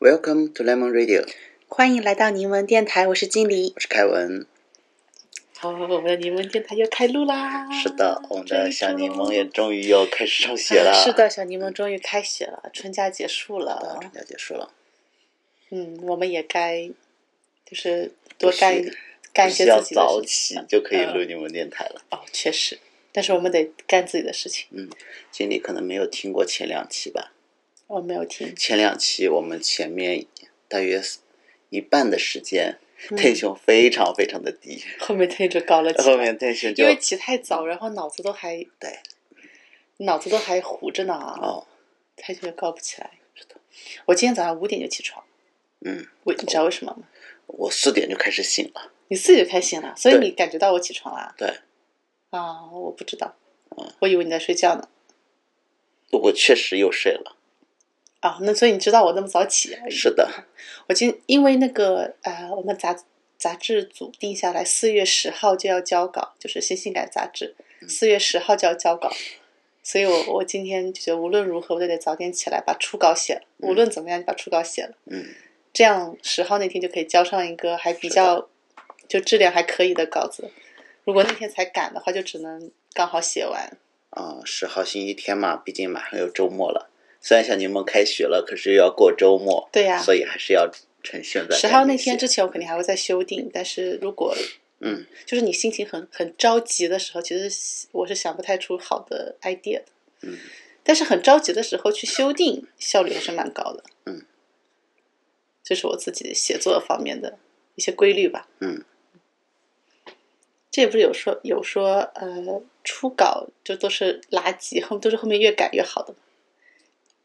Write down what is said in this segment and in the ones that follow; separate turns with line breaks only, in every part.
Welcome to Lemon Radio，
欢迎来到柠檬电台，我是经理。
我是凯文。
好，我们的柠檬电台又开录啦！
是的，我们
这
的
一
小
周
柠檬也终于要开始上学了。
啊是，的，小柠檬终于开学了，春假结束了，
春假结束了，
嗯，我们也该就是多干
必须
干一些
必须要
自己的
早
事
起
情。
就可以录柠檬电台了。
哦，确实，但是我们得干自己的事情。
经理可能没有听过前两期吧？
我没有听，
前两期我们前面大约一半的时间、
嗯
t e n s i o n 非常非常的低，
后面他就高了起
后
来，
面 tension 就
因为起太早，然后脑子都还
对
脑子都还糊着呢，
哦，
他就高不起来。是的，我今天早上五点就起床，
嗯，
我你知道为什么吗？
我四点就开始醒了。
你自己就开心了，所以
对
你感觉到我起床啦？
对，
啊，我不知道
嗯，
我以为你在睡觉呢。
我确实又睡了。
啊，那所以你知道我那么早起而已。
是的，
我今因为那个呃，我们杂杂志组定下来四月十号就要交稿，就是《新性感》杂志，四月十号就要交稿，所以我我今天就觉得无论如何我都得早点起来把初稿写了，无论怎么样就把初稿写了，
嗯，
这样十号那天就可以交上一个还比较就质量还可以的稿子。如果那天才赶的话，就只能刚好写完。
啊、十号星期天嘛，毕竟马上要周末了。虽然小柠檬开学了，可是又要过周末，
对呀、
所以还是要趁现在。
十号那天之，前，我肯定还会再修订。但是如果
嗯，
就是你心情很很着急的时候，其实是我是想不太出好的 idea 的。
嗯，
但是很着急的时候去修订，效率还是蛮高的。
嗯，
这是我自己写作方面的一些规律吧。
嗯，
这也不是有说有说呃，初稿就都是垃圾，后都是后面越改越好的嘛，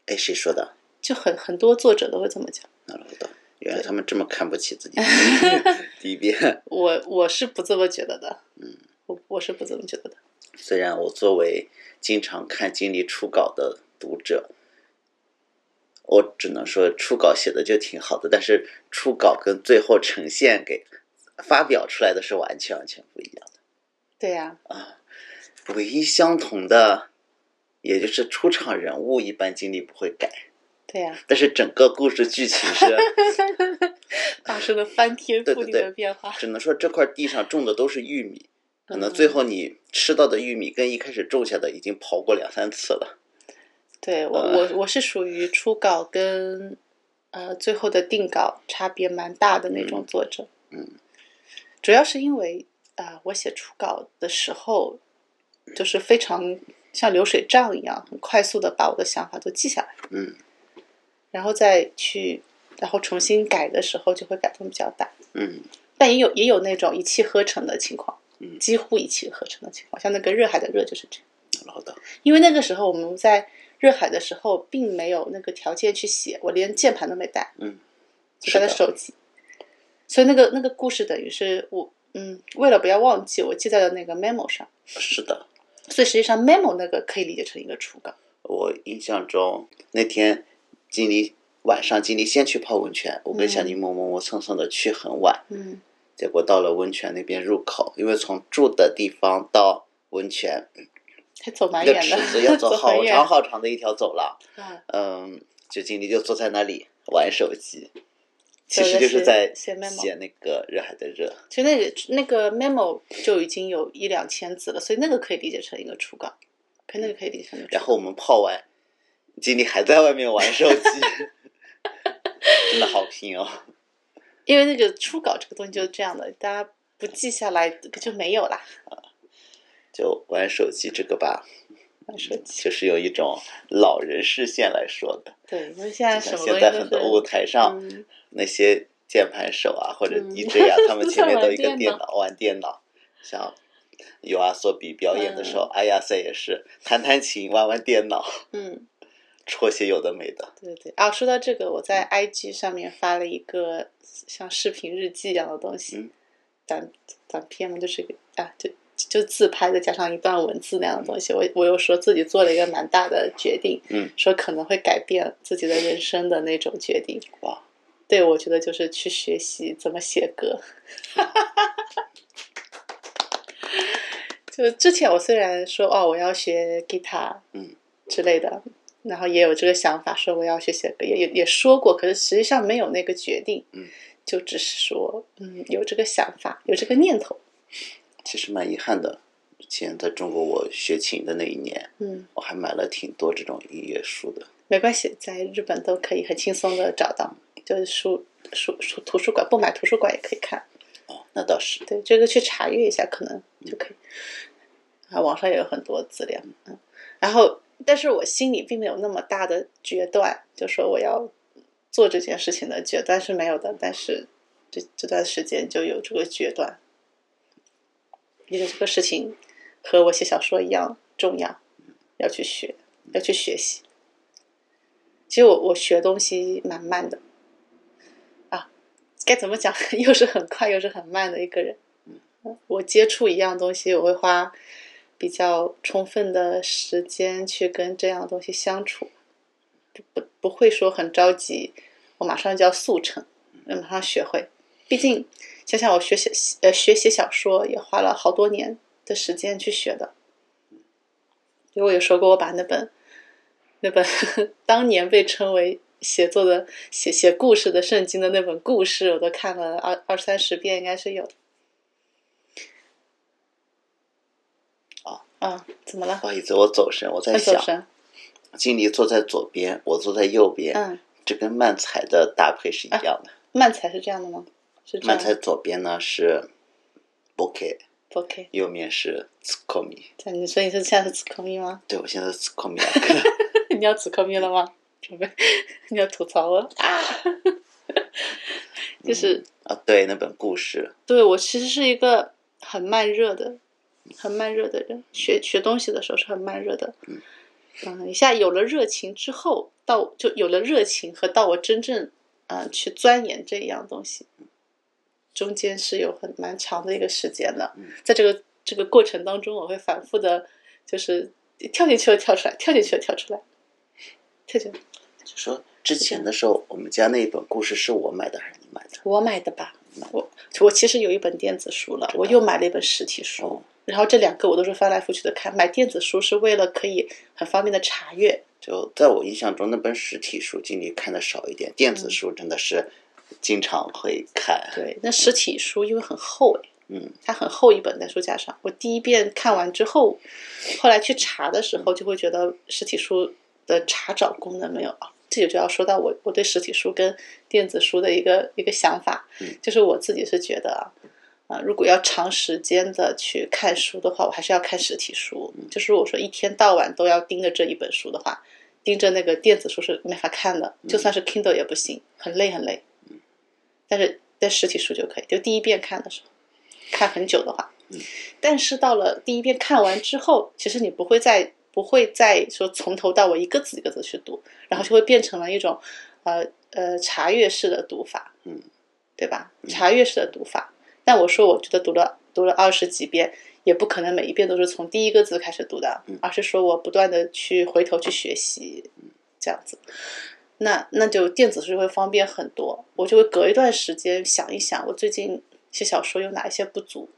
哎，谁说的？
就很很多作者都会这么讲。
那老的，原来他们这么看不起自己。 第一遍，
我我是不这么觉得的。嗯，我我是不这么觉得的。
虽然我作为经常看经理初稿的读者，我只能说初稿写的就挺好的，但是初稿跟最后呈现给发表出来的是完全完全不一样。
对呀、
唯一相同的，也就是出场人物一般经历不会改，
对 呀、
但是整个故事剧情是，
发生了翻天
对
覆
对
地
对
的变化。
只能说这块地上种的都是玉米，可能最后你吃到的玉米跟一开始种下的已经刨过两三次了。
对我我我是属于初稿跟呃最后的定稿差别蛮大的那种作者。
嗯，
主要是因为啊、呃我写初稿的时候，就是非常像流水账一样，很快速的把我的想法都记下来，
嗯
然后再去然后重新改的时候，就会改动比较大。
嗯
但也有也有那种一气呵成的情况，
嗯
几乎一气呵成的情况，像那个热海的热就是这样。
老的，
因为那个时候我们在热海的时候，并没有那个条件去写，我连键盘都没带，
嗯，
就带了
是的
手机，所以那个那个故事等于是我，嗯，为了不要忘记，我记在了那个 memo 上，
是的，
所以实际上 memo 那个可以理解成一个初稿，
我印象中那天经理晚上经理先去泡温泉，我跟小
嗯
柠檬磨磨蹭蹭的去很晚，
嗯
结果到了温泉那边入口，因为从住的地方到温泉
还 走蛮
一个
远
池
的，
子要走
很
好
远
长好长的一条走廊，
啊，
嗯，就经理就坐在那里玩手机，其实
就在
就是
写
在
写 memo
写那个热海的热，
其实那个那个 memo 就已经有一两千字了，所以那个可以理解成一个初稿，可以那个可以理解成一个初稿。
然后我们泡完，经理还在外面玩手机， 真的好拼哦，
因为那个初稿这个东西就是这样的，大家不记下来就没有啦。
就玩手机这个吧，
玩手机，
就是有一种老人视线来说的，
对，因为现在
就
什
像
么
现
东
在
西
很
都
多舞
是
台上
嗯
那些键盘手啊或者
嗯
DJ 啊，他们前面
在玩
都一个
电
电
脑
脑玩电脑，像。有啊，索比表演的时候，哎呀塞也是弹弹琴、玩玩电脑，
嗯，
戳些有的没的。
对对对啊，说到这个，我在 IG 上面发了一个像视频日记一样的东西，
嗯
短短片嘛，就是一个啊，就就自拍再加上一段文字那样的东西。我我又说自己做了一个蛮大的决定，
嗯，
说可能会改变自己的人生的那种决定。
哇，
对，我觉得就是去学习怎么写歌。 就之前我虽然说哦，我要学吉他，
嗯，
之类的，然后也有这个想法，说我要去写歌，也也也说过，可是实际上没有那个决定，
嗯，
就只是说，嗯，有这个想法，有这个念头，
其实蛮遗憾的。之前在中国我学琴的那一年，
嗯，
我还买了挺多这种音乐书的。
没关系，在日本都可以很轻松的找到，就是书书书图书馆，不买图书馆也可以看，
哦，那倒是，
对，这个去查阅一下可能就可以。啊，网上也有很多资料，嗯，然后但是我心里并没有那么大的决断，就说我要做这件事情的决断是没有的，但是这这段时间就有这个决断，因为这个事情和我写小说一样重要，要去学，要去学习。其实我我学东西蛮慢的，该怎么讲， 又是很快又是很慢的一个人。我接触一样东西，我会花比较充分的时间去跟这样东西相处，不不不会说很着急，我马上就要速成，马上学会。毕竟想想我学写呃学写小说也花了好多年的时间去学的，因为我有说过我把那本那本 当年被称为写作的写写故事的圣经的那本故事，我都看了二二三十遍，应该是有。
哦，
啊，怎么了
不？好意思，我走神，我在
快走
想，
神。
经理坐在左边，我坐在右边，
嗯，
这跟漫才的搭配是一样的。
慢才是这样的吗？是这
漫
样
才
的。
左边呢是 bokeh，
OK，
右面是 tsukomi。
这样你说你是现在是子科咪吗？
对，我现在 tsukomi 阿哥
你要子科咪了吗？准备 你要吐槽我啊？ 就是
啊，对，那本故事，
对我其实是一个很慢热的、很慢热的人，学学东西的时候是很慢热的。嗯，一下有了热情之后，到就有了热情和到我真正嗯、呃去钻研这一样东西，中间是有很蛮长的一个时间的
嗯。
在这个这个过程当中，我会反复的，就是跳进去又跳出来，跳进去又跳出来，跳进去
就说之前的时候，我们家那一本故事是我买的还是你买的？
我买的吧
买的。
我我其实有一本电子书了，我又买了一本实体书。
哦，
然后这两个我都是翻来覆去的看。买电子书是为了可以很方便的查阅，
就在我印象中，那本实体书经理看的少一点，电
嗯
子书真的是经常会看。
对，那实体书因为很厚诶，
嗯，
它很厚一本在书架上。我第一遍看完之后，后来去查的时候就会觉得实体书的查找功能没有啊。这也就要说到我我对实体书跟电子书的一个一个想法
嗯，
就是我自己是觉得啊。啊，如果要长时间的去看书的话，我还是要看实体书。就是我说一天到晚都要盯着这一本书的话，盯着那个电子书是没法看的，就算是 Kindle 也不行，很累很累。但是在实体书就可以，就第一遍看的时候，看很久的话，但是到了第一遍看完之后，其实你不会再不会再说从头到尾一个字一个字去读，然后就会变成了一种呃呃查阅式的读法，
嗯，
对吧？查阅式的读法。但我说，我觉得读了读了二十几遍，也不可能每一遍都是从第一个字开始读的
嗯，
而是说我不断的去回头去学习，这样子。那那就电子书就会方便很多，我就会隔一段时间想一想，我最近写小说有哪一些不足，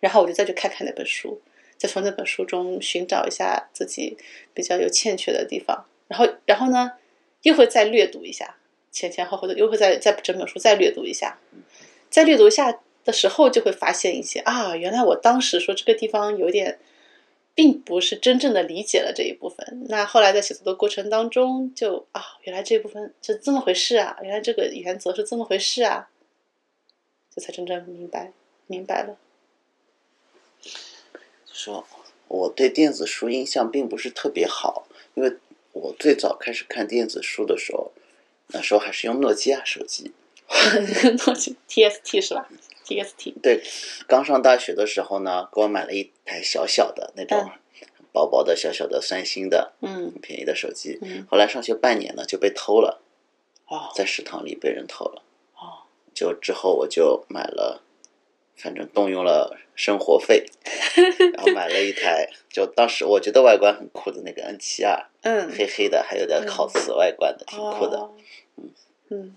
然后我就再去看看那本书，再从那本书中寻找一下自己比较有欠缺的地方，然后然后呢，又会再略读一下，前前后后的又会再再整本书再略读一下，在阅读一下的时候，就会发现一些啊，原来我当时说这个地方有点，并不是真正的理解了这一部分。那后来在写作的过程当中就，啊，原来这部分是这么回事啊，原来这个原则是这么回事啊，这才真正明白明白了。
说我对电子书印象并不是特别好，因为我最早开始看电子书的时候，那时候还是用诺基亚手机。
诺基 TST 是吧？TST
对，刚上大学的时候呢，给我买了一台小小的那种薄薄的小小的三星的
嗯
很便宜的手机。
嗯
后来上学半年呢就被偷了，
哦
在食堂里被人偷了。
哦，
就之后我就买了，反正动用了生活 费，然后买了一台，就当时我觉得外观很酷的那个 N 7 2
嗯
黑黑的，还有点烤瓷外观的，挺酷的。
哦嗯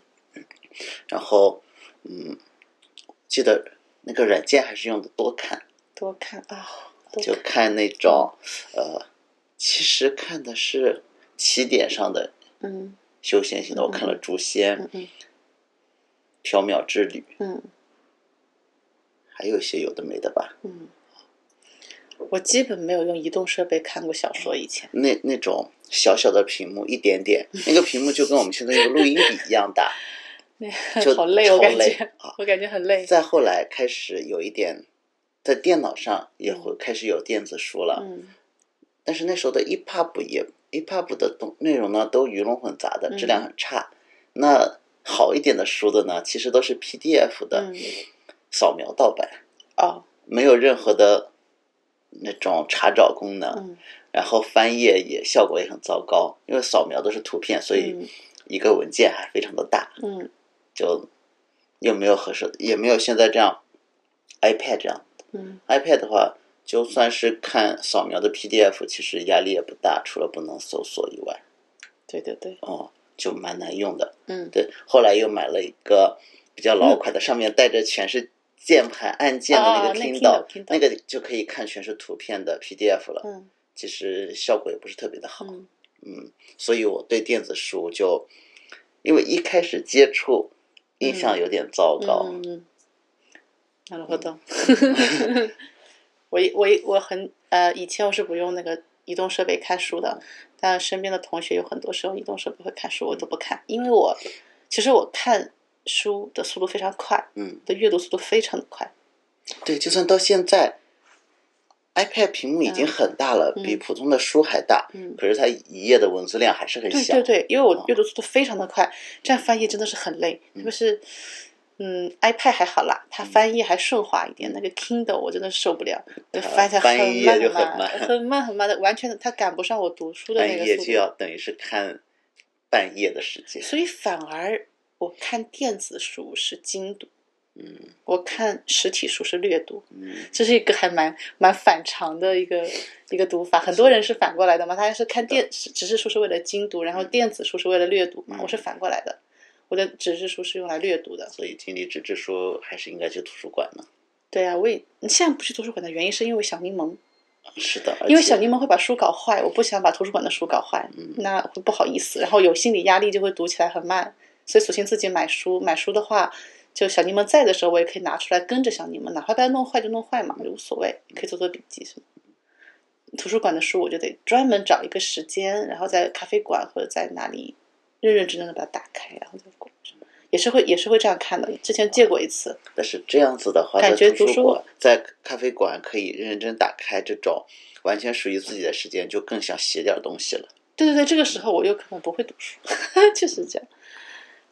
然后，嗯，记得那个软件还是用的多看，
多看啊，多
就看那种呃其实看的是起点上的
嗯
休闲型的，我看了《诛仙》
嗯嗯
缥缈之旅》，
嗯
还有一些有的没的吧。
嗯，我基本没有用移动设备看过小说，以前
那那种小小的屏幕，一点 点，那个屏幕就跟我们现在那个录音笔一样大。就
好累，我
超
感
累
觉
啊
我感觉很累。
再后来开始有一点，在电脑上也会开始有电子书了，
嗯
但是那时候的 EPUB 也 EPUB 的东内容呢都鱼龙混杂的，
嗯
质量很差。那好一点的书的呢，其实都是 PDF 的、
嗯
扫描盗版，
哦
没有任何的那种查找功能，
嗯
然后翻页也效果也很糟糕，因为扫描的是图片，所以
嗯
一个文件还非常的大，
嗯
就又没有合适，也没有现在这样 iPad 这样
嗯
iPad 的话，就算是看扫描的 PDF，其实压力也不大，除了不能搜索以外，
对对对
哦，就蛮难用的。
嗯
对，后来又买了一个比较老款的，上面带着全是键盘按键的那
哦
个
那
Kindle，、
Kindle，Kindle
那个就可以看全是图片的 PDF 了。
嗯
其实效果也不是特别的好，
嗯
嗯，所以我对电子书就，因为一开始接触，印象有点糟糕，
嗯嗯
嗯
なるほど。 我一我一我很呃，以前我是不用那个移动设备看书的，但身边的同学有很多是用移动设备会看书，我都不看，因为我其实我看书的速度非常快，
嗯，
我的阅读速度非常的快，
对，就算到现在，iPad 屏幕已经很大了，
嗯
比普通的书还大，
嗯，
可是它一页的文字量还是很
对
小，
对对，因为我
哦
阅读速度非常的快，这样翻页真的是很累，特别是。嗯，iPad 还好啦，
嗯
它翻页还顺滑一点。那个 Kindle 我真的受不了，就
它
翻起来
翻
很
页
慢
就
很
很慢
慢，很慢很慢的，完全的它赶不上我读书的那个
半
速
页
度。
就要等于是看半页的时间，
所以反而我看电子书是精读，
嗯
我看实体书是略读，
嗯，
这是一个还蛮蛮反常的一个 一个读法。很多人是反过来的嘛，他是看电纸质书是为了精读，然后电子书是为了略读嘛。
嗯
我是反过来的，我的纸质书是用来略读的。
所以听力纸质书还是应该去图书馆呢，
对啊，我也现在不去图书馆的原因是因为小柠檬，
是的，而
因为
且
小柠檬会把书搞坏，我不想把图书馆的书搞坏，
嗯
那会不好意思，然后有心理压力就会读起来很慢，所以索性自己买书。买书的话，就小柠檬在的时候，我也可以拿出来跟着小柠檬，哪怕把它弄坏就弄坏嘛，就无所谓，可以做做笔记什么。图书馆的书我就得专门找一个时间，然后在咖啡馆或者在哪里认认真真的把它打开，然后就过去也是会也是会这样看的。之前借过一次，
但是这样子的话，
感
在
觉
图
读书
书馆、在咖啡馆可以认认真打开这种完全属于自己的时间，就更想写点东西了。
对对对，这个时候我有可能不会读书， 就是这样。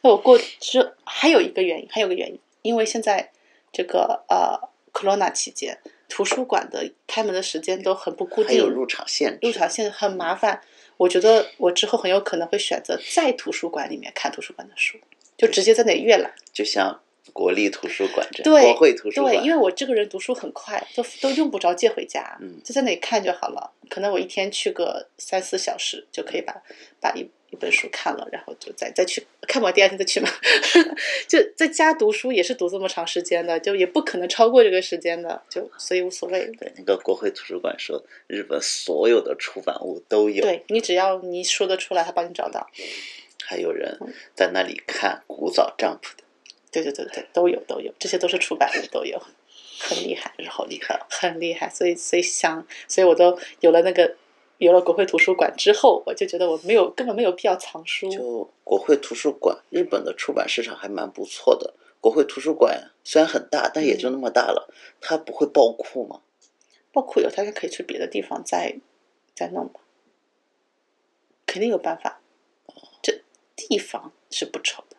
那我过之还有一个原因，还有个原因，因为现在这个呃，corona 期间，图书馆的开门的时间都很不固
还有
定，
入场限制，
入场线很麻烦。我觉得我之后很有可能会选择在图书馆里面看图书馆的书，就直接在那里阅览。
就像国立图书馆这样，
对
国会图书
对，因
馆，
为我这个人读书很快，都都用不着借回家，
嗯
就在那里看就好了。可能我一天去个三四小时，就可以把把一一本书看了，然后就再再去看完第二天再去嘛。 就在家读书也是读这么长时间的，就也不可能超过这个时间的，就所以无所谓。
对那个国会图书馆说，日本所有的出版物都有，
对你只要你说得出来，他帮你找到。
还有人
嗯
在那里看古早占卜的，
对对对对，都有都有，这些都是出版物都有，很厉害。
真是好厉害啊！
很厉害，所以所以想，所以我都有了那个有了国会图书馆之后，我就觉得我没有根本没有必要藏书。
就国会图书馆，日本的出版市场还蛮不错的。国会图书馆虽然很大，但也
嗯
就那么大了，它不会爆库吗？
包括有，大家可以去别的地方再再弄吧，肯定有办法。
哦
这地方是不愁的，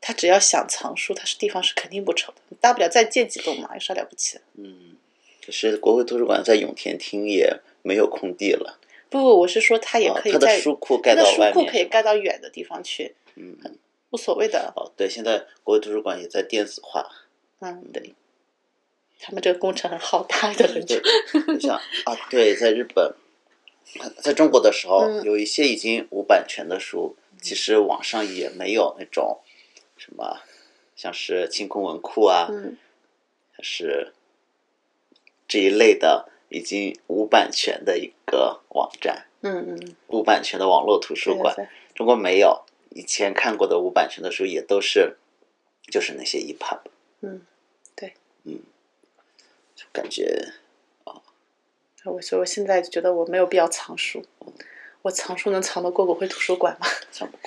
他只要想藏书，他是地方是肯定不愁的，大不了再借几栋嘛，有啥了不起的？
嗯，可是国会图书馆在永田町也没有空地了，
不不，我是说他也
啊
可以
它的
在、
书库
他
盖
的
到
书
外
库可以
面。
盖到远的地方去，
嗯，
无所谓的。
哦，对，现在国会图书馆也在电子化。
嗯，对，他们这个工程很浩大的很久
对。，就像啊，对，在日本，在中国的时候，
嗯
有一些已经无版权的书，其实网上也没有那种什么，像是清空文库啊，
嗯
还是这一类的。已经无版权的一个网站，
嗯嗯，
无版权的网络图书
对
馆。
对
中国没有，以前看过的无版权的书也都是，就是那些 E EPUB，
嗯，
嗯就感觉
我所以我现在就觉得我没有必要藏书，我藏书能藏得过国会图书馆吗？
像不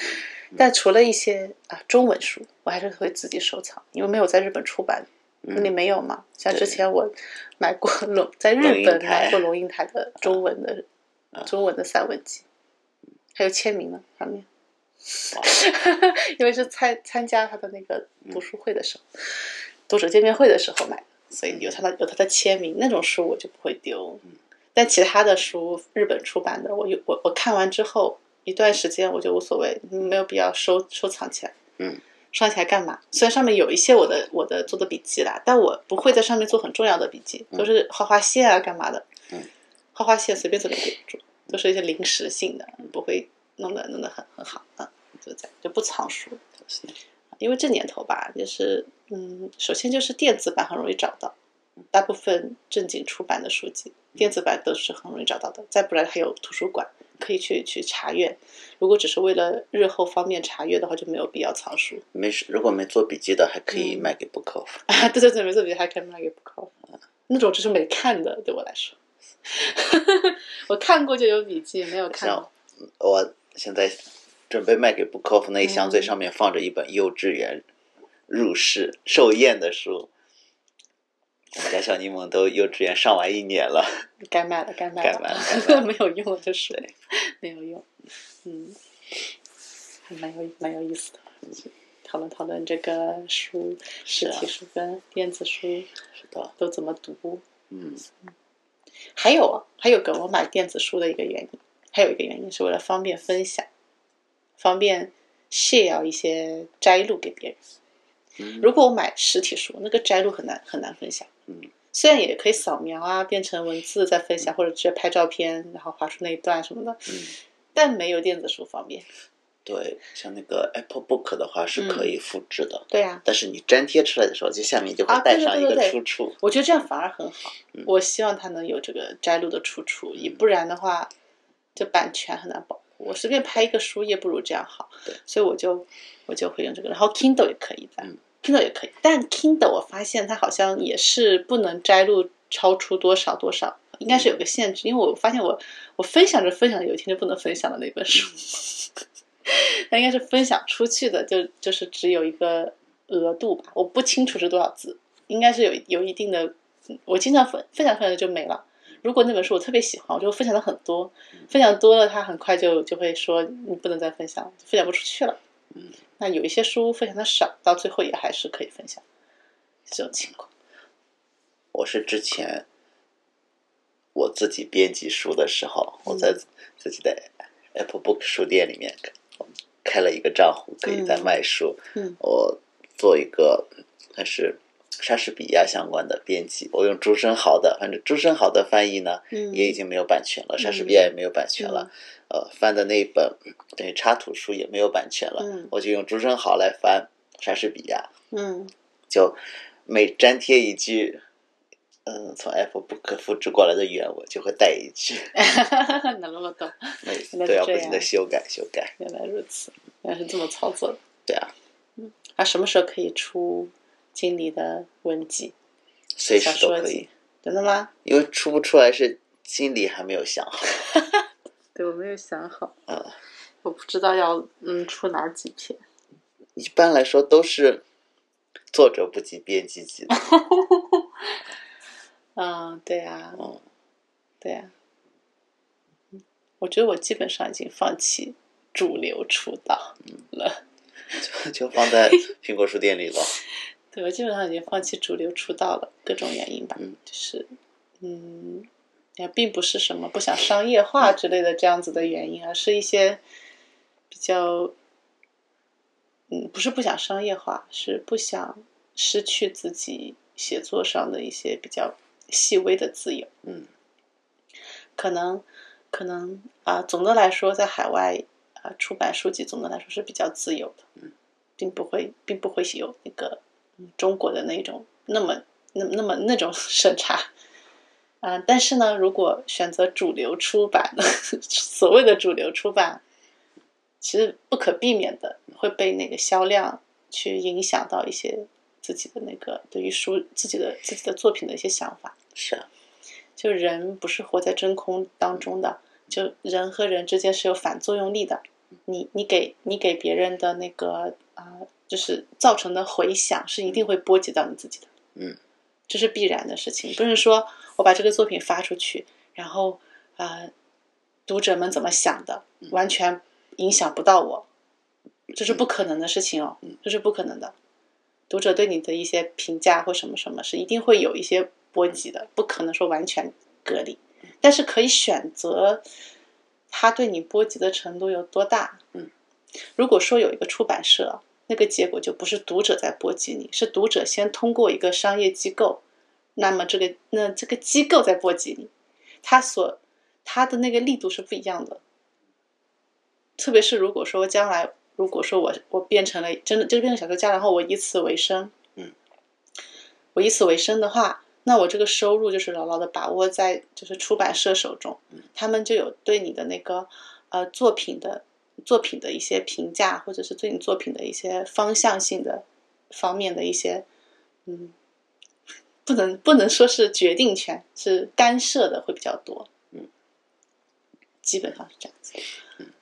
但除了一些啊中文书，我还是会自己收藏，因为没有在日本出版，那里没有嘛。像
嗯
之
对
前我买过 龙，在
龙
日
应
本
台嗯
买过龙应台的中文的、中文的散文集，还有签名呢上面， 因为是参参加他的那个
嗯
读书会的时候，读者见面会的时候买的，所以有他的有他的签名，那种书我就不会丢。
嗯
但其他的书，日本出版的，我有我我看完之后一段时间我就无所谓，没有必要收收藏起来。
嗯，
收藏起来干嘛？虽然上面有一些我的我的做的笔记啦，但我不会在上面做很重要的笔记，都是画画线啊干嘛的。
嗯，
画画线随便做点点注，都是一些临时性的，不会弄得弄得很很好啊，就这样就不藏书。因为这年头吧，就是嗯，首先就是电子版很容易找到，大部分正经出版的书籍，电子版都是很容易找到的。再不然还有图书馆可以去去查阅。如果只是为了日后方便查阅的话，就没有必要藏书
没事，如果没做笔记的还可以
嗯
卖给 b o o k o
啊。对对对，没错，比还可以卖给不靠那种就是没看的，对我来说， 我看过就有笔记，没有看
像我现在准备卖给 b o o k o 那一箱，
嗯
最上面放着一本幼稚园入室寿宴的书。我们家小柠檬都幼稚园上完一年了，
该卖了，该卖
该
了，
卖了该卖了
没有用了，就是没有用，嗯，还蛮有蛮有意思的，嗯讨论讨论这个书
是
实
啊
体书跟电子书
是的，
都怎么读。
嗯，
还有啊，还有个我买电子书的一个原因，还有一个原因是为了方便分享，方便 share 一些摘录给别人。
嗯
如果我买实体书，那个摘录很难很难分享。
嗯，
虽然也可以扫描啊，变成文字再分享，或者直接拍照片，然后划出那一段什么的，
嗯
但没有电子书方便。
对，像那个 Apple Book 的话是
嗯
可以复制的，
对啊，
但是你粘贴出来的时候，就下面就
啊
会
对
带
对
上一
对对
个
对
出处。
我觉得这样反而很好。
嗯
我希望它能有这个摘录的出处，也不然的话，这版权很难保护。我随便拍一个书页，不如这样好
对。
所以我就我就会用这个，然后 Kindle 也可以的、
嗯
k i n d l e 也可以，但 Kindle 我发现它好像也是不能摘录超出多少多少。应该是有个限制，因为我发现我我分享着分享着，有一天就不能分享了那本书。
嗯
它应该是分享出去的，就就是只有一个额度吧，我不清楚是多少字，应该是有有一定的。我经常分分享分享就没了。如果那本书我特别喜欢，我就分享了很多，分享多了，它很快就就会说你不能再分享了，分享不出去了。那有一些书分享的少，到最后也还是可以分享，这种情况。
我是之前我自己编辑书的时候，我
嗯
在自己的 Apple Book 书店里面开了一个账户，可以在卖书。
嗯
我做一个还是莎士比亚相关的编辑，我用朱生豪的，反正朱生豪的翻译呢，
嗯
也已经没有版权了，莎士比亚也没有版权了，呃，翻的那一本等于插图书也没有版权了，
嗯
我就用朱生豪来翻莎士比亚，
嗯
就每粘贴一句，嗯，从 Apple Book 复制过来的原文，就会带一 句，
嗯，能那么懂，原来
每
是
都要不
这
停的
样
修改修改。
原来如此，原来是这么操作的。
对啊，
啊，什么时候可以出经理的文集？
随时
小
都
说
可
集
以，
真的吗？
因为出不出来是心里还没有想好。
对，我没有想好，
嗯，
我不知道要嗯出哪几篇。
一般来说都是作者不及编辑急的。
嗯，对呀、啊，
嗯，
对呀、嗯我觉得我基本上已经放弃主流出道了。
就就放 在苹果书店里了。
对，我基本上已经放弃主流出道了，各种原因吧，
嗯
就是嗯，也并不是什么不想商业化之类的这样子的原因，而是一些比较嗯，不是不想商业化，是不想失去自己写作上的一些比较细微的自由。
嗯
可能可能啊、总的来说，在海外啊、出版书籍总的来说是比较自由的，并不会并不会有 那个、嗯、中国的那种那么那那么那种审查，啊、但是呢，如果选择主流出版， 所谓的主流出版，其实不可避免的会被那个销量去影响到一些自己的那个对于书自己的自己的作品的一些想法。
是啊，
就人不是活在真空当中的，就人和人之间是有反作用力的。你你给你给别人的那个啊、呃就是造成的回响是一定会波及到你自己的，
嗯，
这是必然的事情，不是说我把这个作品发出去，然后啊、呃读者们怎么想的，完全影响不到我，这是不可能的事情哦，这是不可能的。读者对你的一些评价或什么什么，是一定会有一些波及的，不可能说完全隔离，但是可以选择他对你波及的程度有多大。
嗯，
如果说有一个出版社，那个结果就不是读者在波及你，是读者先通过一个商业机构，那么这个那这个机构在波及你，它所它的那个力度是不一样的。特别是如果说将来，如果说我我变成了真的就变成小说家，然后我以此为生，
嗯，
我以此为生的话，那我这个收入就是牢牢的把握在就是出版社手中，
嗯
他们就有对你的那个呃作品的作品的一些评价，或者是对你作品的一些方向性的方面的一些嗯。不能不能说是决定权，是干涉的会比较多，
嗯，
基本上是这样子。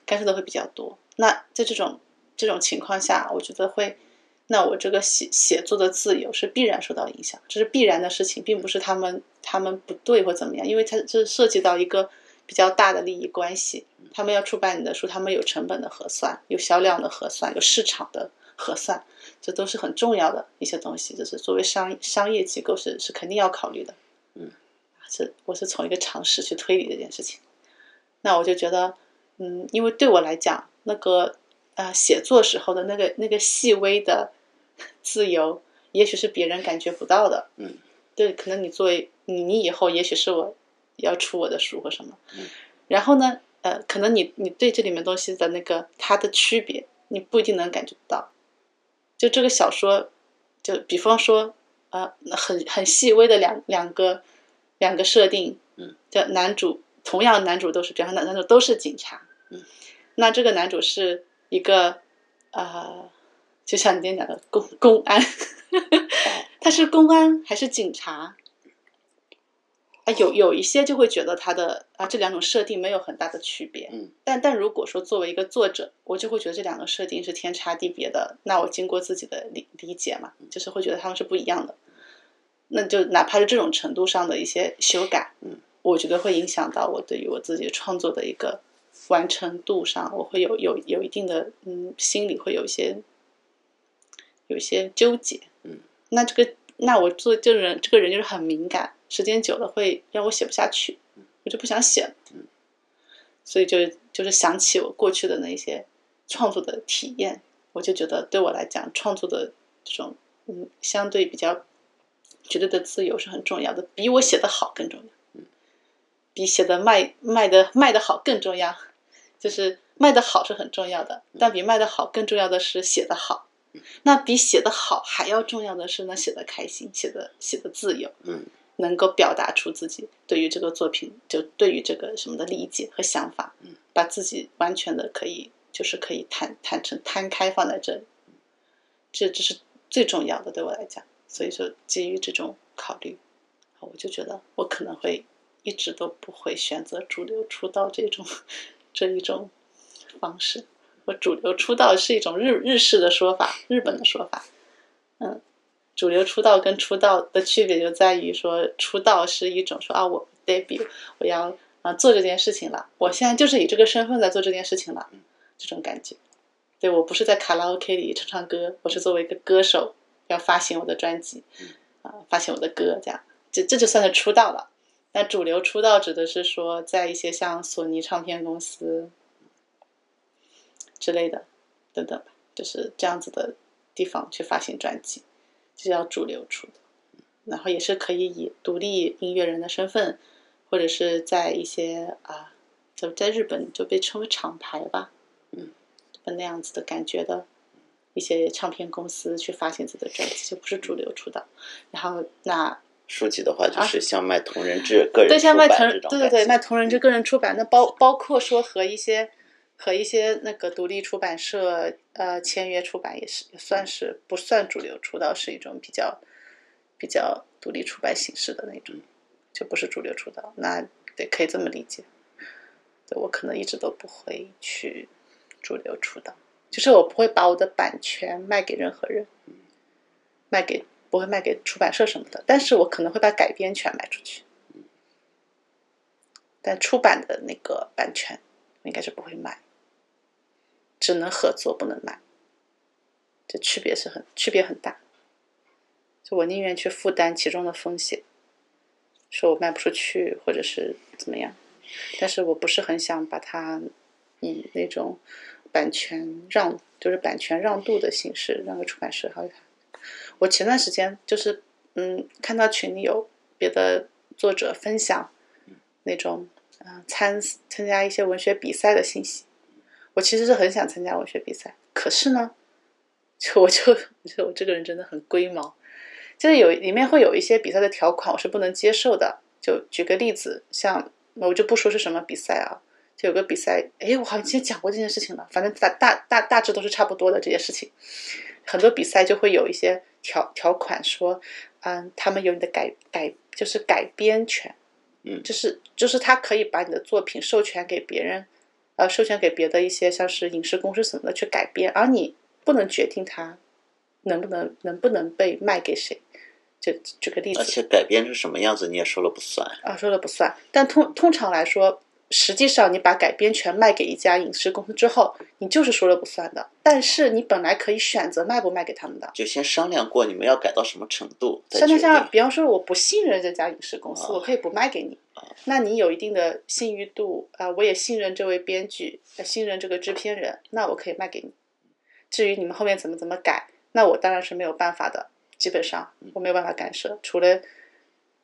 干涉的会比较多。那在这种这种情况下，我觉得会，那我这个写写作的自由是必然受到影响，这是必然的事情，并不是他们他们不对或怎么样，因为它这涉及到一个比较大的利益关系。他们要出版你的书，他们有成本的核算，有销量的核算，有市场的核算，这都是很重要的一些东西，就是作为商商业机构是是肯定要考虑的。
嗯，
这我是从一个常识去推理这件事情。那我就觉得，嗯，因为对我来讲，那个啊、呃写作时候的那个那个细微的自由，也许是别人感觉不到的。
嗯，
对，可能你作为你，你以后也许是我要出我的书或什么。
嗯，
然后呢，呃，可能你你对这里面东西的那个它的区别，你不一定能感觉到。就这个小说，就比方说，呃，很很细微的两两个两个设定，
嗯，
叫男主同样男主都是，比方说男男主都是警察，那这个男主是一个呃，就像你今天讲的公公安， 他是公安还是警察？啊，有有一些就会觉得他的啊这两种设定没有很大的区别，
嗯，
但但如果说作为一个作者，我就会觉得这两个设定是天差地别的。那我经过自己的理理解嘛，就是会觉得他们是不一样的。那就哪怕是这种程度上的一些修改，
嗯，
我觉得会影响到我对于我自己创作的一个完成度上，我会有有有一定的嗯，心里会有一些有一些纠结，
嗯，
那这个那我做这个人这个人就是很敏感，时间久了会让我写不下去，我就不想写了，
嗯，
所以就就是想起我过去的那些创作的体验，我就觉得对我来讲，创作的这种嗯相对比较绝对的自由是很重要的，比我写的好更重要，比写的卖卖的卖的好更重要，就是卖的好是很重要的，
嗯
但比卖的好更重要的是写的好。那比写的好还要重要的是呢，写的开心，写的写的自由，
嗯，
能够表达出自己对于这个作品，就对于这个什么的理解和想法，
嗯，
把自己完全的可以，就是可以坦坦诚摊开放在这里，这这是最重要的对我来讲。所以说，基于这种考虑，我就觉得我可能会一直都不会选择主流出道这种这一种方式。我主流出道是一种日日式的说法，日本的说法。嗯，主流出道跟出道的区别就在于说，出道是一种说啊，我 debut，我要啊做这件事情了，我现在就是以这个身份在做这件事情了，这种感觉。对我不是在卡拉 OK 里唱唱歌，我是作为一个歌手要发行我的专辑，啊、发行我的歌，这样，这这就算是出道了。那主流出道指的是说，在一些像索尼唱片公司之类的，等等吧，就是这样子的地方去发行专辑，这叫主流出的。然后也是可以以独立音乐人的身份，或者是在一些啊，就在日本就被称为厂牌吧，
嗯，
那样子的感觉的一些唱片公司去发行自己的专辑，就不是主流出道。然后那
书籍的话，就是像卖同人志、个人
啊对，像
出
卖
版
同
这
人，
种感
对对对，
觉嗯
卖同人志个人出版，那包包括说和一些和一些那个独立出版社呃签约出版也是也算是不算主流出道，是一种比较比较独立出版形式的那种，
嗯
就不是主流出道，那对可以这么理解。对我可能一直都不会去主流出道，就是我不会把我的版权卖给任何人，
嗯
卖给不会卖给出版社什么的，但是我可能会把改编权卖出去。但出版的那个版权应该是不会卖，只能合作不能卖，这区别是很区别很大。就我宁愿去负担其中的风险，说我卖不出去或者是怎么样，但是我不是很想把它以那种版权让就是版权让渡的形式让给出版社。还有我前段时间就是嗯看到群里有别的作者分享那种啊、呃参参加一些文学比赛的信息。我其实是很想参加文学比赛，可是呢，就 我就我觉得我这个人真的很龟毛，就是有里面会有一些比赛的条款我是不能接受的。就举个例子，像我就不说是什么比赛啊，就有个比赛，哎，我好像之前讲过这件事情了，反正大大大大致都是差不多的这些事情。很多比赛就会有一些条条款说，嗯，他们有你的改改就是改编权，
嗯
就是就是他可以把你的作品授权给别人，呃，授权给别的一些像是影视公司什么的去改编，而你不能决定它能不能能不能被卖给谁。就举个例子
而，且改编成什么样子你也说了不算。
啊，说了不算。但通通常来说，实际上你把改编权卖给一家影视公司之后，你就是说了不算的。但是你本来可以选择卖不卖给他们的。
就先商量过你们要改到什么程度，再
像
决
那像，
定。
比方说我不信任这家影视公司，
啊
我可以不卖给你。那你有一定的信誉度啊、我也信任这位编剧，呃信任这个制片人，那我可以卖给你。至于你们后面怎么怎么改，那我当然是没有办法的，基本上
嗯
我没有办法干涉，除了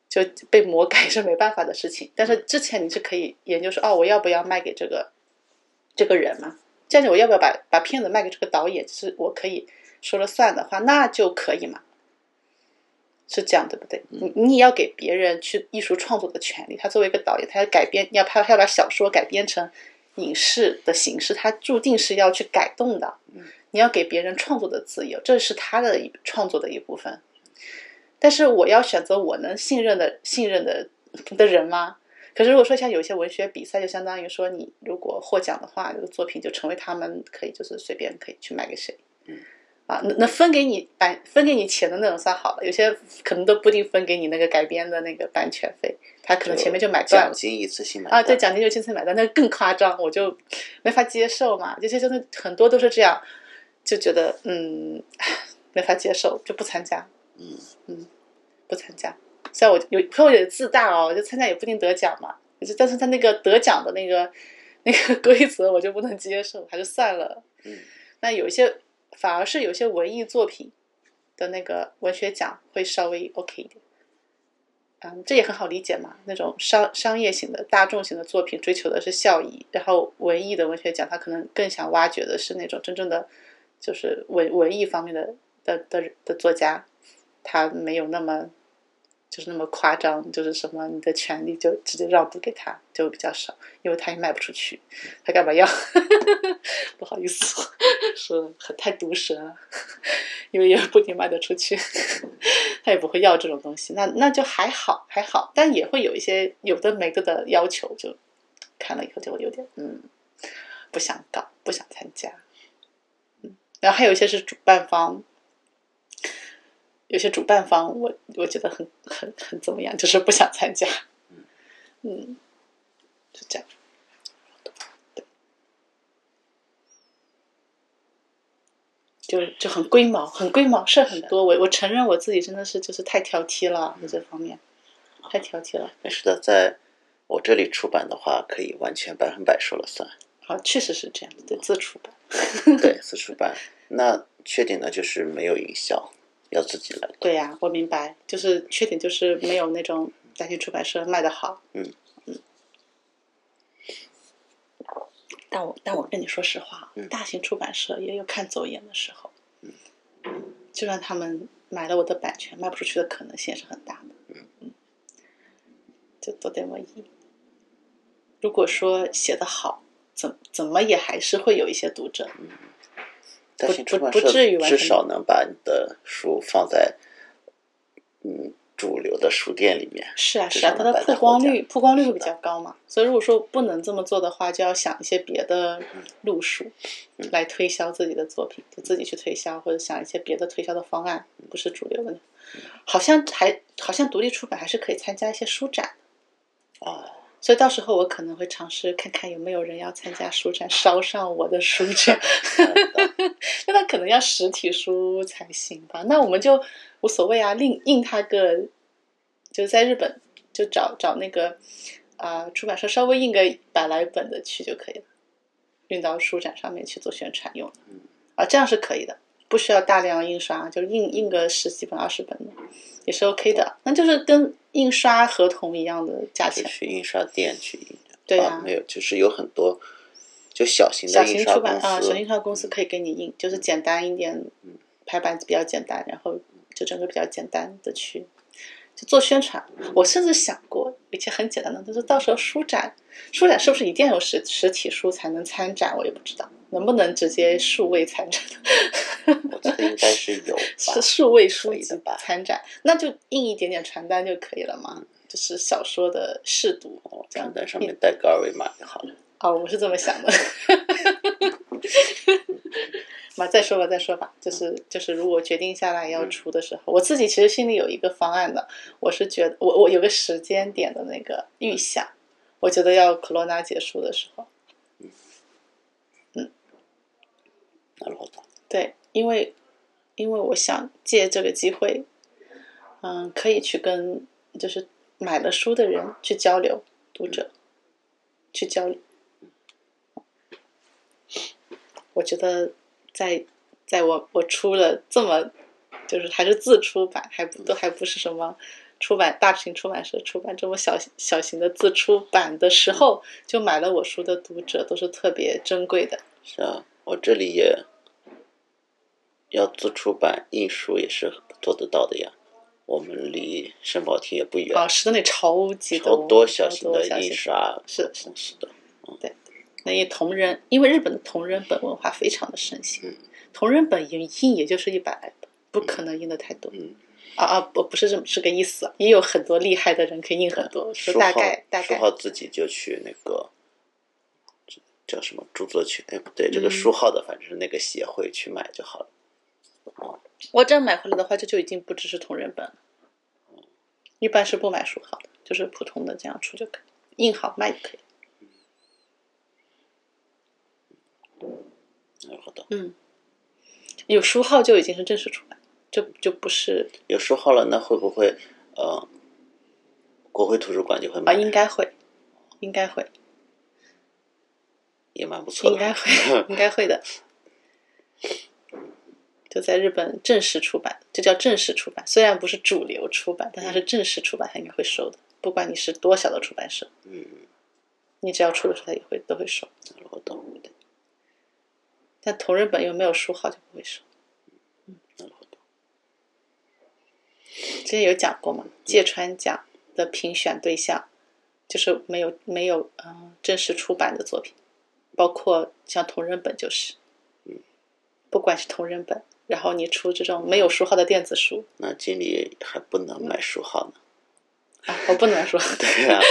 就被魔改是没办法的事情。但
嗯
是之前你是可以研究说，哦，我要不要卖给这个这个人嘛？这样子我要不要把把片子卖给这个导演？就是我可以说了算的话，那就可以嘛。是这样，对不对？你你也要给别人去艺术创作的权利。他作为一个导演，他要改编，要拍，他要把小说改编成影视的形式，他注定是要去改动的。你要给别人创作的自由，这是他的一创作的一部分。但是我要选择我能信任的、信任的的人吗？可是如果说像有一些文学比赛，就相当于说你如果获奖的话，这个作品就成为他们可以就是随便可以去卖给谁。啊，那那分给你版分给你钱的那种算好了，有些可能都不一定分给你那个改编的那个版权费，他可能前面就买断
奖
了。
金一次性买
啊，对，
断，
奖金就亲自买单，那更夸张，我就没法接受嘛。这些真的很多都是这样，就觉得嗯，没法接受，就不参加。
嗯
嗯，不参加。虽然我有，可我有点自大哦，就参加也不一定得奖嘛。就但是他那个得奖的那个 那个规则，我就不能接受，还是算了。
嗯，
那有一些反而是有些文艺作品的那个文学奖会稍微 OK 一点。嗯，这也很好理解嘛。那种商商业型的、大众型的作品追求的是效益，然后文艺的文学奖，它可能更想挖掘的是那种真正的，就是文文艺方面的的的的作家，他没有那么就是那么夸张，就是什么你的权利就直接让渡给他，就比较少，因为他也卖不出去，他干嘛要？ 不好意思， 说很太毒舌了，因为也不一定卖得出去。 他也不会要这种东西，那那就还好还好，但也会有一些有的没的的要求，就看了以后就有点嗯，不想搞，不想参加。嗯，然后还有一些是主办方，有些主办方我我觉得很很很怎么样，就是不想参加。嗯，是这样。就就很龟毛，很龟毛，事儿很多。我我承认我自己真的是就是太挑剔了，在这方面太挑剔了。
但是的，在我这里出版的话，可以完全百分百说了 算。
啊，确实是这样，对自处吧。
对，自出版，那缺点呢就是没有营销，要自己来。
对呀、我明白，就是缺点就是没有那种家庭出版社卖的好。
嗯
嗯。但我但我跟你说实话，
嗯
大型出版社也有看走眼的时候。嗯。就算他们买了我的版权，卖不出去的可能性也是很大的。嗯。就都得么一。如果说写得好，怎怎么也还是会有一些读者。
但是
不
出版
不
社
至于完
至
全
少能把你的书放在嗯主流的书店里面。
是啊，
至
是啊
少，
它
能
的
摆在
曝
后
光
架
率曝光率
是
会比
的
较高嘛。所以如果说不能这么做的话，就要想一些别的
嗯
路数来推销自己的作品，就自己去推销，或者想一些别的推销的方案，不是主流的。
嗯
好像还好像独立出版还是可以参加一些书展
哦，
所以到时候我可能会尝试看看有没有人要参加书展，捎上我的书这样。那他可能要实体书才行吧？那我们就无所谓啊，另印他个，就在日本就找找那个啊、出版社稍微印个百来本的去就可以了，运到书展上面去做宣传用的
嗯
啊，这样是可以的，不需要大量印刷，啊就印印个十几本、二十本的也是 OK 的，那就是跟印刷合同一样的价
就
钱。
去印刷店去印。
对
啊
啊，
没有，就是有很多就小型
小
的印
型
刷
出
公
版
司，嗯
啊，小型印刷公司可以给你印，就是简单一点，排版比较简单，然后就整个比较简单的去就做宣传。我甚至想过一些很简单的，就是到时候书展，书展是不是一定要有实实体书才能参展？我也不知道能不能直
嗯
接数位参展，
我觉得应该是有
是
吧。
数位书
可以
籍
的吧嗯
参展，那就印一点点传单就可以了嘛，就是小说的试读
哦
这样
传单上面带个二维码就好了。
哦，我是这么想的。嘛，再说吧，再说吧。就是就是，如果决定下来要出的时候，我自己其实心里有一个方案的。我是觉得，我我有个时间点的那个预想，我觉得要克罗纳结束的时候，
那老大，
对，因为因为我想借这个机会，嗯，可以去跟就是买了书的人去交流，读者去交流。我觉得在在我我出了这么就是还是自出版，还不都还不是什么出版大型出版社出版这么小型小型的自出版的时候，就买了我书的读者都是特别珍贵的。
是啊，我这里也要自出版印书也是做得到的呀。我们离圣保亭也不远，
啊，是的，那超级多，
好多小型
超
的
多小
印
型
刷
是是
公司的。
那也同人，因为日本的同人本文化非常的盛行，
嗯
同人本也印也就是一百来本，不可能印的太多。
嗯，
啊啊，不不是这么这个意思，啊也有很多厉害的人可以印很多，说
嗯书
大
号
概大
书
概
号自己就去那个叫什么著作权？哎，不对，这个
嗯
书号的，反正是那个协会去买就好了。
我这样买回来的话，这就已经不只是同人本了，
嗯
一般是不买书好的，就是普通的这样出就可以，印好卖就可以。
那好的，
嗯，有书号就已经是正式出版，就就不是
有书号了，那会不会呃，国会图书馆就会
啊，
买？
应该会，应该会。
也蛮不错的。
应该会，应该会的。就在日本正式出版，就叫正式出版。虽然不是主流出版，但它是正式出版，它应该会收的。不管你是多小的出版社，
嗯，
你只要出的时候，它也会都会收。
我懂，我懂，
但同人本又没有书号，就不会收。
那我懂。
之前有讲过嘛，芥川奖的评选对象就是没有没有呃正式出版的作品，包括像同人本就是，不管是同人本，然后你出这种没有书号的电子书，
那经理还不能买书号呢？
啊， 我不能说，
对啊，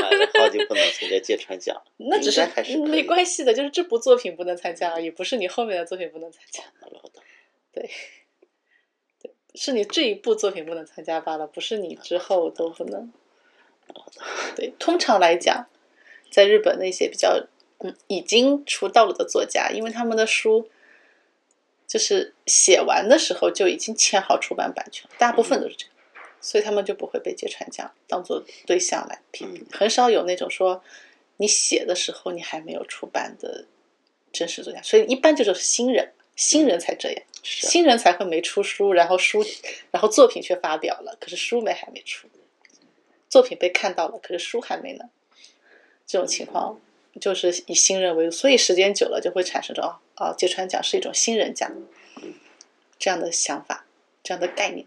买了号就不能参加芥川奖了。
那只
应该还是
是
可以
没关系的，就是这部作品不能参加而已，不是你后面的作品不能参加，
那我懂。
是你这一部作品不能参加罢了，不是你之后都不能。对，通常来讲，在日本那些比较嗯已经出道了的作家，因为他们的书就是写完的时候就已经签好出版版权，大部分都是这样，所以他们就不会被芥川奖当做对象来评，
嗯
很少有那种说你写的时候你还没有出版的真实作家，所以一般就是新人，新人才这样。
是啊
新人才会没出书，然后书，然后作品却发表了，可是书没还没出，作品被看到了，可是书还没呢。这种情
嗯
况就是以新人为主，所以时间久了就会产生着哦哦，芥川奖是一种新人奖这样的想法，这样的概念。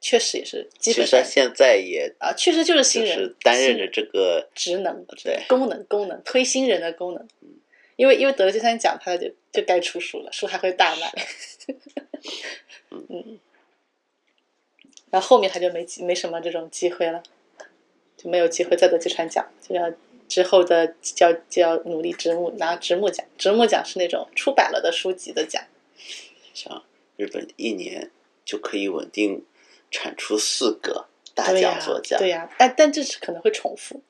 确实也是基
其
本
实他
上
现在也
啊，确实就是
就
新人
是担任
新
着
人
这个
职能，
对
功能功能推新人的功能，因为因为得了金三奖，他就就该出书了，书还会 大卖，嗯，然后后面他就没机没什么这种机会了，就没有机会再得金三奖，就要之后的就要就要努力直木拿直木奖，直木奖是那种出版了的书籍的奖，
像日本一年就可以稳定产出四个大
对呀
奖作家，
对呀、哎但但这是可能会重复，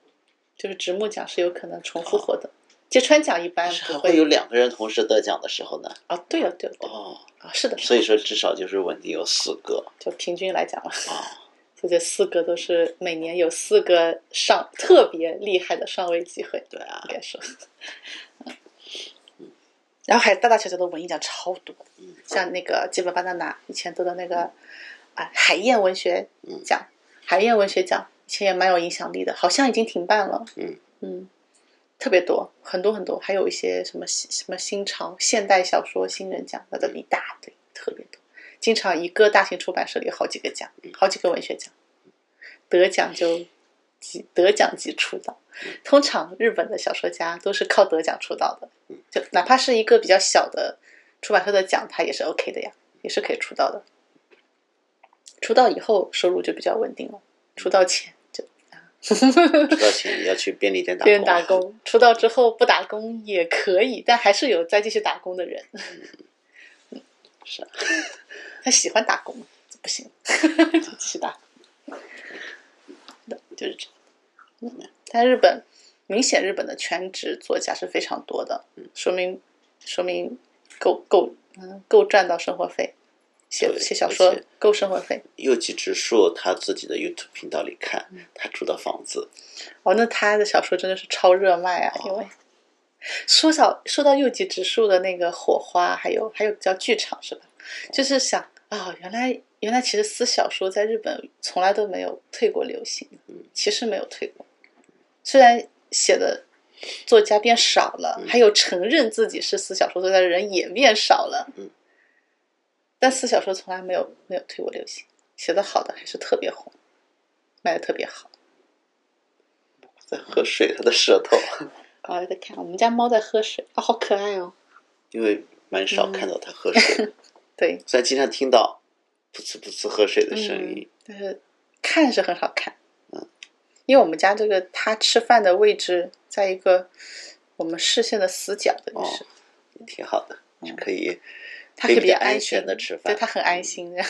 就是直木奖是有可能重复获得，芥川奖一般
但是还
不
会有两个人同时得奖的时候呢。
啊，对了对啊了对了
哦，
啊，是的，
所以说至少就是稳定有四个
就平均来讲了，
啊，
就这四个都是每年有四个上特别厉害的上位机会，
对啊
应，该说。嗯然后还有大大小小的文艺奖超多，
嗯
像那个基本巴纳拿以前得的那个啊海燕文学
嗯
奖，海燕文学奖以前也蛮有影响力的，好像已经停办了。
嗯
嗯，特别多，很多很多，还有一些什么新什么新潮现代小说新人奖，那都
嗯
一大堆，特别多。经常一个大型出版社里有好几个奖，
嗯
好几个文学奖，得奖就即得奖即出道。通常日本的小说家都是靠得奖出道的，就哪怕是一个比较小的出版社的奖，它也是 OK 的呀，也是可以出道的。出道以后收入就比较稳定了，出道前就
出道前要去便利店打
别人
工，啊
打工，出道之后不打工也可以，但还是有再继续打工的人。
是啊
他喜欢打工，这不行， 就继续打工。对就是这样。嗯在日本，明显日本的全职作家是非常多的，
嗯
说明说明够够嗯够赚到生活费，写
对
写小
而
说
且
够生活费。
右吉直树他自己的 YouTube 频道里看，
嗯
他住的房子，
哦，那他的小说真的是超热卖
哎
啊！因为说到说到右吉直树的那个火花，还有还有叫剧场是吧？就是想啊、原来原来其实私小说在日本从来都没有退过流行
嗯，
其实没有退过。虽然写的作家变少了，
嗯
还有承认自己是私小说作家的人也变少了，
嗯
但私小说从来没有没有退过流行，写的好的还是特别红，卖的特别好。
在喝水，他的舌 头，
啊，我在看我们家猫在喝水，啊、好可爱哦。
因为蛮少看到他喝水，
对，
虽然经常听到噗呲噗呲喝水的声音，
但是看是很好看。嗯因为我们家这个它吃饭的位置在一个我们视线的死角，真的
哦
是，
也挺好的，就可以
它
可以嗯
特
比
别
较安
心
全的吃
对
饭，嗯
它很安心的。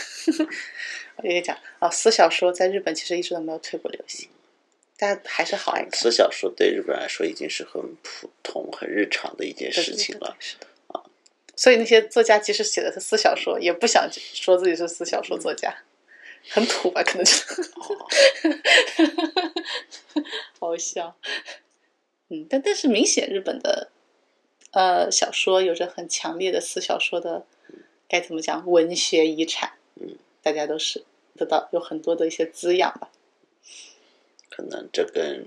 我跟你讲啊，私小说在日本其实一直都没有退过流行，大家还是好爱看。
私小说对日本人来说已经是很普通、很日常的一件事情了。
是的。哦所以那些作家即使写的是私小说，也不想说自己是私小说
嗯
作家，很土吧？可能就
哦，
好笑。 嗯，但但是明显日本的呃小说有着很强烈的私小说的该怎么讲文学遗产，
嗯，
大家都是得到有很多的一些滋养吧。
可能这跟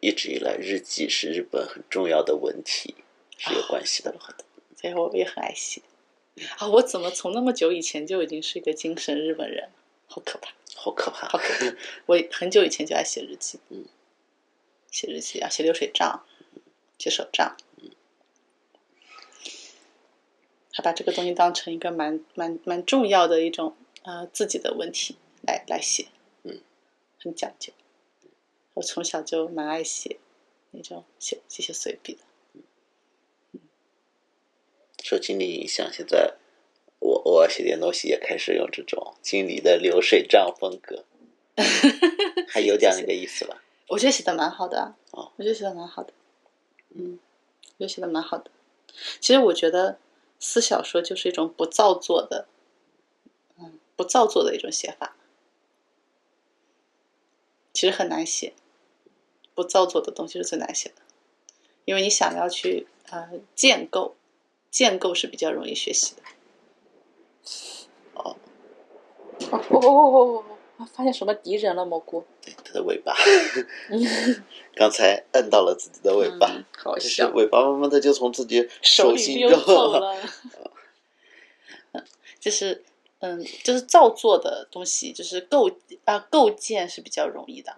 一直以来日记是日本很重要的文体是有关系的 吧？
所以我也很爱写啊！我怎么从那么久以前就已经是一个精神日本人了？好可怕！
好可怕！
好可怕！嗯我很久以前就爱写日记，
嗯，
写日记啊，写流水账，写手账，
嗯
他把这个东西当成一个蛮蛮蛮重要的一种呃自己的问题来来写，
嗯，
很讲究。我从小就蛮爱写那种写这些随笔的，
受经理影响，现在我偶尔写点东西也开始用这种经理的流水账风 格，还有点那个意思吧？
我觉得写的蛮好的啊、
哦
我觉得写的蛮好的，嗯，我觉得写的蛮好的。其实我觉得私小说就是一种不造作的，嗯，不造作的一种写法，其实很难写，不造作的东西是最难写的，因为你想要去呃建构，建构是比较容易学习的。
哦，
哦哦哦哦哦！发现什么敌人了，蘑菇？
对，它的尾 巴，刚才摁到了自己的尾巴。
嗯好
就是
笑。
尾巴慢慢的就从自己
手里
心
溜
中
走了。就是嗯，就是造作的东西，就是构啊、构建是比较容易的，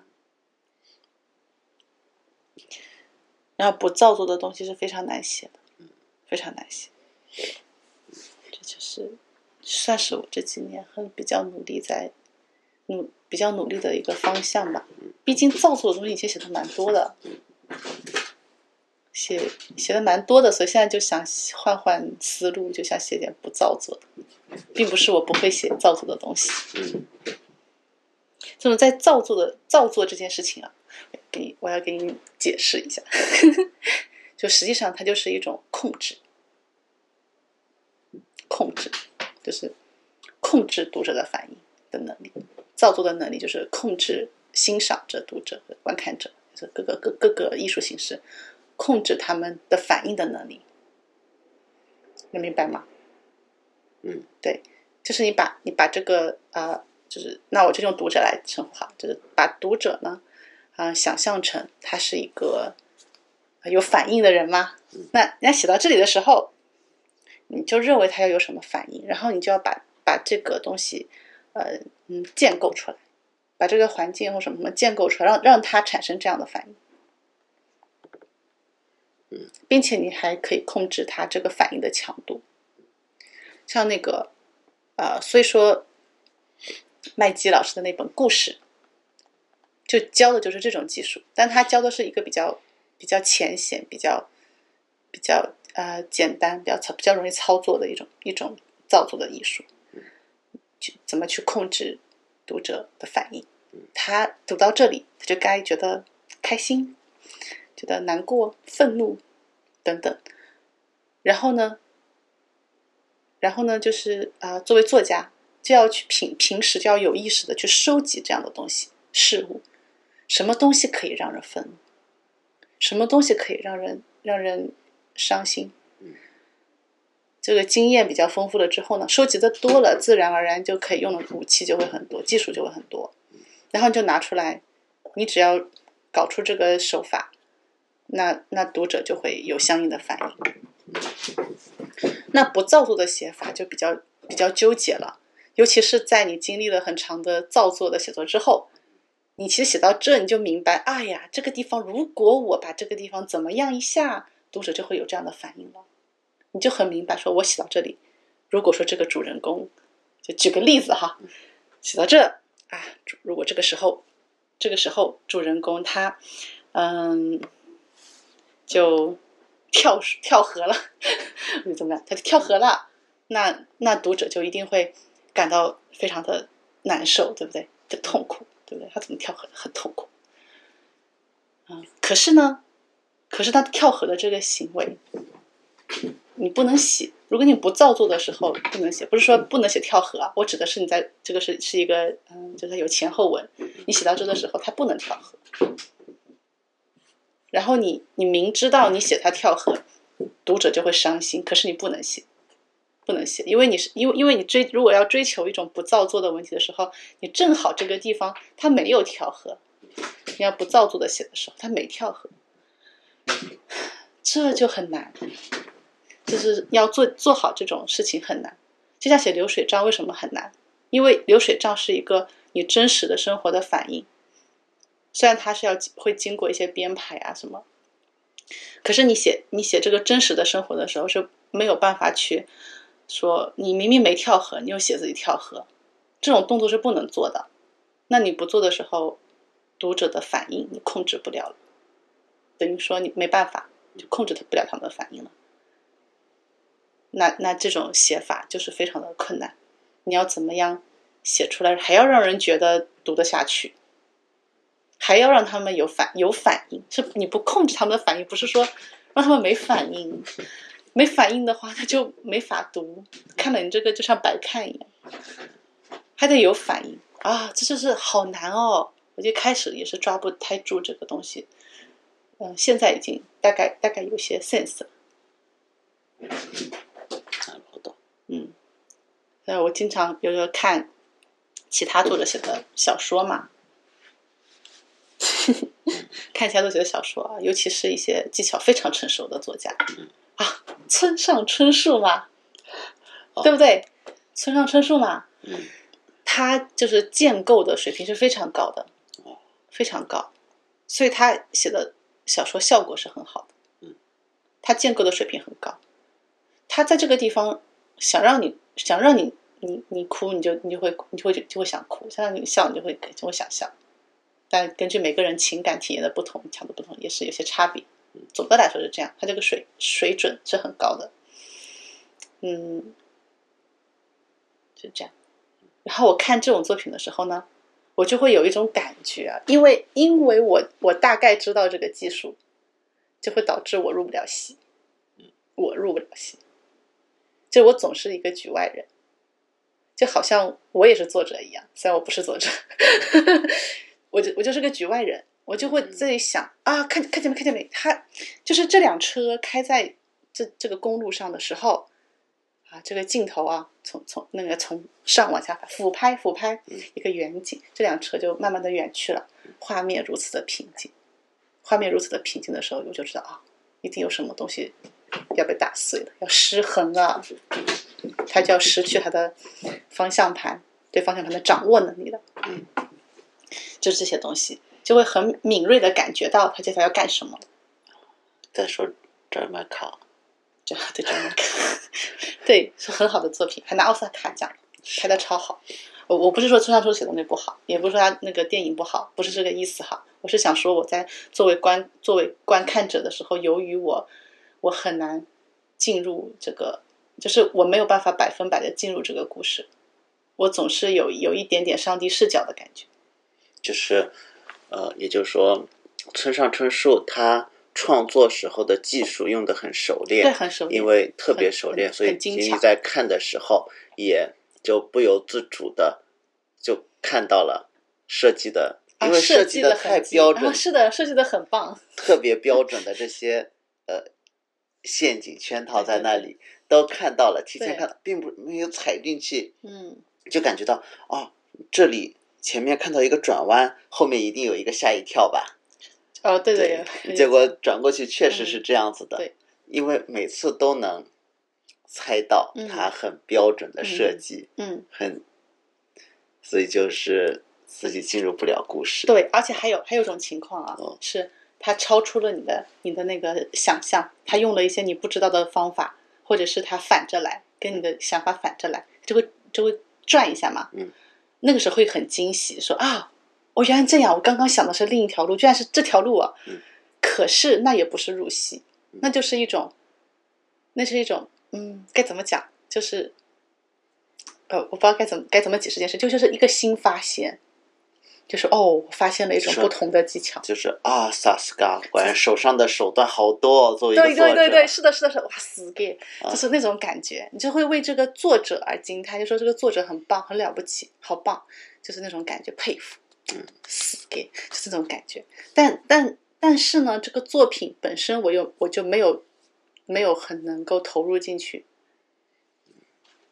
然后不造作的东西是非常难写的，嗯非常难写。这就是算是我这几年很比较努力在努比较努力的一个方向吧。毕竟造作的东西其实写的蛮多的，写写的蛮多的，所以现在就想换换思路，就想写点不造作的。并不是我不会写造作的东西。
嗯
这种在造作的造作这件事情啊，给你我要给你解释一下， 就实际上它就是一种控制，控制就是控制读者的反应的能力，造作的能力就是控制欣赏者、读者、观看者，就是各个各各个艺术形式，控制他们的反应的能力，能明白吗？
嗯，
对，就是你把你把这个啊、呃就是那我就用读者来称呼哈，就是把读者呢啊、呃想象成他是一个有反应的人嘛。那人家写到这里的时候，你就认为他要有什么反应，然后你就要把把这个东西呃嗯建构出来，把这个环境或什么什么建构出来，让让他产生这样的反应。并且你还可以控制他这个反应的强度，像那个，呃，所以说麦基老师的那本故事，就教的就是这种技术，但他教的是一个比较比较浅显、比较比较呃简单、比较操比较容易操作的一种一种造作的艺术，去怎么去控制读者的反应。他读到这里，他就该觉得开心，觉得难过、愤怒等等。然后呢，然后呢，就是啊、呃作为作家就要去平平时就要有意识的去收集这样的东西事物，什么东西可以让人愤怒，什么东西可以让人让人伤心。这个经验比较丰富了之后呢，收集的多了，自然而然就可以用的武器就会很多，技术就会很多，然后你就拿出来，你只要搞出这个手法，那那读者就会有相应的反应。那不造作的写法就比较比较纠结了，尤其是在你经历了很长的造作的写作之后，你其实写到这你就明白，哎呀，这个地方如果我把这个地方怎么样一下，读者就会有这样的反应了，你就很明白，说我写到这里，如果说这个主人公，就举个例子哈，写到这啊，主如果这个时候，这个时候主人公他，嗯，就跳水跳河了。 你怎么样？他就跳河了，那那读者就一定会感到非常的难受，对不对？的痛苦，对不对？他怎么跳河很痛苦？嗯，可是呢，可是他跳河的这个行为，你不能写。如果你不造作的时候不能写，不是说不能写跳河啊，我指的是你在这个是是一个嗯，就是它有前后文，你写到这的时候，它不能跳河。然后你你明知道你写他跳河，读者就会伤心，可是你不能写，不能写，因为你是因为因为你追如果要追求一种不造作的文体的时候，你正好这个地方它没有跳河，你要不造作的写的时候，它没跳河，这就很难，就是要做做好这种事情很难。就像写流水账为什么很难？因为流水账是一个你真实的生活的反应，虽然它是要会经过一些编排啊什么，可是你写你写这个真实的生活的时候是没有办法去说你明明没跳河，你又写自己跳河，这种动作是不能做的。那你不做的时候，读者的反应你控制不了了，等于说你没办法就控制他不了他们的反应了。那那这种写法就是非常的困难，你要怎么样写出来，还要让人觉得读得下去，还要让他们有反有反应，是你不控制他们的反应，不是说让他们没反应，没反应的话他就没法读，看了你这个就像白看一样，还得有反应啊，这就是好难哦。我就开始也是抓不太住这个东西，嗯，现在已经大概大概有些 sense 了，
なるほど。
嗯，呃，我经常有时候看其他作者写的小说嘛， 看其他作者写的小说啊，尤其是一些技巧非常成熟的作家
嗯
啊，村上春树嘛，对不对？村上春树嘛，
哦嗯
他就是建构的水平是非常高的
哦，
非常高，所以他写的小说效果是很好的。
嗯，
他建构的水平很高，他在这个地方想让你想让你你你哭，你就你就会你就会就会想哭；想让你笑，你就会就会想笑。但根据每个人情感体验的不同，强度不同，也是有些差别。总的来说是这样，他这个水水准是很高的。嗯，就这样。然后我看这种作品的时候呢，我就会有一种感觉啊，因为因为我我大概知道这个技术，就会导致我入不了戏，我入不了戏，就我总是一个局外人，就好像我也是作者一样，虽然我不是作者， 我就我就是个局外人，我就会自己想啊，看看见没看见没，他就是这辆车开在这这个公路上的时候，啊，这个镜头啊，从从那个从上往下拍，俯拍俯拍
嗯，
一个远景，这辆车就慢慢的远去了，画面如此的平静，画面如此的平静的时候，我就知道啊，一定有什么东西要被打碎了，要失衡了，它就要失去它的方向盘，对方向盘的掌握能力了，
嗯，
就是这些东西，就会很敏锐的感觉到他接下来要干什么了，
再说张麦卡，
这样对张曼卡，对，是很好的作品，还拿奥斯卡奖。拍的超好。我我不是说村上春树写的东西不好，也不是说他那个电影不好，不是这个意思哈。我是想说我在作为观作为观看者的时候，由于我我很难进入这个，就是我没有办法百分百的进入这个故事，我总是有有一点点上帝视角的感觉。
就是呃，也就是说，村上春树他创作时候的技术用的很熟练，
对，很熟悉。
因为特别
很
熟
很
练，所以
很
其
精
实你
巧
在看的时候，也就不由自主的就看到了设计的，
啊
因为
设
计
的
太标准，
啊，是的，设计的很棒。
特别标准的这些呃陷阱圈套在那里都看到了，提前
对
看到，并不没有踩进去，
嗯，
就感觉到哦，这里前面看到一个转弯，后面一定有一个吓一跳吧。
哦，对
对
对，
结果转过去确实是这样子的，
嗯对
因为每次都能猜到
嗯
它很标准的设计，
嗯。
很，所以就是自己进入不了故事。
对，而且还有还有一种情况啊，
嗯
是他超出了你的你的那个想象，他用了一些你不知道的方法，或者是他反着来，跟你的想法反着来，就会就会转一下嘛。
嗯，
那个时候会很惊喜，说啊，我原来这样，我刚刚想的是另一条路，居然是这条路啊。
嗯
可是那也不是入戏，
嗯
那就是一种，那是一种，嗯，该怎么讲？就是，呃，我不知道该怎么该怎么解释这件事，就就是一个新发现，就是哦，我发现了一种
是
不同的技巧。
就是啊，萨斯卡果然手上的手段好多、哦，作为一个
对
作者，
对对对，是的，是的，是的，哇，死给，
啊
就是那种感觉，你就会为这个作者而惊叹，就说这个作者很棒，很了不起，好棒，就是那种感觉，佩服，
嗯，
死给，就是那种感觉。但但但是呢，这个作品本身，我又我就没有没有很能够投入进去，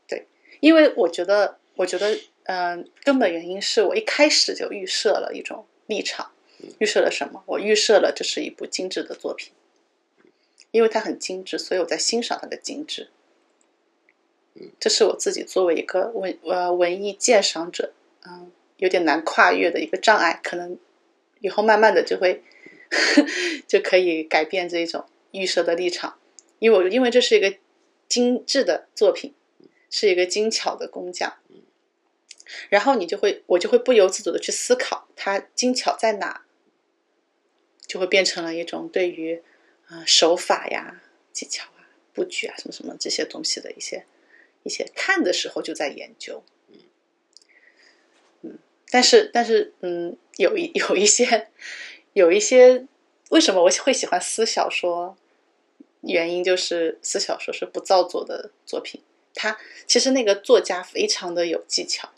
对，因为我觉得，我觉得，嗯、根本原因是我一开始就预设了一种立场，
嗯
预设了什么？我预设了这是一部精致的作品。因为它很精致，所以我在欣赏它的精致。这是我自己作为一个文呃文艺鉴赏者，嗯，有点难跨越的一个障碍，可能以后慢慢的就会 就可以改变这一种预设的立场，因为我因为这是一个精致的作品，是一个精巧的工匠，然后你就会我就会不由自主的去思考它精巧在哪，就会变成了一种对于啊、呃手法呀、技巧啊、布局啊什么什么这些东西的一些一些看的时候就在研究，嗯，但是但是嗯，有一有一些有一些为什么我会喜欢私小说？原因就是私小说是不造作的作品，它其实那个作家非常的有技巧，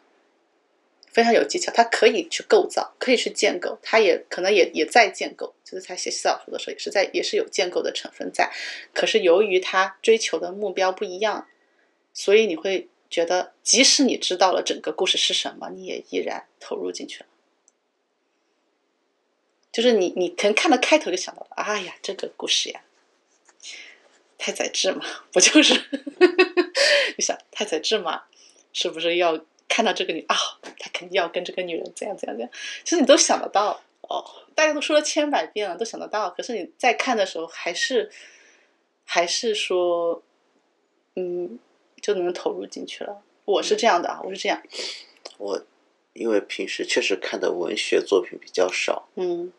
非常有技巧，他可以去构造，可以去建构，他也可能也也在建构，就是他写小说的时候也是在也是有建构的成分在，可是由于他追求的目标不一样，所以你会觉得，即使你知道了整个故事是什么，你也依然投入进去了。就是你，你可能看到开头就想到了，哎呀，这个故事呀，太 宰治嘛，不就是？你想太宰治嘛，是不是要看到这个女啊，他肯定要跟这个女人怎样怎样怎样，其实你都想得到，
哦，
大家都说了千百遍了，都想得到。可是你在看的时候，还是还是说，嗯，就能投入进去了。我是这样的啊，我是这样，
我因为平时确实看的文学作品比较少，
嗯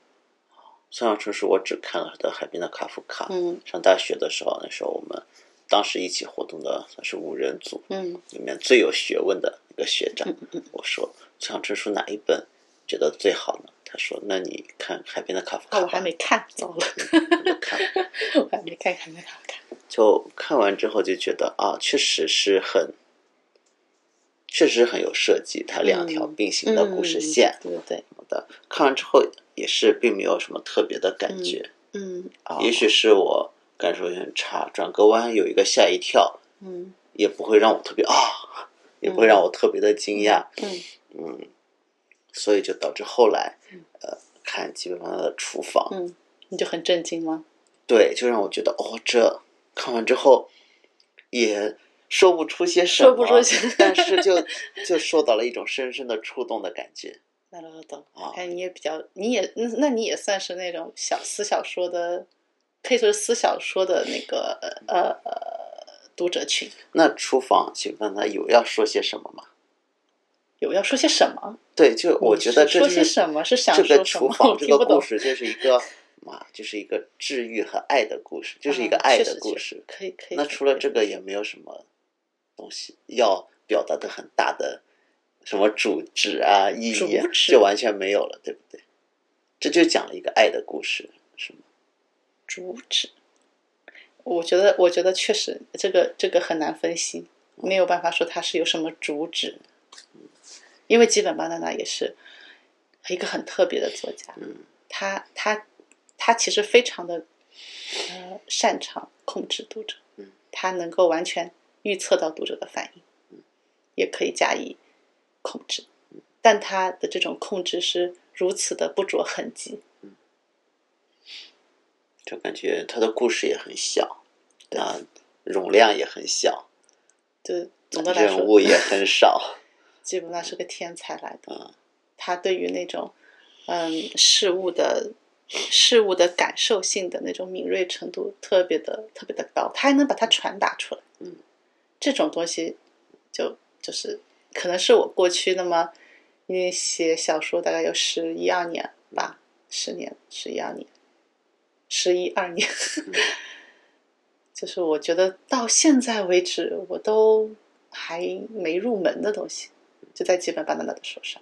《村上春树》我只看了他的《海边的卡夫卡》。
嗯
上大学的时候，那时候我们当时一起活动的算是五人组，
嗯
里面最有学问的一个学长
嗯嗯，
我说村上春树哪一本觉得最好呢？他说：“那你看《海边的卡夫卡
啊，》
吧。”
我还没看，糟了，
没 看。
我还没看，还没看，看，
就看完之后就觉得啊，确实是很，确实很有设计，它两条并行的故事线
嗯对对对，
的。看完之后也是并没有什么特别的感觉，啊
嗯，哦
也许是我感受有点差，转个弯有一个吓一跳，
嗯
也不会让我特别啊，也不会让我特别的惊讶，
嗯
所以就导致后来，呃，看基本上的厨房，
嗯，你就很震惊吗？
对，就让我觉得哦，这看完之后也说不出些什么，
说不出 些
但是就就受到了一种深深的触动的感觉。
那都懂
啊。
看你也比较，你也那那你也算是那种小私小说的，可以说是私小说的那个呃呃读者群。
那厨房，请问他有要说些什么吗？
有要说些什么？
对，就我
你
觉
是
得这
说
就
些
是
什么是想
这个
说什
厨
么
房
我
这
听
个
不
故
懂
事就是一个嘛，就是一个治愈和爱的故事，就是一个
啊
爱
确
的
实
故
确
事。
可以可以。
那
可以
除了
可以
这个，也没有什么东西要表达的很大的什么主旨啊、意义啊
主旨
就完全没有了，对不对？这就讲了一个爱的故事，是吗？
主旨，我觉得我觉得确实这个这个很难分析，没有办法说它是有什么主旨，因为基本巴娜娜也是一个很特别的作家，
嗯
他他他其实非常的呃擅长控制读者
嗯，
他能够完全预测到读者的反应，
嗯
也可以加以控制，但他的这种控制是如此的不着痕迹，
就感觉它的故事也很小，啊，容量也很小，
就总的来说
人物也很少，
基本上是个天才来的。
嗯
他对于那种嗯事物的事物的感受性的那种敏锐程度特别的特别的高，他还能把它传达出来。
嗯，
这种东西就就是可能是我过去那么因为写小说大概有十一二年
嗯
吧，十年十一二年，十一二年。
嗯
就是我觉得到现在为止，我都还没入门的东西，就在基本巴拿娜的手上。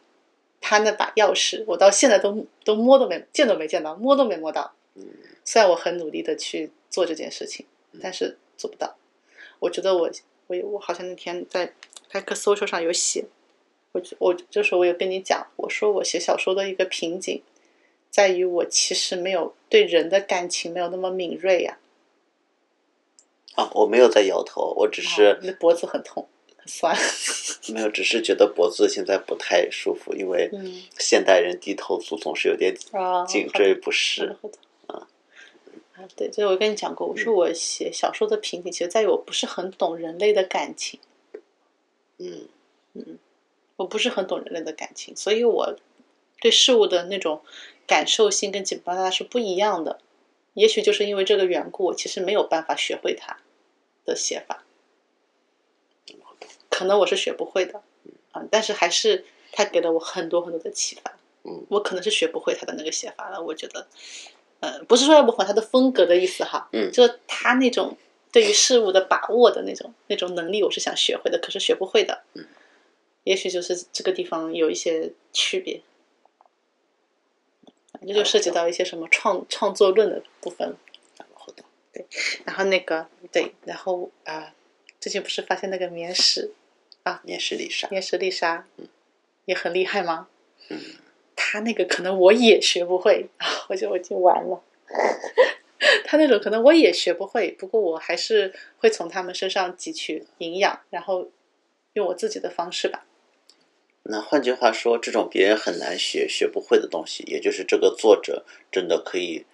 他那把钥匙，我到现在都都摸都没见都没见到，摸都没摸到。
嗯
虽然我很努力的去做这件事情
嗯，
但是做不到。我觉得我我我好像那天在在个搜 l 上有写，我就我就说我有跟你讲，我说我写小说的一个瓶颈，在于我其实没有对人的感情没有那么敏锐呀、
啊，我没有在摇头，我只
哦
是
你的脖子很痛很酸。
没有，只是觉得脖子现在不太舒服，因为
嗯
现代人低头族总是有点
啊，
颈
好的
椎不适。
好的，啊啊，对，就是我跟你讲过，我说我写小说的瓶颈，其实在于我不是很懂人类的感情，
嗯
我不是很懂人类的感情，所以我对事物的那种感受性跟基本上是不一样的。也许就是因为这个缘故，我其实没有办法学会它的写法，可能我是学不会的，
嗯
啊，但是还是它给了我很多很多的启发。
嗯
我可能是学不会他的那个写法了。我觉得，呃，不是说要不还他的风格的意思哈，
嗯
就是他那种对于事物的把握的那种那种能力，我是想学会的，可是学不会的。
嗯，
也许就是这个地方有一些区别，啊这就涉及到一些什么创创作论的部分了。
好的，
然后那个对，然后啊、最近不是发现那个棉石
面试丽莎。
面试丽莎，也很厉害吗？
嗯，
她那个可能我也学不会 啊，我觉得我已经完了。 她那种可能我也学不会，不过我还是会从他们身上汲取营养，然后用我自己的方式吧。
那换句话说，这种别人很难学、学不会的东西，也就是这个作者真的可以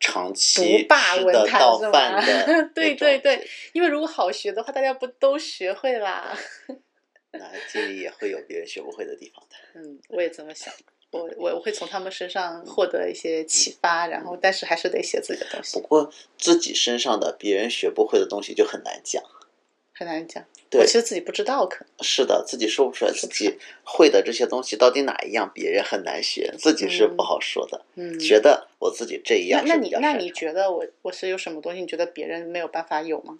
长期
不霸
吃
文
得
坛
到
是吗
饭 的那种。
对对对因为如果好学的话，大家不都学会啦？
那经理也会有别人学不会的地方的。
嗯，我也这么想。 我我我会从他们身上获得一些启发，然后但是还是得写自己的东
不
西，
过自己身上的别人学不会的东西就很难讲。
很难讲。
对
我其实自己不知道，可能
是的，自己说不出来自己会的这些东西到底哪一样别人很难学，自己是不好说的。
嗯。
觉得我自己这一
那
样
那
是比
你
较
那
擅
你
长
觉得我我是有什么东西？你觉得别人没有办法有吗？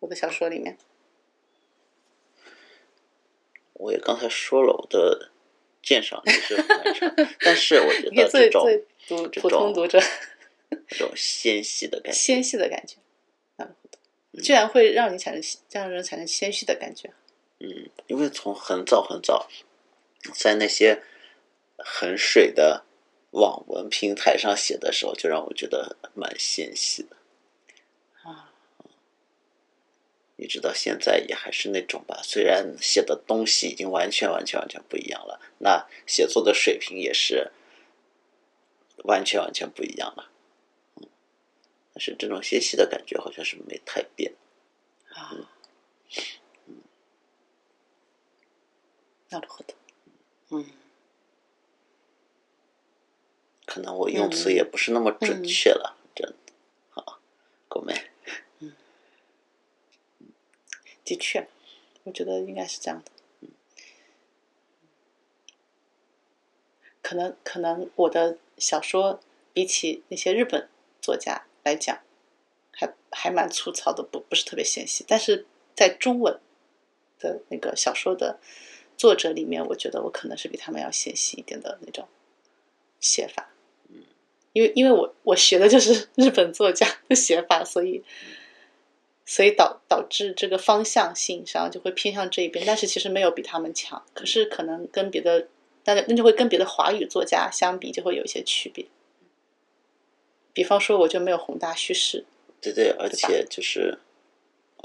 我的小说里面，
我也刚才说了，我的鉴赏力是很擅 长，但是我觉
你可以
得
最
这种
最读
这
普通
种
读者
这种纤细的感觉，
纤细的感觉，那么居然会让你产生让人产生谦虚的感觉。
嗯，因为从很早很早，在那些很水的网文平台上写的时候，就让我觉得蛮纤细的。
啊，
一直到现在也还是那种吧，虽然写的东西已经完全完全完全不一样了，那写作的水平也是完全完全不一样了。嗯，但是这种纤细的感觉好像是没太变。
啊，なるほど。
可能我用词
嗯
也不是那么准确了，真的。好，狗妹，
的确，我觉得应该是这样的。可能可能我的小说比起那些日本作家来讲，还还蛮粗糙的，不不是特别纤细。但是在中文的那个小说的作者里面，我觉得我可能是比他们要纤细一点的那种写法。因为因为我我学的就是日本作家的写法，所以所以导导致这个方向性上就会偏向这一边，但是其实没有比他们强，可是可能跟别的，那就那就会跟别的华语作家相比就会有一些区别。比方说，我就没有宏大叙事，
对对，而且就是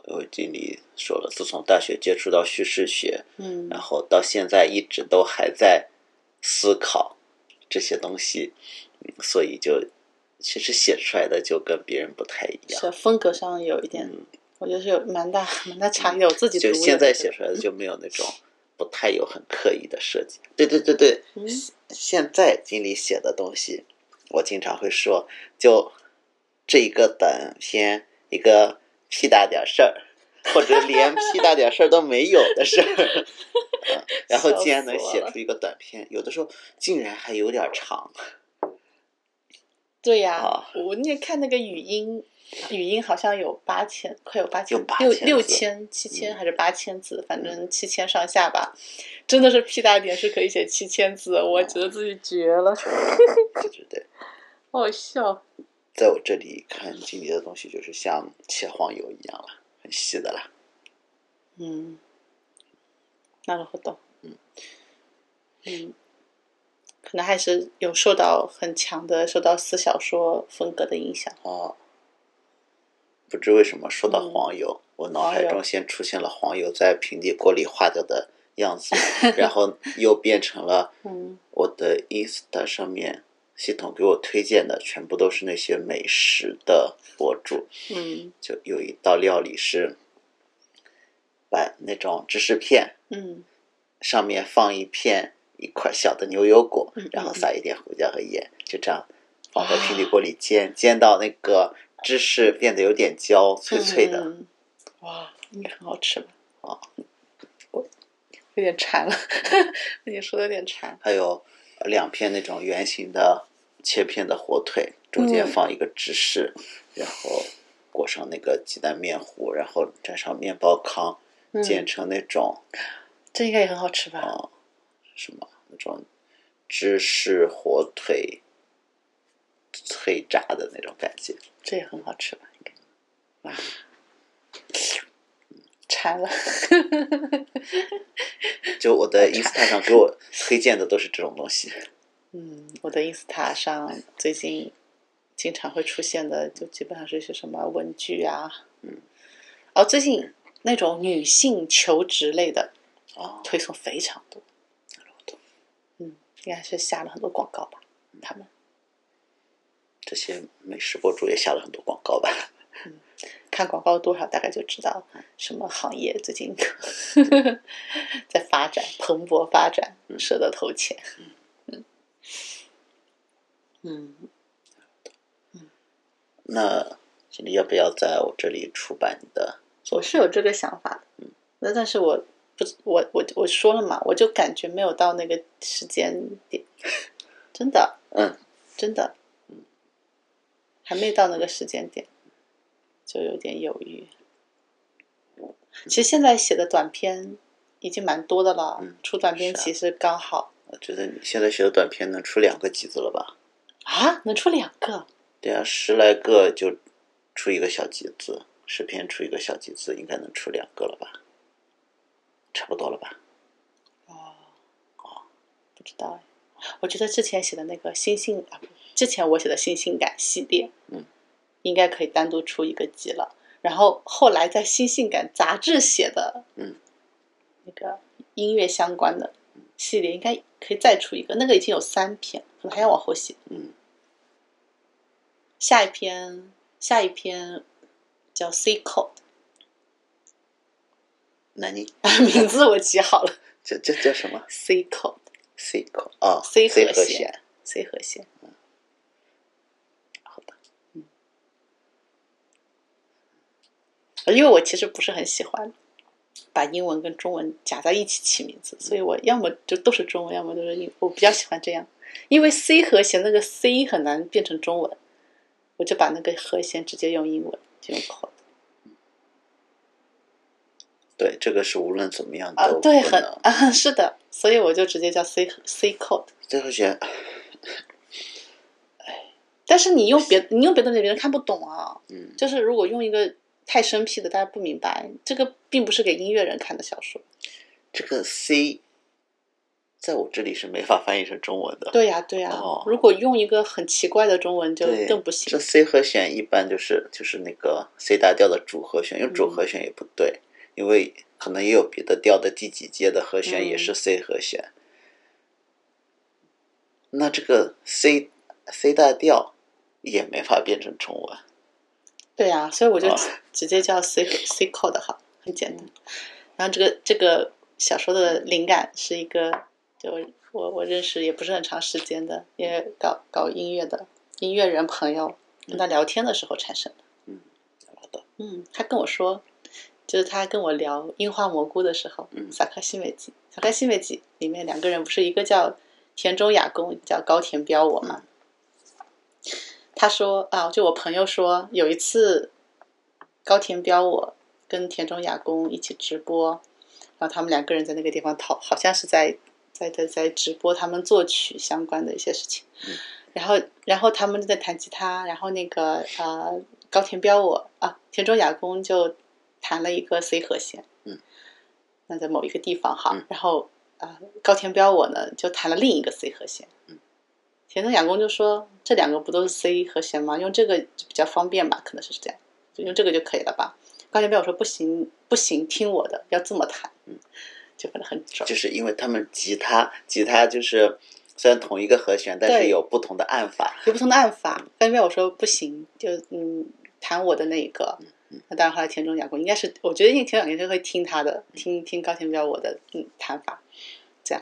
我经理说了，自从大学接触到叙事学，
嗯
然后到现在一直都还在思考这些东西，嗯所以就其实写出来的就跟别人不太一样。
是风格上有一点，
嗯，
我觉得是有蛮大蛮大差异的。我自己
就
读
现
也
在
是
写出来的就没有那种不太有很刻意的设计。对对对对，
嗯
现现在经理写的东西，我经常会说，就这一个短篇，一个屁大点事儿，或者连屁大点事儿都没有的事儿，嗯然后竟然能写出一个短篇，有的时候竟然还有点长。
对呀、
啊
我那天看那个语音，语音好像有八千，快有八千
有，8000
六
字
六千、七千
嗯
还是八千字，反正七千上下吧。真的是屁大点是可以写七千字，我觉得自己绝了，
对对对，
好笑。
在我这里看经理的东西，就是像切黄油一样了，很细的啦。
嗯，那个活动，
嗯
嗯，可能还是有受到很强的受到四小说风格的影响。
哦，不知为什么说到
嗯
黄油，我脑
黄
海
油
中先出现了黄油在平底锅里化掉的样 子，然后又变成了
嗯
我的 Insta 上面系统给我推荐的全部都是那些美食的博主，
嗯
就有一道料理是把那种芝士片
嗯
上面放一片一块小的牛油果
嗯嗯，
然后
嗯啊
撒一点胡椒和盐，就这样放在平底锅里煎，煎到那个芝士变得有点焦，脆脆的。
嗯哇，应该很好吃吧？
哦，
我有点馋了， 被你说的有点馋。
还有两片那种圆形的切片的火腿，中间
嗯
放一个芝士，然后裹上那个鸡蛋面糊，然后蘸上面包糠，
嗯
煎成那种
这应该也很好吃吧？
啊、什么那种芝士火腿脆炸的那种感觉。
这也很好吃吧？应该。哇，馋了。
就我的 Insta 上给我推荐的都是这种东西。
嗯，我的 Insta 上最近经常会出现的，就基本上是一些什么文具啊，
嗯，
哦，最近那种女性求职类的
哦，
推送非常多，嗯，应该是下了很多广告吧，他们。
这些美食博主也下了很多广告吧？
看广告多少，大概就知道什么行业最近 在发展、蓬勃发展，舍得投钱。嗯嗯，
那你要不要在我这里出版你的作
我
品？
是有这个想法的。那但是我不，我我我说了嘛，我就感觉没有到那个时间点， 真的
嗯，
真的，嗯还没到那个时间点，就有点犹豫。其实现在写的短篇已经蛮多的了，
嗯
出短篇
是啊
其实刚好
我觉得你现在写的短篇能出两个集子了吧？
啊，能出两个，
对啊，十来个就出一个小集子，十篇出一个小集子，应该能出两个了吧？差不多了吧？
哦，不知道哎，我觉得之前写的那个星星啊，不之前我写的星星感系列，
嗯，
应该可以单独出一个集了。然后后来在新性感杂志写的，
嗯，
那个音乐相关的系列，应该可以再出一个。那个已经有三篇，可能还要往后写。
嗯，
下一篇，下一篇叫 C Code，
那你
名字我起好了
这这叫什么
，C Code。
？C 口啊
C 和
和
弦，C 和弦。嗯好吧，嗯，因为我其实不是很喜欢把英文跟中文夹在一起起名字，所以我要么就都是中文，要么都是英。我比较喜欢这样，因为 C 和弦那个 C 很难变成中文，我就把那个和弦直接用英文，就用 code
对，这个是无论怎么样
啊
都，
对，
不
很
能
啊，是的，所以我就直接叫 C C code。
最后选
但是你用别你用别的东西，别人看不懂啊。
嗯，
就是如果用一个太生僻的，大家不明白，这个并不是给音乐人看的小说。
这个 C，在我这里是没法翻译成中文的。
对呀、对呀、
哦
如果用一个很奇怪的中文，就
对，
更不行
这。C 和弦一般就是就是那个 C 大调的主和弦，用主
嗯
和弦也不对，因为可能也有别的调的第几阶的和弦也
嗯
是 C 和弦。那这个 C C 大调也没法变成中文。
对呀、所以我就
哦
直直接 叫 C C code 好，很简单。然后这个这个小说的灵感是一个，就我我认识也不是很长时间的，也搞搞音乐的音乐人朋友，跟他聊天的时候产生的。
好的，
嗯，他跟我说，就是他跟我聊《樱花蘑菇》的时候，
嗯
萨克西美吉》《萨克西美吉》里面两个人不是一个叫田中雅弓，一个叫高田彪我嘛。他说啊，就我朋友说，有一次高田彪我跟田中雅弓一起直播，然后他们两个人在那个地方讨，好像是在在在在直播他们作曲相关的一些事情。然后然后他们就在弹吉他，然后那个呃高田彪我啊田中雅弓就弹了一个 C 和弦，
嗯，
那在某一个地方哈，
嗯
然后啊、呃高田彪我呢就弹了另一个 C 和弦，
嗯，
田中雅弓就说这两个不都是 C 和弦吗？用这个就比较方便吧，可能是这样，就用这个就可以了吧。高田彪我说不行不行，听我的，要这么弹，
嗯，
就反正很拽，
就是因为他们吉他吉他就是虽然同一个和弦，但是
对
有不同的按法。
有不同的按法。但因为我说不行，就嗯弹我的那一个。那当然，后来田中雅弓应该是，我觉得田中雅弓应该会听他的，听听高田彪我的嗯弹法，这样。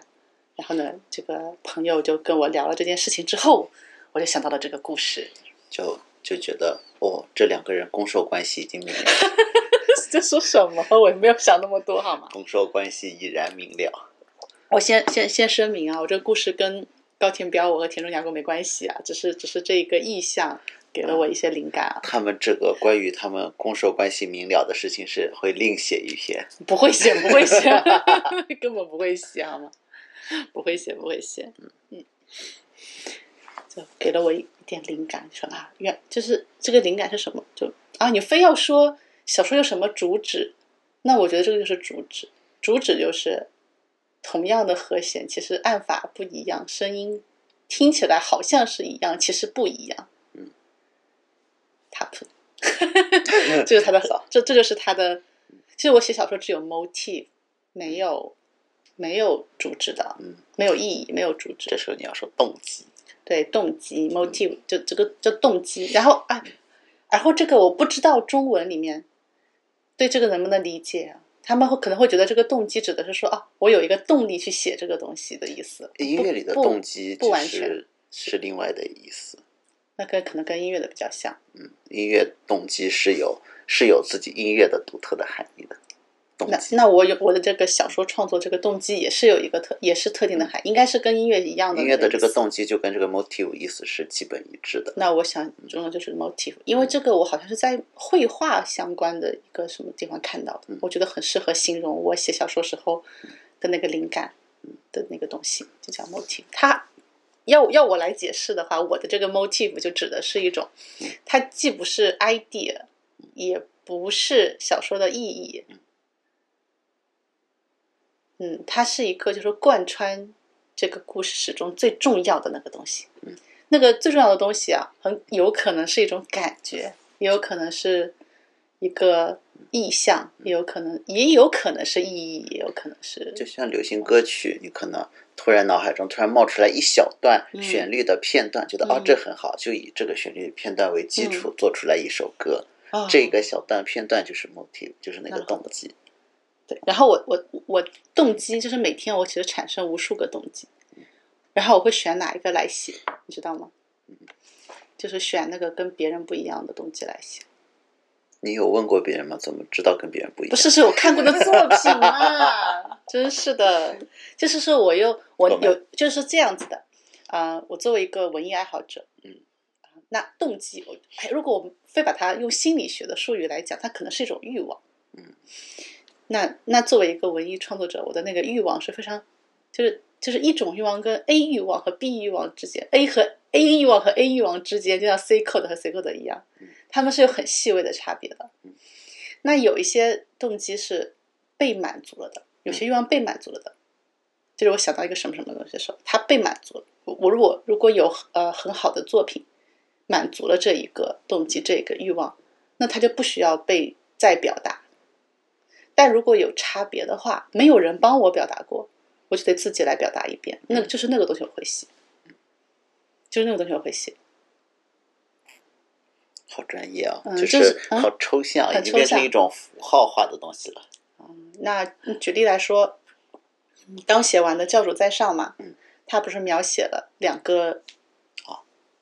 然后呢，这个朋友就跟我聊了这件事情之后，我就想到了这个故 事，
就就觉得哦，这两个人攻受关系已经明了，
这说什么？我也没有想那么多，好吗？
攻受关系已然明了。
我先先先声明啊，我这个故事跟高田彪我和田中雅弓没关系啊，只是只是这一个意象给了我一些灵感啊，
他们这个关于他们攻受关系明了的事情是会另写一篇。
不会写，不会写，根本不会写，好吗？不会写，不会写，嗯，就给了我一点灵感，说啊，原就是这个灵感是什么？就啊，你非要说小说有什么主旨，那我觉得这个就是主旨，主旨就是同样的和弦，其实按法不一样，声音听起来好像是一样，其实不一样。
嗯
，tap，这 就是他的，这这就是他的。其实我写小说只有 motif，没有没有主旨的，
嗯，
没有意义，没有主旨。
这时候你要说动机，嗯
对，动机 motive 就这个叫动机。然后啊，然后这个我不知道中文里面对这个能不能理解啊？他们会可能会觉得这个动机指的是说啊，我有一个动力去写这个东西的意思。
音乐里的
不
动机
不
就
完全
是是另外的意思。
那个可能跟音乐的比较像。
音乐动机是有是有自己音乐的独特的含义的动
那
机。
那我有我的这个小说创作这个动机也是有一个特也是特定的含义，应该是跟音乐一样的
嗯音乐的这
那
个
意思。
动机就跟这个 motive 意思是基本一致的。
那我想中的就是 motif，因为这个我好像是在绘画相关的一个什么地方看到的，
嗯
我觉得很适合形容我写小说时候的那个灵感的那个东西，就叫 motif。它要要我来解释的话，我的这个 motif 就指的是一种，
嗯
它既不是 idea，也不是小说的意义，嗯，它是一个就是贯穿这个故事始终最重要的那个东西。
嗯
那个最重要的东西啊，很有可能是一种感觉，也有可能是一个意象，也有可能，也有可能是意义，也有可能是
就像流行歌曲，你可能突然脑海中突然冒出来一小段
嗯
旋律的片段，觉得哦
嗯
这很好，就以这个旋律片段为基础做出来一首歌。
啊
这个小段片段就是 motive，就是那个动机。
对，然后我我我动机就是每天我其实产生无数个动机，然后我会选哪一个来写，你知道吗？就是选那个跟别人不一样的动机来写。
你有问过别人吗？怎么知道跟别人不一样？
不是，是我看过的作品啊， 真是的。就是说，我又我
懂了
有就是这样子的啊、我作为一个文艺爱好者，啊
嗯，
那动机，我哎，如果我们非把它用心理学的术语来讲，它可能是一种欲望，
嗯。
那那作为一个文艺创作者，我的那个欲望是非常，就是就是一种欲望跟 A 欲望和 B 欲望之间，A 和 A 欲望和 A 欲望之间，就像 C code 和 C code 一样
嗯，
它们是有很细微的差别的。那有一些动机是被满足了的，
嗯
有些欲望被满足了的，就是我想到一个什么什么东西的时候，它被满足了。我我如果如果有呃很好的作品，满足了这一个动机这个欲望，那它就不需要被再表达。但如果有差别的话，没有人帮我表达过，我就得自己来表达一遍。那个就是那个东西我会写，就是那个东西我会写。
好专业啊，
嗯
就
就是
是好抽象，
很
已经变
抽象
成一种符号化的东西了。
嗯那举例来说，嗯刚写完的《教主在上》嘛
嗯，
他不是描写了两个，哦，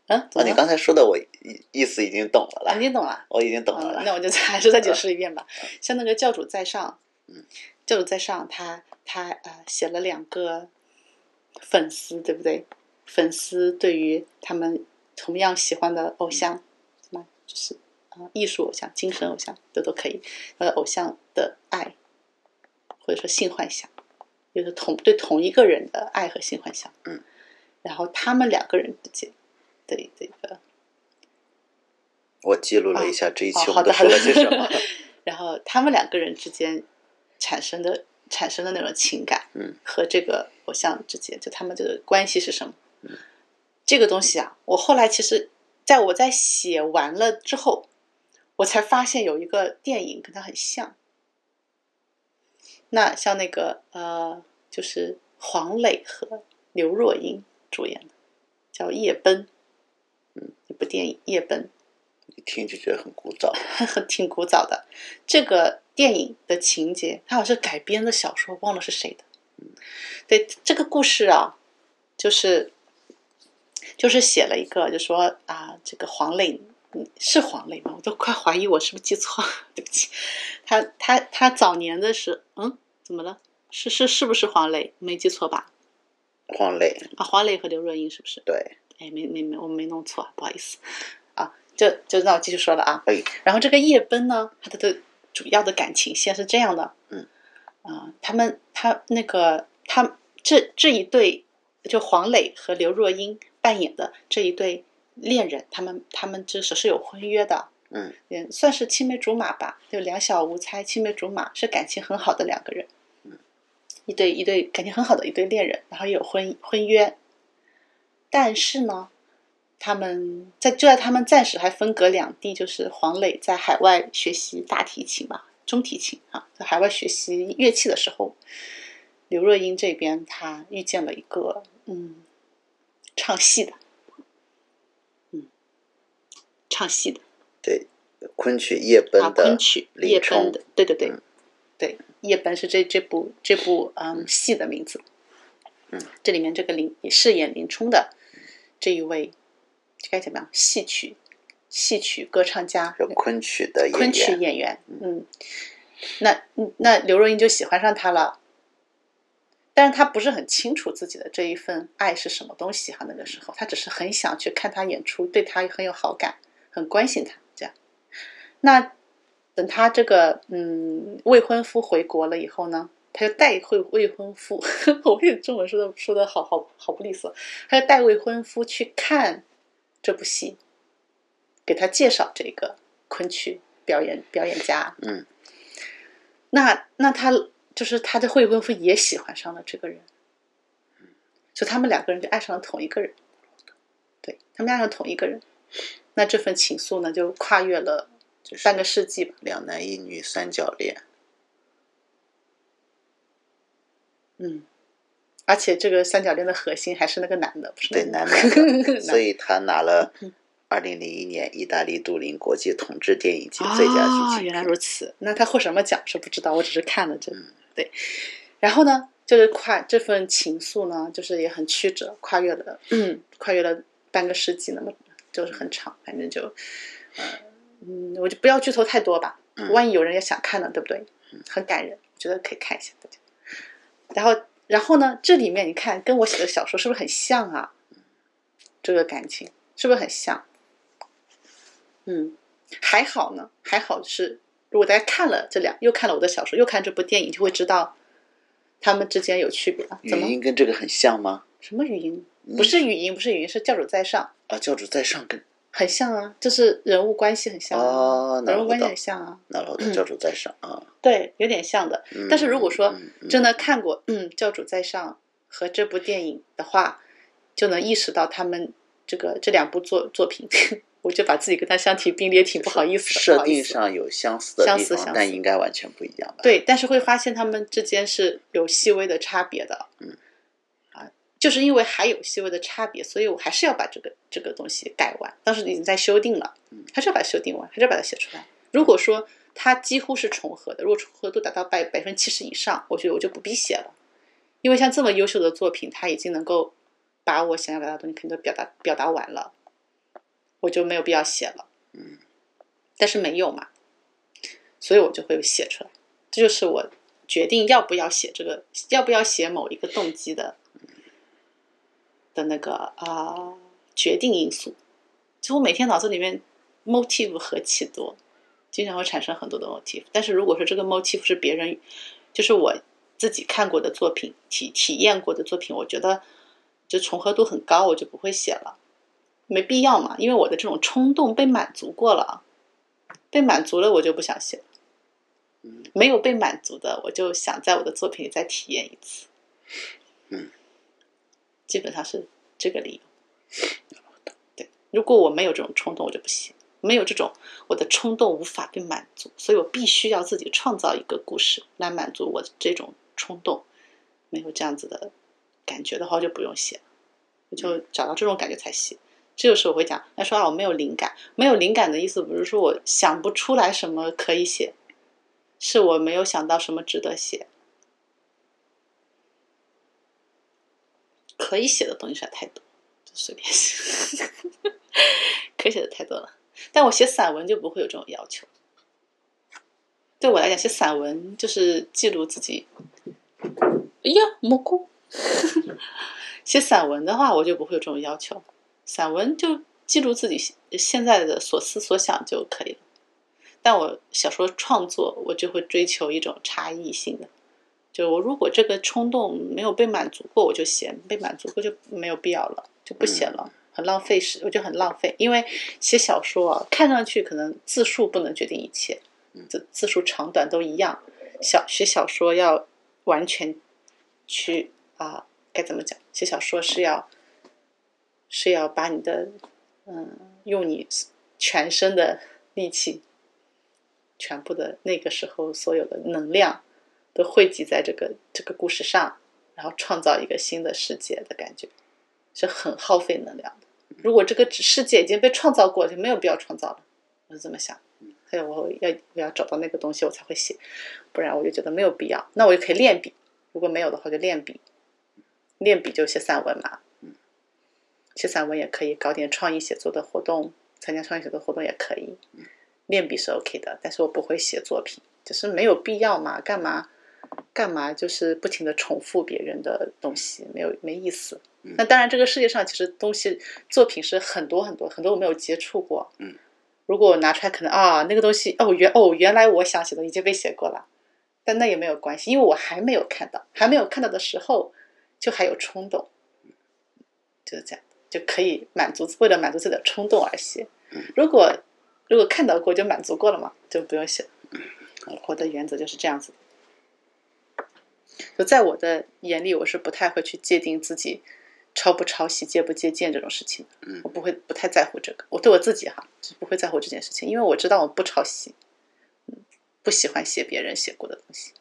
嗯，
啊，
怎么
你
了？
刚才说的我意意思已经懂了
啊
啦，
你懂了？
我已经懂了
嗯
啦。嗯
那我就再还是再解释一遍吧。像那个《教主在上》，嗯教主在上他，他呃写了两个粉丝，对不对？粉丝对于他们同样喜欢的
嗯
偶像，什么就是啊、呃艺术偶像、精神偶像，这都可以。呃，偶像的爱，或者说性幻想，就是同对同一个人的爱和性幻想。
嗯，
然后他们两个人之间的这个
我记录了
哦
一下这一期
哦，
我
好
们
的，
都
好
说
的
了些什 么。
然后他们两个人之间产生的产生的那种情感，
嗯，
和这个偶像之间，就他们这个关系是什么？这个东西啊，我后来其实在我在写完了之后，我才发现有一个电影跟它很像。那像那个呃，就是黄磊和刘若英主演的，叫《夜奔》，嗯，一部电影《夜奔》，
一听就觉得很古早，
挺古早的。这个电影的情节，它好像是改编的小说，忘了是谁的。嗯对这个故事啊，就是就是写了一个，就说啊，这个黄磊嗯是黄磊吗？我都快怀疑我是不是记错了，对不起。他他他早年的时，嗯，怎么了？是是是不是黄磊？没记错吧？
黄磊
啊，黄磊和刘若英是不是？
对，
哎，没没没，我没弄错，不好意思。啊，就就那我继续说了啊。
哎，
然后这个夜奔呢，他的的主要的感情线是这样的，
嗯，
啊、他们他那个他这这一对，就黄磊和刘若英扮演的这一对恋人，他们他们这是是有婚约的，
嗯，
也算是青梅竹马吧，就两小无猜，青梅竹马是感情很好的两个人，一对一对感情很好的一对恋人，然后也有婚婚约，但是呢，他们在就在他们暂时还分隔两地，就是黄磊在海外学习大提琴吧，中提琴啊，在海外学习乐器的时候，刘若英这边她遇见了一个嗯，唱戏的，嗯，唱戏的。
对，昆曲夜奔
啊，
的
昆曲
林
夜
冲
奔的，对对对、
嗯
对，夜奔是这这部这部嗯戏的名字。
嗯，
这里面这个林饰演林冲的这一位，该怎么样？戏曲戏曲歌唱家，
是昆曲的演
昆曲
员，
演员，嗯，那那刘若英就喜欢上他了，但是他不是很清楚自己的这一份爱是什么东西哈、那个时候他只是很想去看他演出，对他很有好感，很关心他这样。那等他这个嗯未婚夫回国了以后呢，他就带未未婚夫， 我也中文说的说的好好好不利索，他就带未婚夫去看这部戏，给他介绍这个昆曲表演表演家。
嗯，
那那他就是他的未婚夫也喜欢上了这个人，
嗯
就他们两个人就爱上了同一个人，对他们爱上同一个人，那这份情愫呢就跨越了
就是
半个世纪吧。
两男一女三角恋，
嗯，而且这个三角恋的核心还是那个男的，不是嗯
对
那
男
个
男
男
的，所以他拿了二零零一年意大利都灵国际同志电影节
啊，
最佳剧情
原
片。
来如此，嗯那他获什么奖是不知道，我只是看了这，对。然后呢，就是跨这份情愫呢，就是也很曲折，跨越了，嗯，跨越了半个世纪，那么就是很长，反正就，呃，嗯，我就不要剧透太多吧，
嗯
万一有人也想看呢，对不对？很感人，我觉得可以看一下大家。然后，然后呢，这里面你看跟我写的小说是不是很像啊？这个感情是不是很像？嗯。还好呢，还好是，如果大家看了这两，又看了我的小说，又看这部电影，就会知道他们之间有区别了。
语
怎么？
音跟这个很像吗？
什么语音？
嗯
不是语音，不是语音，是教主在上，
啊，教主在上跟
很像啊，就是人物关系很像啊，
哦那
人
我
物
懂
关系很像啊，
那老的教主在上啊。
对，有点像的。
嗯
但是如果说
嗯嗯
真的看过，嗯，教主在上和这部电影的话，就能意识到他们这个这两部作作品， 我就把自己跟他相提并列，挺不好意思的，不
设
好意
定
思
上有相似的
相
地
似
方
相，似
但应该完全不一样吧？
对，但是会发现他们之间是有细微的差别的。
嗯，
啊，就是因为还有细微的差别，所以我还是要把这个这个东西改完。当时已经在修订了
嗯，
还是要把它修订完，还是要把它写出来。如果说它几乎是重合的，如果重合度达到百百分之七十以上，我觉得我就不必写了，因为像这么优秀的作品，它已经能够把我想要表达的东西肯定都表达表达完了，我就没有必要写了。
嗯，
但是没有嘛，所以我就会写出来。这就是我决定要不要写这个，要不要写某一个动机的的那个啊、呃决定因素。就我每天脑子里面 motive 何其多，经常会产生很多的 motive。但是如果说这个 motive 是别人，就是我自己看过的作品、体体验过的作品，我觉得就重合度很高，我就不会写了，没必要嘛。因为我的这种冲动被满足过了啊，被满足了，我就不想写了。没有被满足的，我就想在我的作品里再体验一次。
嗯，
基本上是这个理由。对，如果我没有这种冲动，我就不写；没有这种，我的冲动无法被满足，所以我必须要自己创造一个故事来满足我这种冲动。没有这样子的感觉的话，我就不用写了，我就找到这种感觉才写。这就是我会讲，他说啊，我没有灵感。没有灵感的意思不是说我想不出来什么可以写，是我没有想到什么值得写。可以写的东西实在太多，就随便写，可以写的太多了。但我写散文就不会有这种要求。对我来讲，写散文就是记录自己。哎呀，蘑 菇！写散文的话，我就不会有这种要求。散文就记录自己现现在的所思所想就可以了。但我小说创作，我就会追求一种差异性的，就我如果这个冲动没有被满足过，我就写；被满足过就没有必要了，就不写了，很浪费时，我就很浪费。因为写小说啊，看上去可能字数不能决定一切
嗯，
字字数长短都一样。小写小说要完全去啊、该怎么讲？写小说是要是要把你的嗯，用你全身的力气，全部的那个时候所有的能量都汇集在这个这个故事上，然后创造一个新的世界的感觉，是很耗费能量的。如果这个世界已经被创造过，就没有必要创造了，我是这么想。还有我要我要找到那个东西我才会写，不然我就觉得没有必要。那我就可以练笔，如果没有的话就练笔，练笔就写散文嘛，写散文也可以，搞点创意写作的活动，参加创意写作活动也可以。练笔是 OK 的，但是我不会写作品，就是没有必要嘛，干嘛干嘛就是不停的重复别人的东西，没有没意思。那当然，这个世界上其实东西作品是很多很多很多我没有接触过。
嗯，
如果我拿出来，可能啊那个东西哦原哦原来我想写的已经被写过了，但那也没有关系，因为我还没有看到，还没有看到的时候就还有冲动，就是这样，就可以满足为了满足自己的冲动而写。如果如果看到过就满足过了嘛，就不用写了。我的原则就是这样子。就在我的眼里，我是不太会去界定自己抄不抄袭、借不借鉴这种事情的。
嗯
我不会不太在乎这个，我对我自己哈是不会在乎这件事情，因为我知道我不抄袭，嗯，不喜欢写别人写过的东西。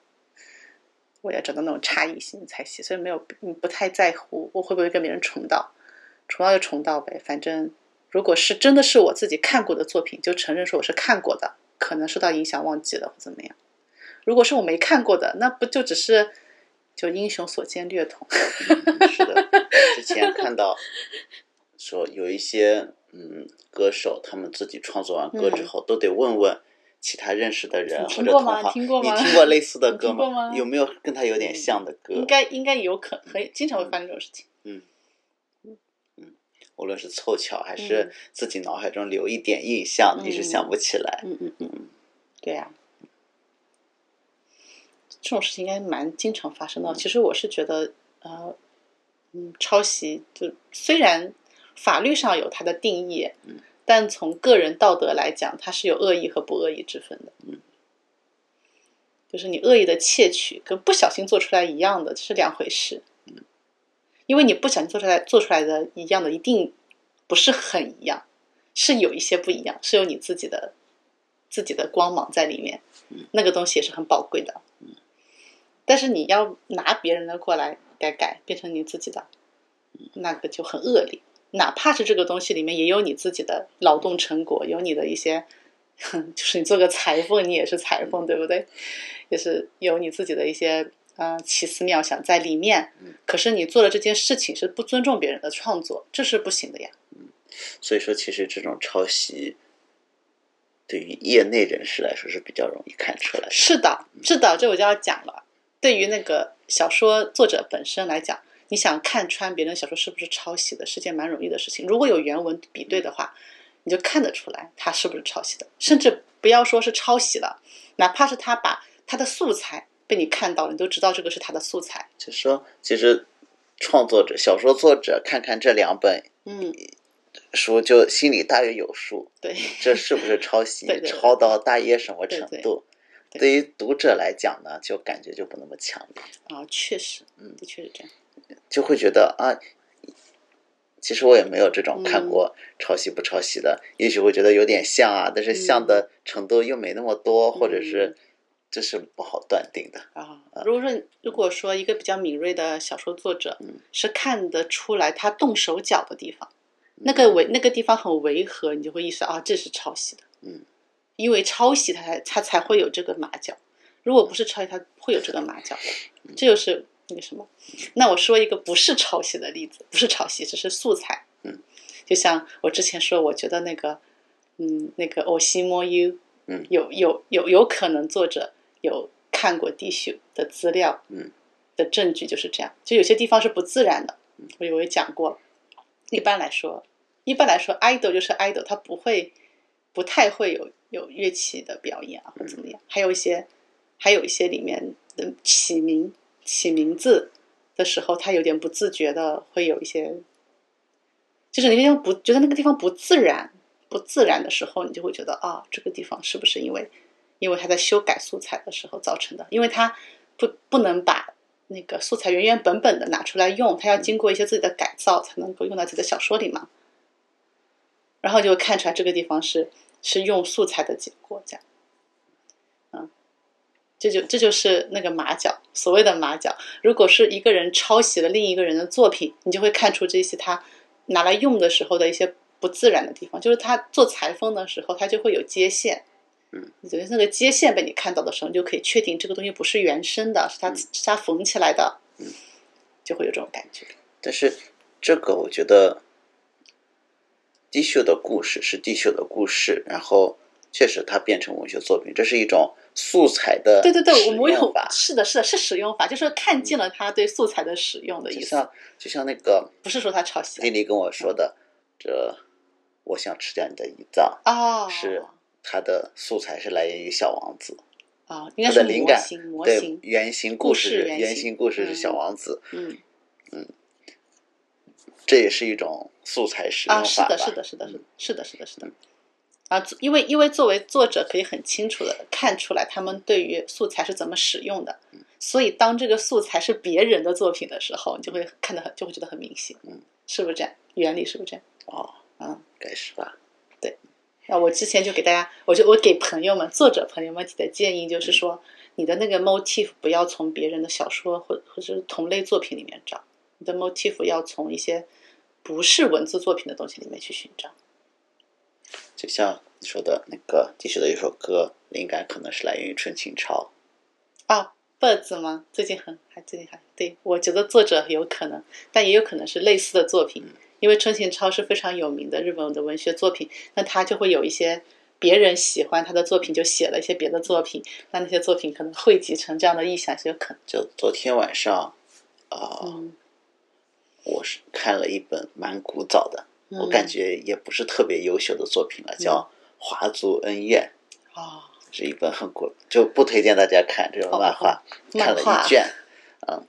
我要找到那种差异性才写，所以没有嗯不太在乎我会不会跟别人重到，重到就重到呗，反正如果是真的是我自己看过的作品，就承认说我是看过的，可能受到影响忘记了或怎么样。如果是我没看过的，那不就只是就英雄所见略同？
嗯 是的，之前看到说有一些嗯歌手，他们自己创作完歌之后，都得问问其他认识的 人啊
嗯你
或
听
者
过
同
吗
行，
听过吗
你听过类似的
你
歌
听过吗嗯
有没有跟他有点像的歌？
应该应该有可很经常会发生这种事情。
无论是凑巧还是
嗯
自己脑海中留一点印象，
嗯
你是想不起来。
嗯嗯嗯，对呀、这种事情应该蛮经常发生的。其实我是觉得，呃，嗯，抄袭就虽然法律上有它的定义，
嗯
但从个人道德来讲，它是有恶意和不恶意之分的。
嗯
就是你恶意的窃取跟不小心做出来一样的是两回事。
嗯
因为你不小心做出来做出来的一样的，一定不是很一样，是有一些不一样，是有你自己的自己的光芒在里面
嗯，
那个东西也是很宝贵的。但是你要拿别人的过来改改，变成你自己的，
嗯
那个就很恶劣。哪怕是这个东西里面也有你自己的劳动成果，有你的一些， 哼就是你做个裁缝，你也是裁
嗯
缝，对不对？也是有你自己的一些呃奇思妙想在里面
嗯。
可是你做了这件事情是不尊重别人的创作，这是不行的呀。
所以说，其实这种抄袭对于业内人士来说是比较容易看出来的。
是的，是的，这我就要讲了。对于那个小说作者本身来讲，你想看穿别人小说是不是抄袭的，是件蛮容易的事情。如果有原文比对的话，你就看得出来他是不是抄袭的，甚至不要说是抄袭了， 哪怕是他把他的素材被你看到了，你都知道这个是他的素材。
就说，其实创作者、小说作者看看这两本
嗯，
书，就心里大约有数，
对，
这是不是抄袭
对，对
抄到大约什么程
对
度？
对
对于读者来讲呢，就感觉就不那么强烈，
啊，确实，
嗯
的确是这样。
就会觉得啊，其实我也没有这种
嗯
看过抄袭不抄袭的，也许会觉得有点像啊，但是像
嗯
的程度又没那么多，或者是这是不好断定的。
啊，如果说如果说一个比较敏锐的小说作者，
嗯
是看得出来他动手脚的地方，那个违那个地方很违和，你就会意识到啊，这是抄袭的。
嗯，
因为抄袭他才他才会有这个马脚，如果不是抄袭，他不会有这个马脚
嗯
的。这就是那个什么。那我说一个不是抄袭的例子，不是抄袭，只是素材。
嗯，
就像我之前说，我觉得那个，嗯，那个《偶西摸 U》，
嗯
有有有有可能作者有看过地秀的资料，
嗯，
的证据就是这样。就有些地方是不自然的，
嗯
我有也讲过。一般来说，一般来说，idol 就是 idol，他不会，不太会有有乐器的表演啊，或怎么样。还有一些，还有一些里面的起名起名字的时候，他有点不自觉的会有一些，就是你那地方不觉得那个地方不自然，不自然的时候，你就会觉得啊，这个地方是不是因为因为他在修改素材的时候造成的？因为他不不能把那个素材原原本本的拿出来用，他要经过一些自己的改造才能够用到自己的小说里嘛。然后就看出来这个地方是是用素材的结果，这样，嗯，这就这就是那个马脚，所谓的马脚。如果是一个人抄袭了另一个人的作品，你就会看出这些他拿来用的时候的一些不自然的地方，就是他做裁缝的时候，他就会有接线，
嗯，
就是那个接线被你看到的时候，你就可以确定这个东西不是原生的，是它、
嗯
是它缝起来的，
嗯，
就会有这种感觉。
但是这个我觉得，低秀的故事是低秀的故事，然后确实它变成文学作品，这是一种素材的
对对对，我
使
们有
用法嗯
是的，是的，是使用法，就是看见了它对素材的使用的
就
意思，
像就像那个
不是说它抄袭
丽丽跟我说的，这我想吃掉你的胰脏，
啊，
是它的素材是来源于小王子，
啊，应该
它
是
的灵
模
感
型模
对
型，，
原型
故
故
事
事
原
原
型
型故事是小
嗯
王子，
嗯
这也是一种素材使
啊，
用
是
法吧？嗯
的，是的，是的，是的，是的，是的。啊，作因为因为作为作者可以很清楚的看出来他们对于素材是怎么使用的，
嗯
所以当这个素材是别人的作品的时候，你就会看得很就会觉得很明显，
嗯，
是不是这样？原理是不是这样？
哦，
嗯，
该是吧？
那我之前就给大家，我就我给朋友们、作者朋友们提的建议就是说，你的那个 motif 不要从别人的小说或或者是同类作品里面找，你的 motif 要从一些不是文字作品的东西里面去寻找。
就像你说的那个地区的一首歌，灵感可能是来源于春情潮。
啊，Birds 吗？最近很还最近还对，我觉得作者有可能，但也有可能是类似的作品，因为春行超是非常有名的日本的文学作品，那他就会有一些别人喜欢他的作品，就写了一些别的作品，那那些作品可能汇集成这样的意象是有可能。
就昨天晚上，啊、
嗯，
我是看了一本蛮古早的，我
嗯
感觉也不是特别优秀的作品了，叫《华族恩怨
哦，》，
是一本很古，就不推荐大家看这种漫画。看
漫
了
画
一卷，嗯，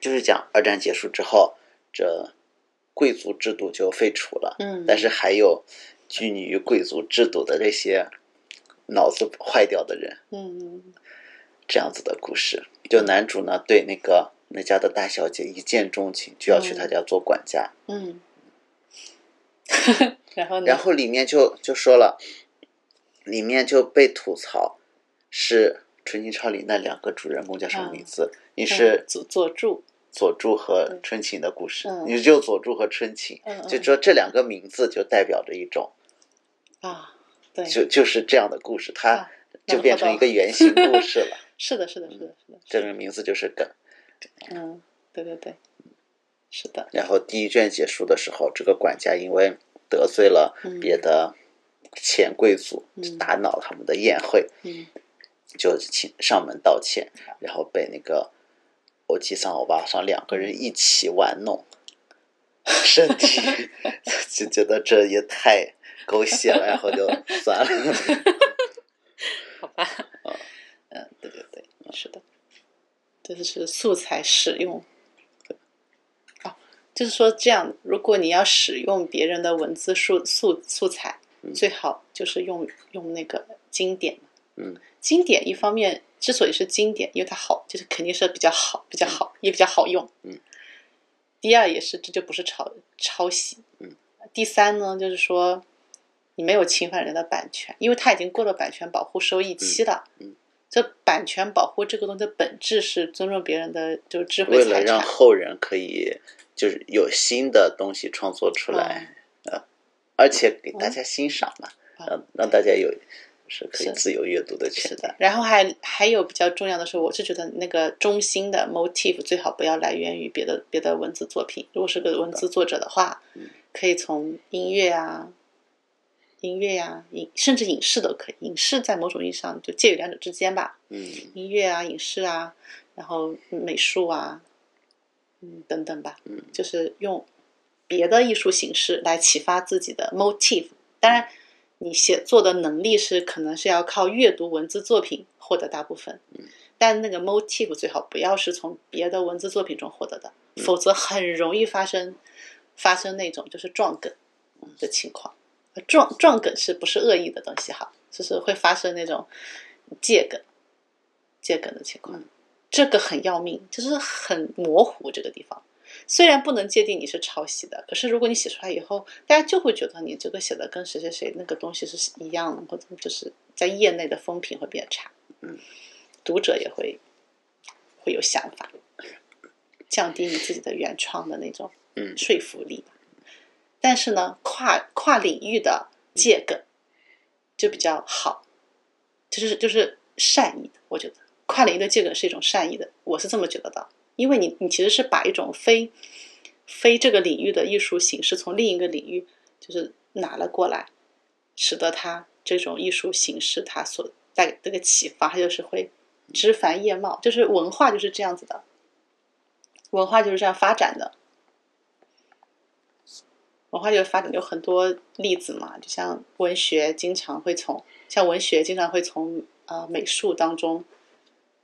就是讲二战结束之后，这贵族制度就废除了，
嗯，
但是还有拘泥于贵族制度的这些脑子坏掉的人，
嗯，
这样子的故事。就男主呢，对那个那家的大小姐一见钟情，就要去他家做管家。
嗯，然后呢？
然后里面就就说了，里面就被吐槽是《春情超》里那两个主人公叫什么名字？你是
嗯佐佐助，
佐助和
对
春琴的故事，
嗯
你就佐助和春琴，
嗯嗯
就说这两个名字就代表着一种，
啊，对，
就就是这样的故事，它
啊
就变成一个原型故事 了。
是的，是的，是的，是的，
这个名字就是梗。
嗯，对对对，是的，
然后第一卷结束的时候，这个管家因为得罪了
嗯
别的前贵族，
嗯
就打扰他们的宴会，
嗯
就请上门道歉，然后被那个欧吉桑、欧巴桑两个人一起玩弄 身体， 就觉得这也太狗血了，然后就算了。
好吧，嗯，对对对，是的，这就是素材使用。哦，就是说这样，如果你要使用别人的文字素素素材，最好就是用用那个经典。
嗯，
经典一方面之所以是经典，因为它好，就是肯定是比较好，比较好，也比较好用。
嗯。
第二也是，这就不是抄抄袭。呃
嗯。
第三呢，就是说你没有侵犯人的版权，因为它已经过了版权保护收益期了。
嗯嗯
这版权保护这个东西的本质是尊重别人的，就是智慧
为了
财
让
产。
后人可以就是有新的东西创作出来，
哦
呃，而且给大家欣赏嘛，
嗯
让让大家有是可以
是
自由阅读的
是
权利。
的，然后还还有比较重要的是，我是觉得那个中心的 motif 最好不要来源于别的别的文字作品。如果是个文字作者的嗯话，可以从音乐啊、音乐呀、影甚至影视都可以。影视在某种意义上就介于两者之间吧，
嗯，
音乐啊、影视啊，然后美术啊，嗯等等吧，
嗯
就是用别的艺术形式来启发自己的 motif。当然，你写作的能力是可能是要靠阅读文字作品获得大部分，
嗯
但那个 motif 最好不要是从别的文字作品中获得的，
嗯
否则很容易发生发生那种就是撞梗嗯的情况。撞撞梗是不是恶意的东西哈？就是会发生那种借梗、借梗的情况，这个很要命，就是很模糊这个地方。虽然不能界定你是抄袭的，可是如果你写出来以后，大家就会觉得你这个写的跟谁谁谁那个东西是一样的，或者就是在业内的风评会变差，
嗯，
读者也会会有想法，降低你自己的原创的那种
嗯
说服力吧。但是呢，跨跨领域的借梗就比较好，其实就是善意的。我觉得跨领域的接梗是一种善意的，我是这么觉得的。因为你你其实是把一种非非这个领域的艺术形式从另一个领域就是拿了过来，使得它这种艺术形式它所带给这个启发，它就是会枝繁叶茂，就是文化就是这样子的，文化就是这样发展的。文化就是发展有很多例子嘛，就像文学经常会从像文学经常会从啊、呃美术当中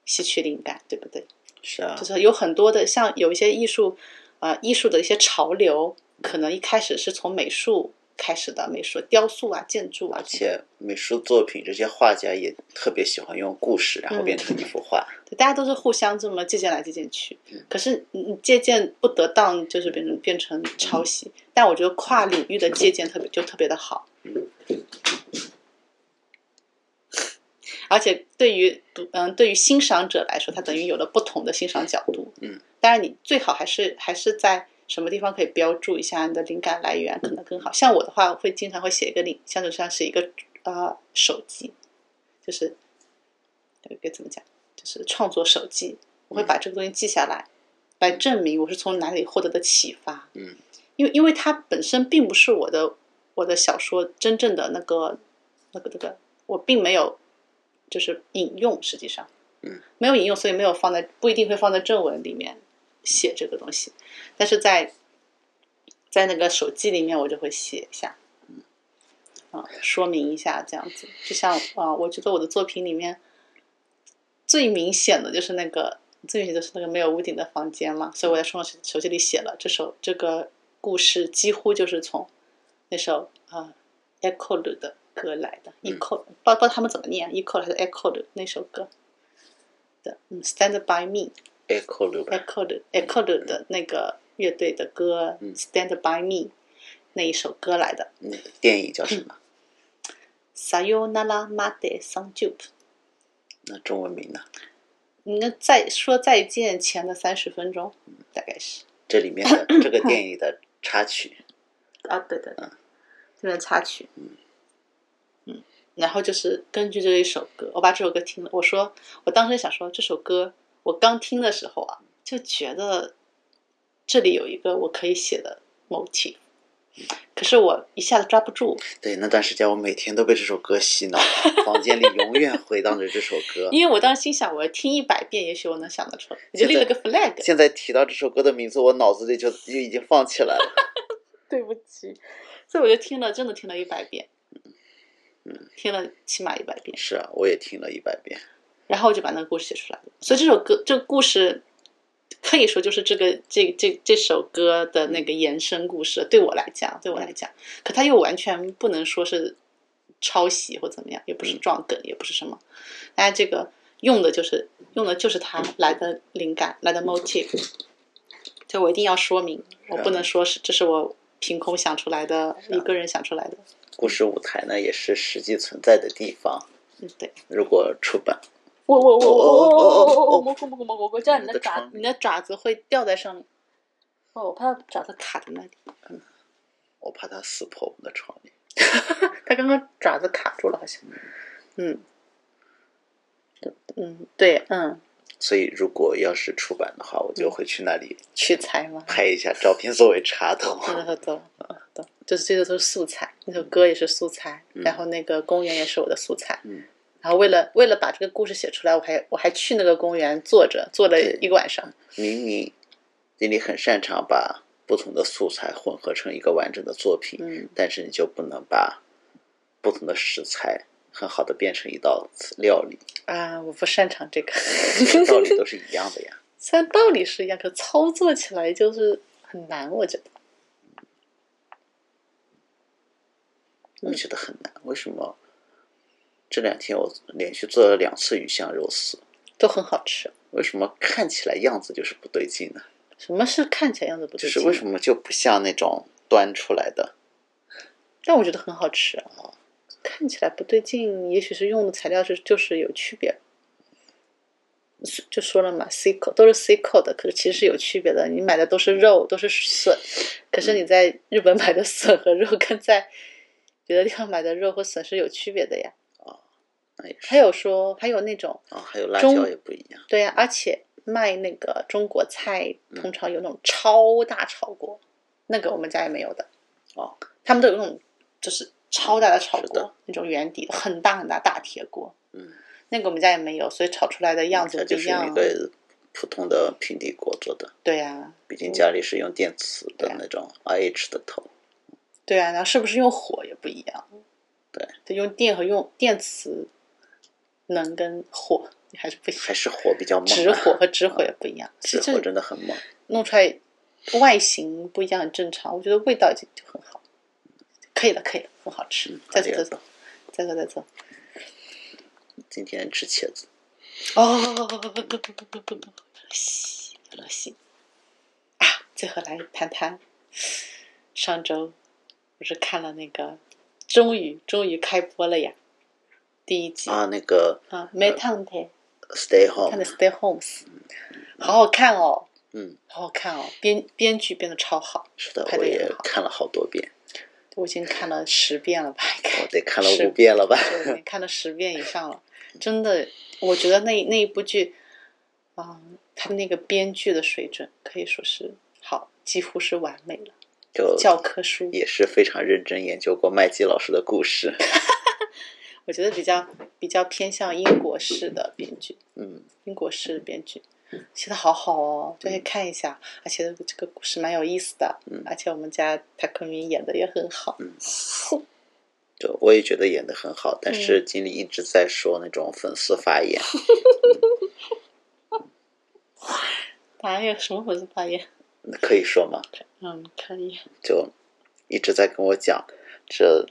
吸取灵感，对不对？
是啊
就，是有很多的，像有一些艺术，呃，艺术的一些潮流，可能一开始是从美术开始的，美术、雕塑啊、建筑啊
而，且美术作品这些画家也特别喜欢用故事，然后
嗯
变成一幅画。
对大家都是互相这么借鉴来借鉴去。可是你你借鉴不得当，就是变成变成抄袭。但我觉得跨领域的借鉴特别就特别的好，而且对于读嗯对于欣赏者来说，它等于有了不同的欣赏角度。
嗯，
当然你最好还是还是在什么地方可以标注一下你的灵感来源，可能更好。像我的话，我会经常会写一个领，像就像是一个呃手机，就是呃该怎么讲，就是创作手机，
嗯
我会把这个东西记下来，来证明我是从哪里获得的启发。
嗯，
因为因为它本身并不是我的我的小说真正的那个那个那个，我并没有就是引用，实际上，
嗯，
没有引用，所以没有放在不一定会放在正文里面写这个东西，但是在在那个手机里面我就会写一下，
嗯
啊、说明一下这样子，就像啊、我觉得我的作品里面最明显的就是那个最明显就是那个没有屋顶的房间嘛，所以我在双手手机里写了这首这个故事，几乎就是从那首啊、e c h o 的歌来的
嗯
，echo、不知道不知道他们怎么念，echo 还是 echo 那首歌的，嗯，Stand by me，
Echo l u b
e c h o 的 e c h o 的那个乐队的歌《
嗯
Stand by Me》那一首歌来的。
那个电影叫什么？
Sayonara Made Sanjup，
那中文名呢？
应该再说再见前的三十分钟，
嗯
大概是
这里面 的这个电影的插曲，
啊，对对对，这段插曲，嗯然后就是根据这一首歌，我把这首歌听了，我说我当时想说这首歌，我刚听的时候啊，就觉得这里有一个我可以写的 motif，可是我一下子抓不住，
对，那段时间我每天都被这首歌洗脑，房间里永远回荡着这首歌。
因为我当时心想，我听一百遍，也许我能想得出来，我就立了个 flag。
现在提到这首歌的名字，我脑子里就就已经放起来了。
对不起，所以我就听了，真的听了一百遍，听了起码一百遍，
是啊，我也听了一百遍。
然后我就把那个故事写出来了。所以这首歌，这个故事可以说就是这个这这这首歌的那个延伸故事，对我来讲，对我来讲，可它又完全不能说是抄袭或怎么样，也不是撞梗，也不是什么，大家这个用的就是用的就是它来的灵感，来的 motif。就我一定要说明，我不能说是这是我凭空想出来的，一个人想出来的。
故事舞台呢，也是实际存在的地方。
嗯，对。
如果出版，
我我我我我我我我我蘑菇蘑菇蘑菇蘑菇，这样你的爪
嗯
你的爪子会掉在上面，
哦，我怕
爪子卡在那里。
我怕它撕破我们的窗帘。
它刚刚爪子卡住了，好像。嗯。嗯，对，嗯，
所以，如果要是出版的话，我就会去那里
取材嘛，
拍一下照片作为插头。
真的懂懂，就是这个都是素材，那首歌也是素材，然后那个公园也是我的素材。
嗯。
然后为了为了把这个故事写出来，我还我还去那个公园坐着坐了
对
一个晚上。
明明你你很擅长把不同的素材混合成一个完整的作品，
嗯
但是你就不能把不同的食材很好的变成一道料理，
啊，我不擅长这个。
道理都是一样的呀。
虽然道理是一样，可操作起来就是很难，我觉得。
我觉得很难，为什么？这两天我连续做了两次鱼香肉丝，
都很好吃。
为什么看起来样子就是不对劲呢？
什么是看起来样子不
就
对
是
劲？啊
为什
么？
么就不像那种端出来的？
但我觉得很好吃啊。看起来不对劲，也许是用的材料是就是有区别。是就说了嘛，C 口都是 C 口的，可是其实是有区别的。你买的都是肉，都是笋，可是你在日本买的笋和肉跟在别的地方买的肉和笋是有区别的呀。
那也是
还有说还有那种
啊、还有辣
中
椒也不一样，
对啊呀、而且卖那个中国菜
嗯
通常有那种超大炒锅，那个我们家也没有的。
哦，
他们都有那种就是超大的炒
是的
锅，那种圆底的很大很大大铁锅。
嗯，
那个我们家也没有，所以炒出来的样子
它
不
就
一
是一
样。
个普通的平底锅做的，
对啊呀、
毕竟家里是用电磁的
嗯对啊
那种 RH 的头，
对呀、然后是不是用火也不一样？
对，
对，用电和用电磁能跟火还是不一样，
还是火比较猛、啊，
直火和直火也不一样。其
直
实
火
这
真的很猛。
弄出来外形不一样很正常，我觉得味道就就很好，可以了，可以了，很好吃
嗯。
再
好
做
的
再做，再做再做。
今天吃茄子，
哦，西，乐西啊！最后来谈谈上周，我是看了那个，终于终于开播了呀，第一集
啊，那个
啊，没烫的，
Stay
看
Home，
的 Stay Homes，好好看哦，
嗯，
好好看哦，编编剧编的超好，
是的，
拍
我
得也
也
很好
看了好多遍，
我已经看了十遍了吧，应该
我得看了
是
五遍了吧？
对，你看了十遍以上了，真的，我觉得那那一部剧，啊、他们那个编剧的水准可以说是好，几乎是完美了，
就
教科书。
呃也是非常认真研究过麦基老师的故事，
我觉得比较比较偏向英国式的编剧，
嗯，
英国式的编剧写的好好哦，就可以看一下，而且这个故事蛮有意思的，
嗯
而且我们家塔克明演的也很好，
嗯就我也觉得演的很好，但是经理一直在说那种粉丝发言，
哪有什么粉丝发言？
可以说吗？
嗯，可以，
就一直在跟我讲，这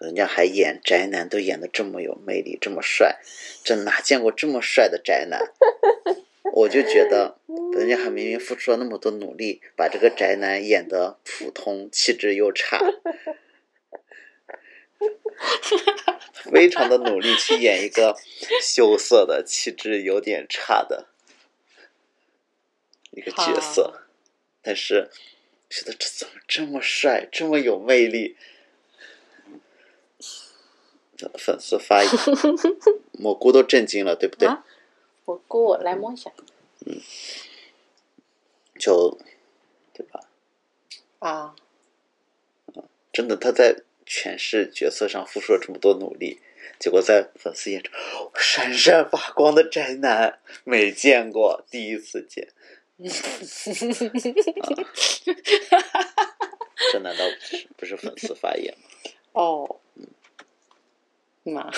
人家还演宅男都演的这么有魅力，这么帅，这哪见过这么帅的宅男？ 我就觉得，人家还明明付出了那么多努力，把这个宅男演的普通，气质又差，非常的努力去演一个羞涩的、气质有点差的一个角色。
好
但是觉得这怎么这么帅，这么有魅力？粉丝发言，蘑菇都震惊了，对不对？
啊我锅我来摸一下
就，对吧？
啊，
真的，他在诠释角色上付出了这么多努力，结果在粉丝眼中闪闪发光的宅男，没见过，第一次见。啊这难道不是不是粉丝发言吗？
哦，嗯妈。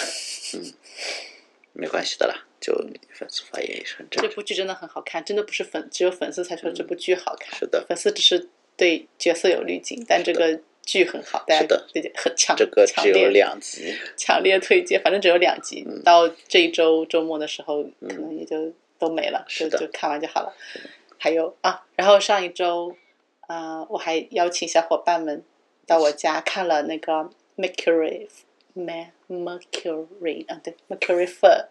没关系的啦，就粉丝发言也是很正
这
常。
部剧真的很好看，真的不是粉只有粉丝才说这部剧好看，
嗯是的
粉丝只是对角色有滤镜，但这个剧很好，大
是
家
的
对很强
这个
强
只有
烈
两集，
强烈推荐，反正只有两集，
嗯
到这一周周末的时候，可能也就都没了，
是
就
的
就看完就好了。还有啊，然后上一周，啊，我还邀请小伙伴们到我家看了那个 Mercury Ma- Mercury 啊，对 Mercury Fair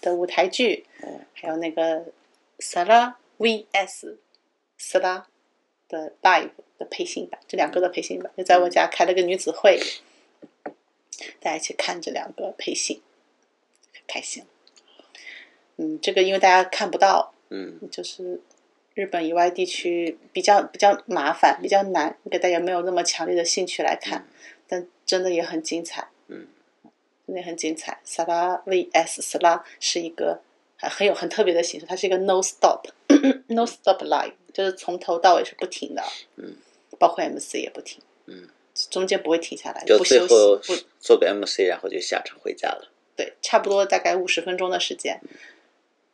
的舞台剧
嗯，
还有那个 Sara VS Sara 的 Live 的配信版，这两个的配信版就在我家开了个女子会，大家一起看这两个配信，很开心。嗯，这个因为大家看不到，
嗯，
就是日本以外地区比较比较麻烦，比较难，给大家没有那么强烈的兴趣来看，但真的也很精彩，
嗯，
真的也很精彩。萨拉 vs 萨拉是一个很很有很特别的形式，它是一个 no stop no stop live，就是从头到尾是不停的，
嗯，
包括 MC 也不停，
嗯，
中间不会停下来，
就
不
最
休息
后
不
做个 MC，然后就下场回家了，
对，差不多大概五十分钟的时间，
嗯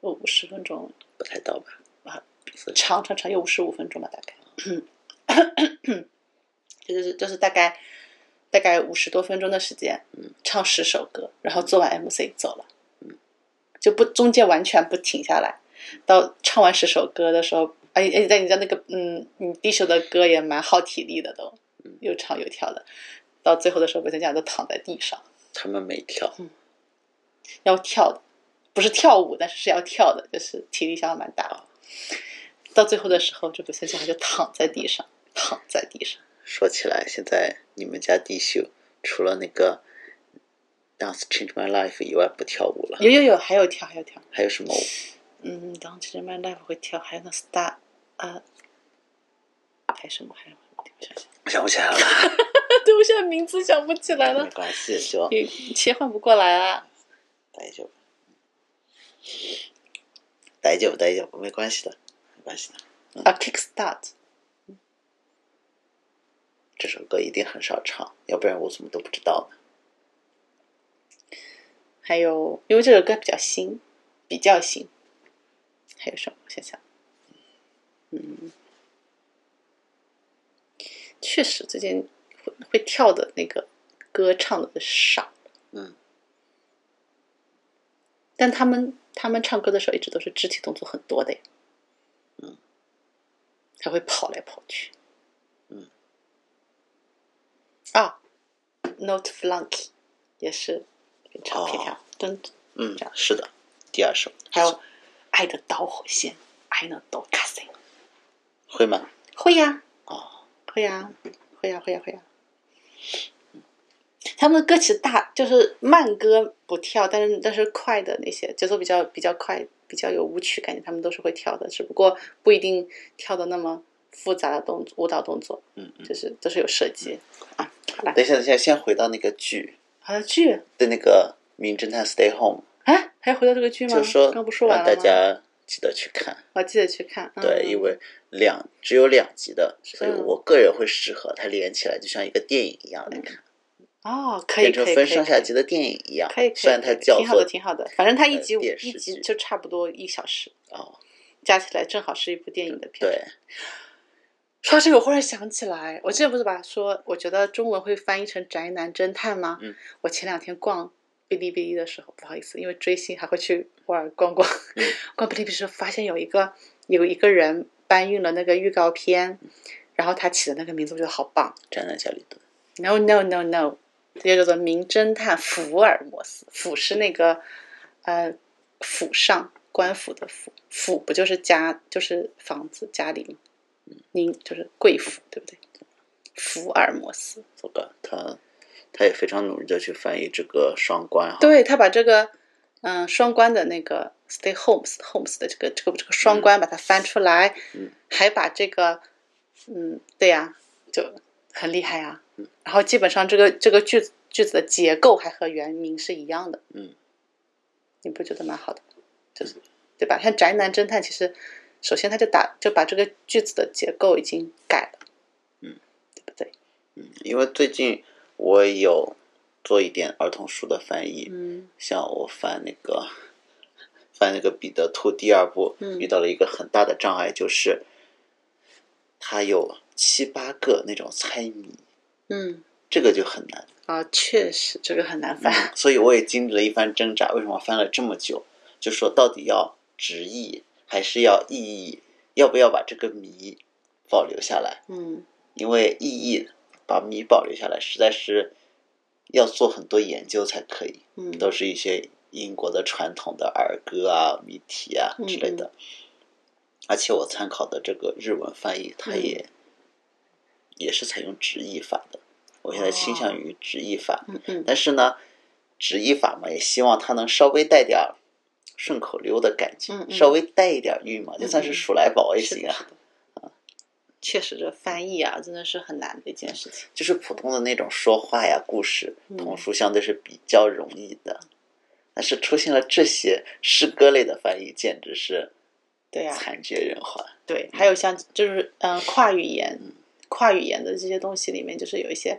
哦五十分钟
不太到吧？
啊，
所以
长长长有五十五分钟吧，大概， 就是就是大概大概五十多分钟的时间
嗯，
唱十首歌，然后做完 MC 走了，就不中间完全不停下来，到唱完十首歌的时候，而且而且在你知道那个嗯，你第一首的歌也蛮耗体力的都
嗯，
又唱又跳的，到最后的时候，我跟家都躺在地上。
他们没跳，
嗯要跳的，不是跳舞，但是是要跳的，就是体力消耗蛮大的。到最后的时候，这个孙小孩就躺在地上，躺在地上。
说起来，现在你们家地秀除了那个 Dance Change My Life 以外不跳舞了，
有有有，还有跳，还有跳。
还有什么舞？
嗯，然后其实 My Life 会跳，还有那 Star 啊，还有什么还有什么？我
想不
想想，
起 来了，
对，我现在名字想不起来
没
了，
关系，就
也切换不过来啊。
大丈夫，大丈夫，大丈夫，没关系的，没关系的。
啊，Kickstart，
这首歌一定很少唱，要不然我怎么都不知道呢？
还有因为这首歌比较新，比较新，还有什么？我想想，嗯，确实最近会会跳的那个歌唱的少，
嗯，
但他们他们唱歌的时候一直都是肢体动作很多的呀，
嗯，
还会跑来跑去，
嗯，
啊，Note Flunky 也是边
哦
唱边跳，蹲、
嗯，是的，第二首
还有《爱的导火线》，爱的导卡森，
会吗？
会呀、
哦，
会呀、会呀、会呀、会呀、他们的歌其实大，就是慢歌不跳，但是但是快的那些节奏比较比较快，比较有舞曲感觉，他们都是会跳的，只不过不一定跳的那么复杂的动作舞蹈动作，
嗯嗯。
就是都是有设计啊。好了，
等一下，等一下，先回到那个剧
好剧
的那个《名侦探 Stay Home
哎，还要回到这个剧》，吗？
就说
刚不说完
让
了吗？
大家记得去看。
我记得去看。嗯、
对，因为两只有两集的，所以
嗯
我个人会适合它连起来，就像一个电影一样来看，
哦，可以
变成
可以可以
分上
可
下
以
集的电影一样。
可以，可以
虽然它
可以
叫
挺好的，
做
挺好的。反正它一
呃
集
电
一
视
集
剧
就差不多一小时，
哦，
加起来正好是一部电影的片。，
对，
说到这个，我忽然想起来，我之前不是吧说，我觉得中文会翻译成宅男侦探吗？
嗯，
我前两天逛哔哩哔哩的时候，不好意思，因为追星还会去偶尔逛逛，
嗯
逛哔哩哔哩的时候发现有一个有一个人搬运了那个预告片，
嗯
然后他起的那个名字我觉得好棒。
站在家里蹲，
No no no no，这就叫做名侦探福尔摩斯。府是那个呃府上官府的府，府不就是家就是房子家里吗？您就是贵妇对不对？福尔摩斯，
糟糕，他他也非常努力的去翻译这个双关哈。
对他把这个嗯、呃双关的那个 stay homes homes 的这个这个这个双关把它翻出来，
嗯
还把这个嗯对呀、就很厉害啊。
嗯
然后基本上这个这个句子句子的结构还和原名是一样的，
嗯，
你不觉得蛮好的？就是对吧？像宅男侦探其实。首先，他就打就把这个句子的结构已经改了，
嗯，
对不对？
嗯，因为最近我有做一点儿童书的翻译，
嗯
像我翻那个翻那个彼得兔第二部，
嗯
遇到了一个很大的障碍，就是它有七八个那种猜谜，
嗯
这个就很难。
啊，确实这个很难翻。
所以我也经历了一番挣扎，为什么翻了这么久？就说到底要直译还是要意译，要不要把这个谜保留下来？
嗯
因为意译把谜保留下来，实在是要做很多研究才可以。
嗯，
都是一些英国的传统的儿歌啊、谜题啊
嗯
之类的。而且我参考的这个日文翻译，
嗯
它也、也是采用直译法的。我现在倾
哦
向于直译法，
嗯嗯
但是呢，直译法嘛，也希望它能稍微带点儿顺口溜的感觉，
嗯嗯
稍微带一点韵嘛，就算
嗯
是
嗯
数来宝也
是
行
的
啊。
是的确实，这翻译啊，真的是很难的一件事情。
就是普通的那种说话呀、故事，
嗯
童书相对是比较容易的。但是出现了这些诗歌类的翻译，简直是
对呀、
惨绝人寰。
对，还有像就是嗯、呃跨语言、跨语言的这些东西里面，就是有一些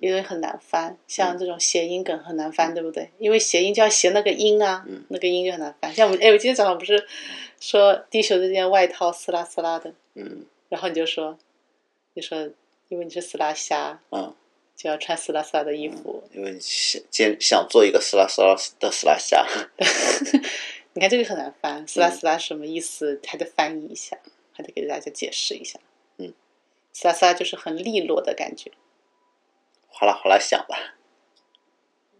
因为很难翻，
嗯
像这种谐音梗很难翻，对不对？因为谐音就要谐那个音啊，
嗯
那个音就很难翻。像我们哎，我今天早上不是说地球这件外套撕拉撕拉的，
嗯
然后你就说，你说因为你是撕拉虾，
嗯，
就要穿撕拉撕拉的衣服。
因为想想想做一个斯拉斯拉的斯拉虾，
你看这个很难翻，斯拉斯拉什么意思？还得翻译一下，还得给大家解释一下。
嗯，
斯拉斯拉就是很利落的感觉。
哗啦哗啦响吧。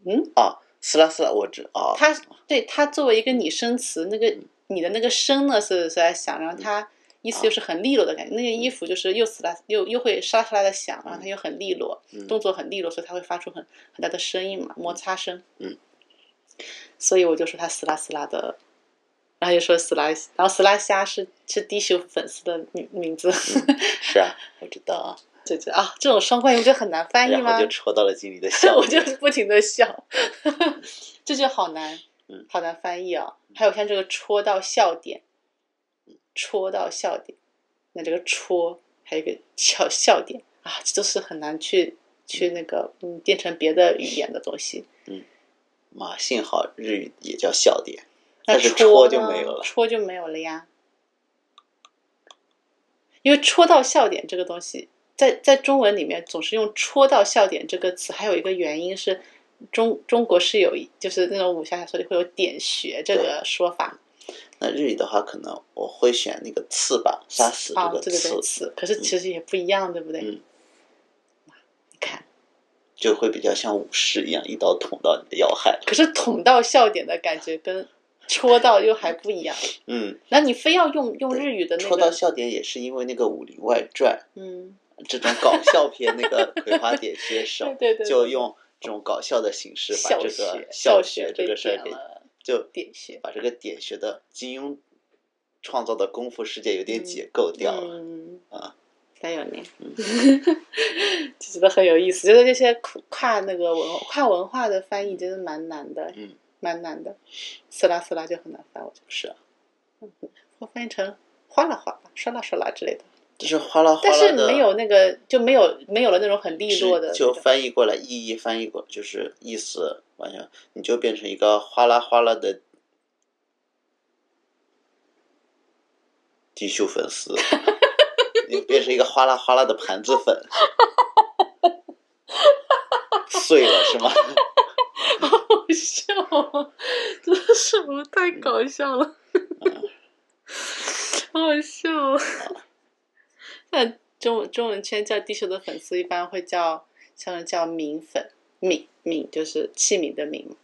嗯，
啊，斯拉斯拉，我知啊，嗯
它对它作为一个拟声词，那个你的那个声呢是是在响，然后它意思就是很利落的感觉。那件衣服就是又撕拉又又会沙沙拉的响，然后它
嗯
又很利落，动作很利落，所以它会发出很很大的声音嘛，摩擦声。
嗯，
所以我就说它撕拉撕拉的，然后就说撕拉，然后撕拉虾是是低秀粉丝的名名字，
是啊，我知道啊。
就觉得啊，这种双关语不就很难翻译
然
吗
后？就戳到了经理的笑
我
点。
就不停的笑， 这就好难
嗯，
好难翻译啊。还有像这个戳到笑点，戳到笑点，那这个戳还有一个笑笑点啊，这都是很难去去那个嗯变成别的语言的东西。
嘛，幸好日语也叫笑点，
那
但是戳
戳
就
呢
没有了
戳就没有了呀。因为戳到笑点这个东西，在在中文里面总是用“戳到笑点”这个词，还有一个原因是中中国是有一就是那种武侠小说里会有点穴这个说法
那日语的话，可能我会选那个刺吧，杀死这
啊，
个
对对
刺，
对，词，可是其实也不一样，对不对？
嗯
你看，
就会比较像武士一样，一刀捅到你的要害。
可是捅到笑点的感觉跟戳到又还不一样。
嗯，
那你非要用用日语的那
戳到
个，
笑点也是因为那个《武林外传
嗯，》
这种搞笑片，那个《葵花点 穴手
对》对对，
就
对
用这种搞笑的形式把
笑
这
穴
个
笑
学
穴
这
被
个事儿
点
给
了
就
点穴。
把这个点穴的金庸创造的功夫世界有点解构掉了。
嗯
啊，
三有年，嗯 就觉得很有意思。觉得这些跨跨那个文跨文化的翻译真的蛮难的，
嗯，
蛮难的。撕拉撕拉就很难翻，我觉得
是啊，
我翻译成哗啦哗啦、唰啦唰啦之类的，
就是哗啦哗
但
啦
是
的
没有那个就没有没有了那种很利
是
落的那
就
种，
翻译过来，意义翻译过来就是意思完全，你就变成一个哗啦哗啦的低秀粉丝， 你变成一个哗啦哗啦的盘子粉， 碎了是吗？
好笑啊，真的是我太搞 笑了，好好笑啊。那中文中文圈叫地球的粉丝一般会叫，像是叫米粉，米米就是器皿的米嘛，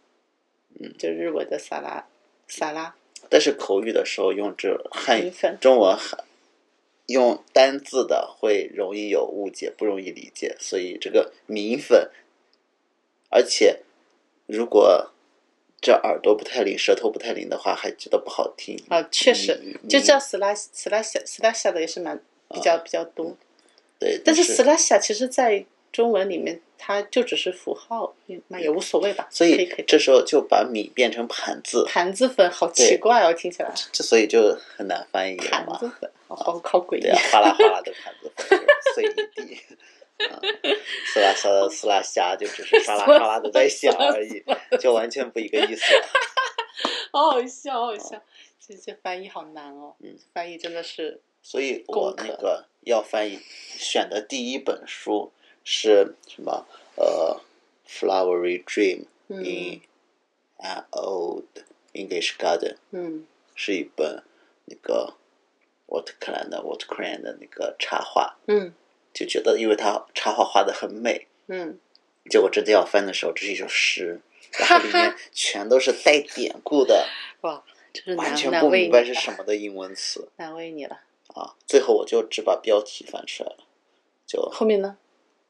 嗯，
就日文的萨拉萨拉
但是口语的时候用这汉
米粉，
中文汉用单字的会容易有误解，不容易理解，所以这个米粉，而且如果这耳朵不太灵，舌头不太灵的话，还觉得不好听。
啊，确实
米
就
米
叫斯拉斯拉夏斯拉夏的也是蛮比
啊
较比较多，
对，
但是
是
slash 其实，在中文里面，它就只是符号，也那也无所谓吧。
所
可
以
以可以。
这时候就把米变成盘子，
盘子粉好奇
对
怪哦，听起来
这所以就很难翻译了
盘
嘛。
子粉好好好诡
对啊
异。，
哗啦哗啦的盘子 粉就是碎一地，啊，撕拉撕拉撕拉虾就只 是唰啦唰啦的在响而已，就完全不一个意思了。
好好笑，好好笑。这这翻译好难
哦
哦，
嗯
翻译真的是
所以我
功课
那个要翻译选的第一本书是什么？呃，《Flowery Dream
嗯
in an Old English Garden》
嗯
是一本那个沃特克兰的沃特克兰的那个插画，
嗯
就觉得因为他插画画的很美，
嗯，
结果真的要翻的时候，这是一首诗，然后里面全都是带典故 的，
哇，这是
完
难
全
难
不
为
明
你啊
白是什
了，
么的英文词
难为你了。
啊！最后我就只把标题翻出来了，就
后面呢？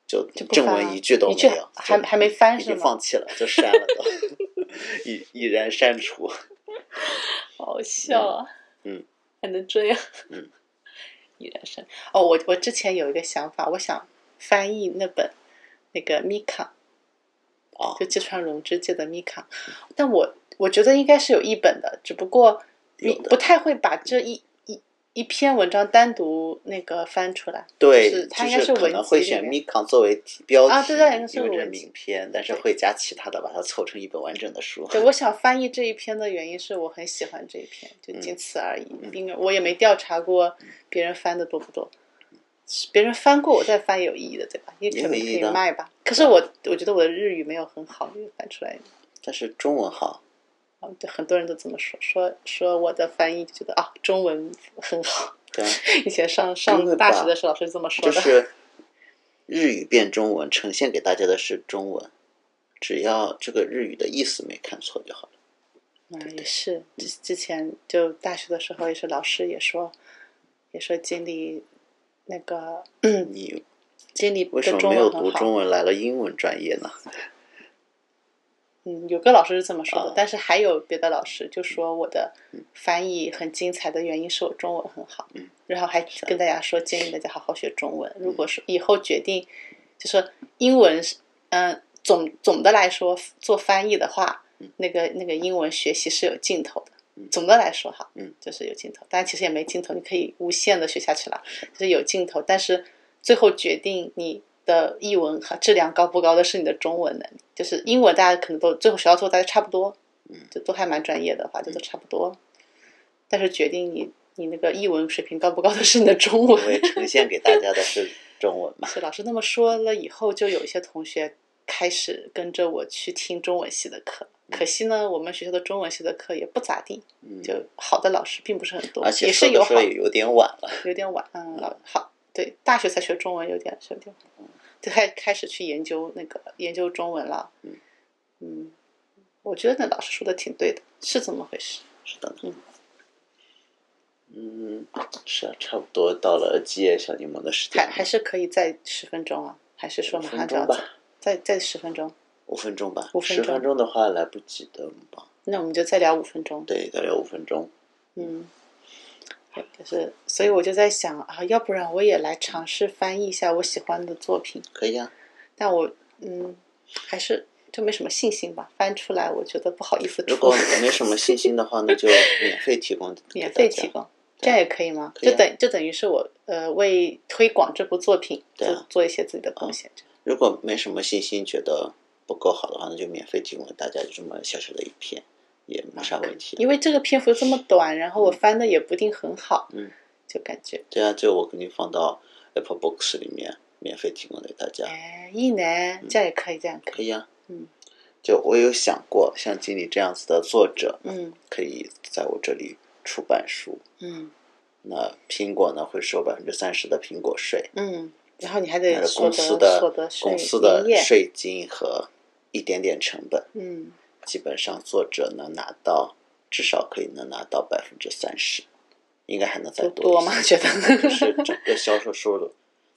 就
就不
正
翻
文
了
一句都没
一句
有，
还
就
还没翻
已
是
经
吗
放弃了，就删了 都，已已然删除。
好好笑啊！
嗯嗯，
还能这样？
嗯，
依然是哦，我我之前有一个想法，我想翻译那本那个米卡，
哦
就芥川龙之介的米卡，但我我觉得应该是有译本的，只不过
有
你
的
不太会把这一一一篇文章单独那个翻出来，
对，
就是它应
就
该
是
文
可
集
能会
里
选
面
Mikan 作为题标题，
啊对对是
因为这
文
是
集
名篇，但是
对
会加其他的，把它凑成一本完整的书。
对，我想翻译这一篇的原因是我很喜欢这一篇，
嗯
就仅此而已，并没有我也没调查过别人翻的多不多，别人翻过我再翻也有意义的，对吧？因为
也
可能
有
可
意义
以
的啊
卖吧。可是我我觉得我的日语没有很好，没有翻出来。
但是中文好，
啊对，很多人都这么说，说说我的翻译就觉得啊，中文很好。
对啊，
以前上
因为
上大
吧
学的时候，老师这么说
就
的。
是日语变中文，呈现给大家的是中文，只要这个日语的意思没看错就好了。
嗯，也是，之之前就大学的时候也是，老师也说，也说经理那个
你
经理
为
的
什么
中
没有
文很
读
好。
中文来了英文专业呢？
嗯，有个老师是这么说的，
啊
但是还有别的老师就说
嗯
我的翻译很精彩的原因是我中文很好，
嗯
然后还跟大家说建议大家好好学中文。如果是以后决定，就说英文是，嗯、总总的来说做翻译的话，那个那个英文学习是有尽头的
嗯。
总的来说哈，
嗯，
就是有尽头，但其实也没尽头，你可以无限的学下去了，就是有尽头。但是最后决定你的译文和质量高不高的是你的中文能力，就是英文大家可能都最后学到最后大家差不多，
嗯，
就都还蛮专业的话，就都差不多。但是决定你你那个译文水平高不高的是你的中文
因，为呈现给大家的是中文嘛。
是 老师那么说了以后，就有一些同学开始跟着我去听中文系的课。可惜呢，我们学校的中文系的课也不咋地，
嗯，
就好的老师并不是很多，
而且
也是
说
有
的
好
说也有点晚了。
有点晚，嗯，老好，对，大学才学中文有点是有点晚，就开开始去研究那个研究中文了，
嗯
嗯我觉得那老师说的挺对的，是这么回事，
是的，
嗯
嗯，是啊，差不多到了接小柠檬的时间
还
了，
还是可以再十分钟啊，还是说
五
马
分
上就要
钟
走，
吧，
再再十分钟，
五分钟吧，
五
十
分钟
分钟的话来不及的吧？
那我们就再聊五分钟，
对，大概五分钟。
嗯，就是，所以我就在想啊，要不然我也来尝试翻译一下我喜欢的作品，
可以啊 呀、
但我嗯，还是就没什么信心吧，翻出来我觉得不好意思出。
如果没什么信心的话，那就免费提供给大家，
免费提供，这样也可以吗？
可以啊
就等就等于是我呃为推广这部作品
对
做、
啊
做一些自己的贡献。
如果没什么信心，觉得不够好的话，那就免费提供给大家，就这么小小的一篇，也没啥问题。
因为这个篇幅这么短，然后我翻的也不一定很好，
嗯，
就感觉
对啊，就我给你放到 Apple Books 里面，免费提供给大家，
哎一年这样也可以，这样可
嗯可
以，
以啊。
嗯，
就我有想过，像经理这样子的作者，
嗯
可以在我这里出版书。
嗯
那苹果呢，会收百分之三十的苹果税，
嗯，然后你还
但
得
是
所
公
得
司
所
的
得税
公司的
营业
税金和一点点成本。
嗯
基本上作者能拿到至少可以能拿到百分之三十，应该还能再
就多
一
吗？
些
觉得
就是整个销售收入。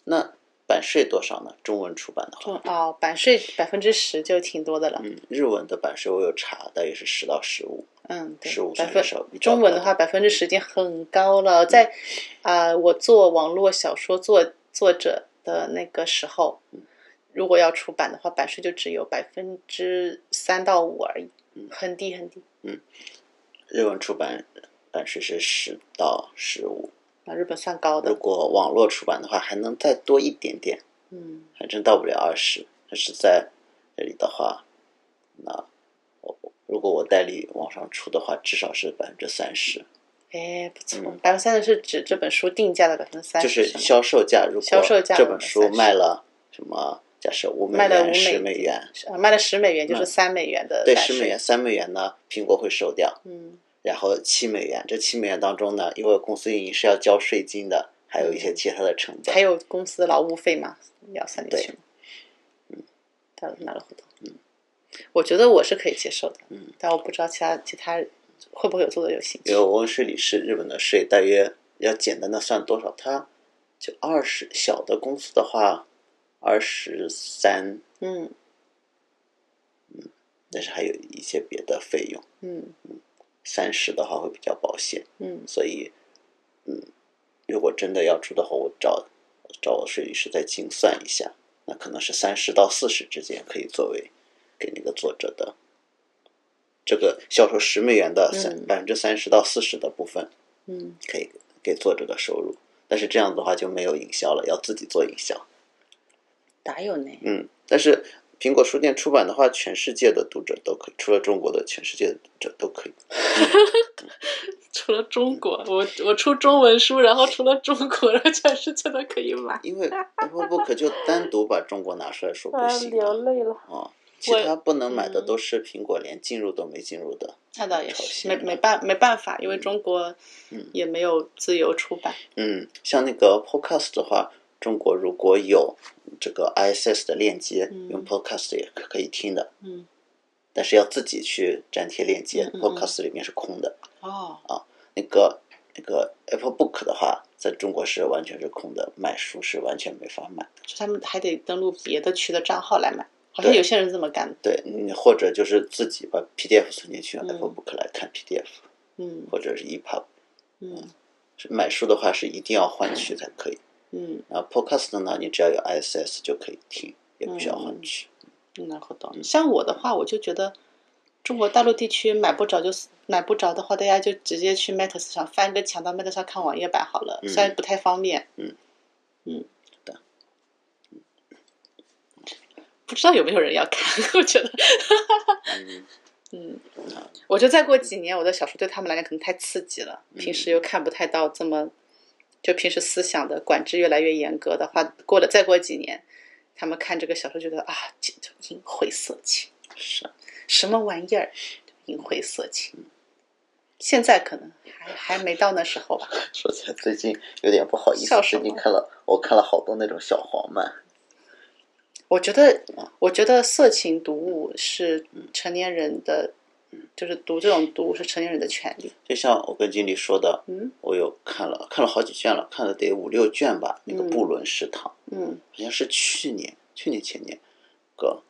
那版税多少呢？中文出版的话，
嗯哦，版税百分之十就挺多的了，
嗯，日文的版税我有查，大约是十到十五。
嗯，对
15
百
算
分
是少比较嗯
中文的
高
话，百分之十已经很高了。在啊、我做网络小说作作者的那个时候，
嗯
如果要出版的话，版税就只有百分之三到五而已
嗯，
很低很低。
日文出版版税是十到十五，
啊，日本算高
如
的，
果网络出版的话，还能再多一点点，
嗯
反正到不了二十。但是在这里的话，那我如果我代理网上出的话，至少是百分之三十。
哎，不错
嗯，
百分之三十是指这本书定价的百分之三
就
十，
是
吗
销售价，如果
销售价
这本书
30
卖了什么，假设五美
卖了
元、
五
十
美
美元，
是啊卖了十美元就是
嗯
三美元的
对，
版
十
税，
美元、三美元呢，苹果会收掉，
嗯
然后七美元，这七美元当中呢，因为公司运营是要交税金的，还有一些其他的成本，
还有公司的劳务费嘛，也要算进去
对
嘛。嗯，拿了合同。嗯，我觉得我是可以接受的。
嗯，
但我不知道其他其他人会不会有做的有兴趣
因为。我问税理是日本的税，大约要简单的算多少，它就二十，小的公司的话二十三，
嗯
但是还有一些别的费用，
嗯
三十的话会比较保险。
嗯
所以，嗯，如果真的要出的话，我找找我税理师再精算一下，那可能是三十到四十之间可以作为给那个作者的这个销售十美元的三
嗯
百分之三十到四十的部分
嗯，
可以给作者的收入，但是这样的话就没有营销了，要自己做营销。
哪有呢？
嗯，但是苹果书店出版的话，全世界的读者都可以，除了中国的，全世界的读者都可以。
除了中国，我我出中文书，然后除了中国，然后全世界都可 以
哎
买。
因为 Apple Book 就单独把中国拿出来说不
啊，
行、
流泪了。
哦，其
我
他不能买的
嗯
都是苹果连进入都没进入的。
那倒也
朝
是，
鲜
没
的
没办没办法，因为中国
嗯
也没有自由出版。
嗯，像那个 Podcast 的话，中国如果有这个 ISS 的链接，
嗯
用 Podcast 也可可以听的，
嗯，
但是要自己去粘贴链接
嗯嗯嗯
，Podcast 里面是空的。
哦，
那个那个 Apple Book 的话，在中国是完全是空的，买书是完全没法买。
就他们还得登录别的区的账号来买，好像
对
有些人这么干的。
对，你或者就是自己把 PDF 存进去，用
嗯
Apple Book 来看 PDF，
嗯
或者是 EPUB。
嗯
是买书的话是一定要换区才可以。
嗯，
然后呃 Podcast 呢，你只要有 ISS 就可以听，也不需要
嗯
换区。
那好懂。像我的话，我就觉得中国大陆地区买不着就买不着的话，大家就直接去 Matters 上翻个墙到 Matters 上看网页版好了，
嗯
虽然不太方便。
嗯
嗯
的。
不知道有没有人要看？ 我觉得，
嗯，
嗯，
啊
我觉得再过几年，我的小说对他们来讲可能太刺激了，平时
嗯
又看不太到这么，就平时思想的管制越来越严格的话，过了再过几年，他们看这个小说觉得啊，这就淫秽色情，
是啊
什么玩意儿，淫秽色情。现在可能还还没到那时候吧，
说起来最近有点不好意思
笑，什
最
么
近看了我看了好多那种小黄漫，
我觉得，我觉得色情读物是成年人的，嗯就是读这种读物是成年人的权利。
就像我跟经理说的，
嗯
我有看了看了好几卷了，看了得五六卷吧。那个
嗯
布伦食堂、
嗯
好像是去年、去年前年，哥，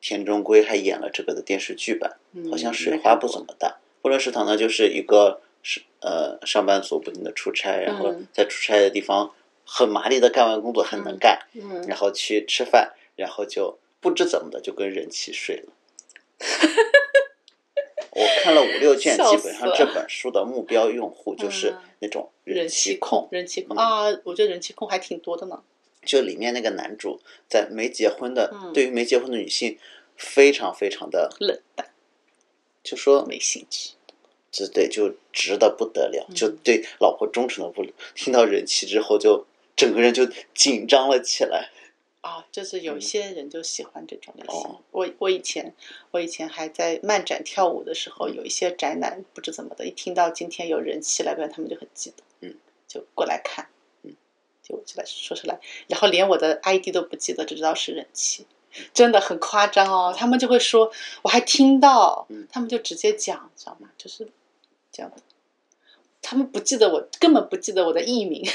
田中圭还演了这个的电视剧版，
嗯，
好像水
没
花
看
不
过
怎么大。布伦食堂呢，就是一个是呃上班族不停的出差，然后
嗯
在出差的地方很麻利的干完工作，很能干，
嗯，
然后去吃饭，然后就不知怎么的就跟人起睡了。我看了五六卷，
笑
基
死
本上这本书的目标用户就是
嗯
那种
人
气
气控，人气控、啊，我觉得人气控还挺多的呢。
就里面那个男主在没结婚的，
嗯
对于没结婚的女性非常非常的，
冷淡，
就说
没兴趣。
这对就直的不得了，
嗯
就对老婆忠诚的不了。听到人气之后就，整个人就紧张了起来。
啊，就是有些人就喜欢这种类型。
嗯哦
我我以前我以前还在漫展跳舞的时候，
嗯
有一些宅男不知怎么的，一听到今天有人气来表演，他们就很激动，
嗯，
就过来看，
嗯，
就就来说出来，然后连我的 ID 都不记得，只知道是人气，真的很夸张哦。他们就会说，我还听到，
嗯
他们就直接讲，知道吗？就是这样的。他们不记得我，根本不记得我的艺名。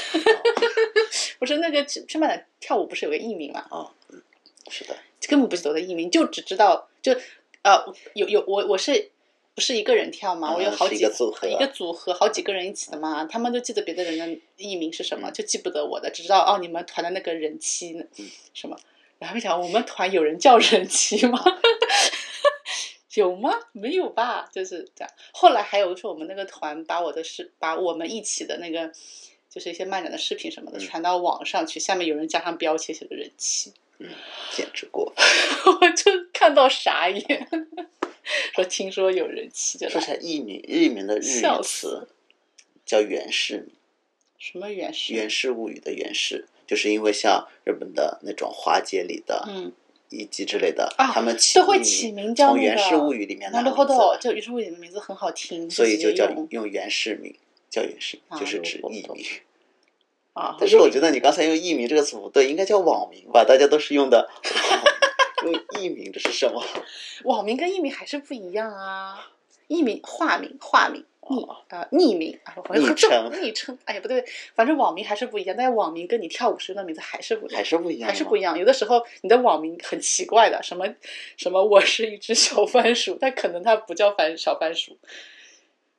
不是那个去去漫展跳舞，不是有个艺名嘛？
啊、嗯，是的，
根本不记得我的艺名，就只知道就呃有有我我是不是一个人跳嘛？
嗯
我有好几
是一个组合
一个组合好几个人一起的嘛，他们都记得别的人的艺名是什么，
嗯
就记不得我的，只知道哦你们团的那个人妻
嗯
什么，然后一想我们团有人叫人妻吗？ 有吗？没有吧，就是这样。后来还有就是我们那个团把我的视，把我们一起的那个，就是一些漫展的视频什么的
嗯
传到网上去，下面有人加上标签写着人气，
简直过。
我就看到傻眼， 说听说有人气就
说
来
起来，艺女艺名的日
笑
语
死
词叫源氏名，
什么原
《
始
源氏物语》的源氏，就是因为像日本的那种华街里的、
嗯，
以及之类的，
啊
他们起
都会
艺
起名叫
从《
那
源氏
个
物语》里面
那
拿
罗后
名字
豆
来，
就于是乎你的名字很好听，
所以就
直接
叫
用
用源氏名，叫源氏名，
啊
就是
如
指
果
艺
懂
名。
啊。
但是我觉得你刚才用艺名这个词不对，应该叫网名吧？大家都是用的用艺名， 这是什么？
网名跟艺名还是不一样啊，艺名、化名、化名。匿呃匿名啊，我
哦昵称
昵称，哎呀不对，反正网名还是不一样，但是网名跟你跳舞时用的名字还是不一样
还，是不一样吗，
还是不一样。有的时候你的网名很奇怪的，什么什么我是一只小番薯，但可能它不叫番小番薯，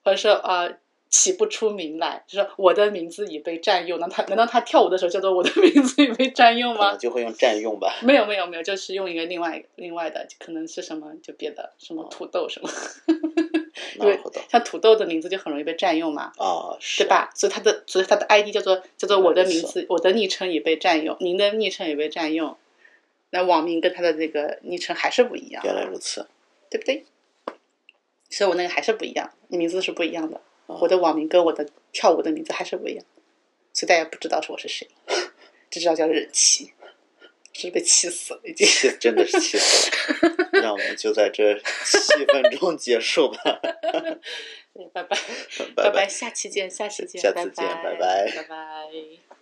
或者说啊、呃起不出名来，就说我的名字已被占用。那他难道他跳舞的时候叫做我的 名字已被占用
可能
吗？
就会用占用吧。
没有没有没有，就是用一个另外另外的，可能是什么就别的什么土豆什么，因
那
为
好的
像哦土豆的名字就很容易被占用嘛。
啊，是
对？吧？所以他的所以他的 ID 叫做叫做我的名字，我的昵称也被占用，您的昵称也被占用。那网名跟他的这个昵称还是不一样，
原来如此。
对不对？所以我那个还是不一样，名字是不一样的。
啊
我的网名跟我的跳舞的名字还是不一样，所以大家不知道是我是谁，只知道叫人气，是被气死了已经。
气真的是气死了。让我们就在这七分钟结束吧，
拜拜
拜
拜，下期见，下期见，
下次见拜
拜
拜
拜拜。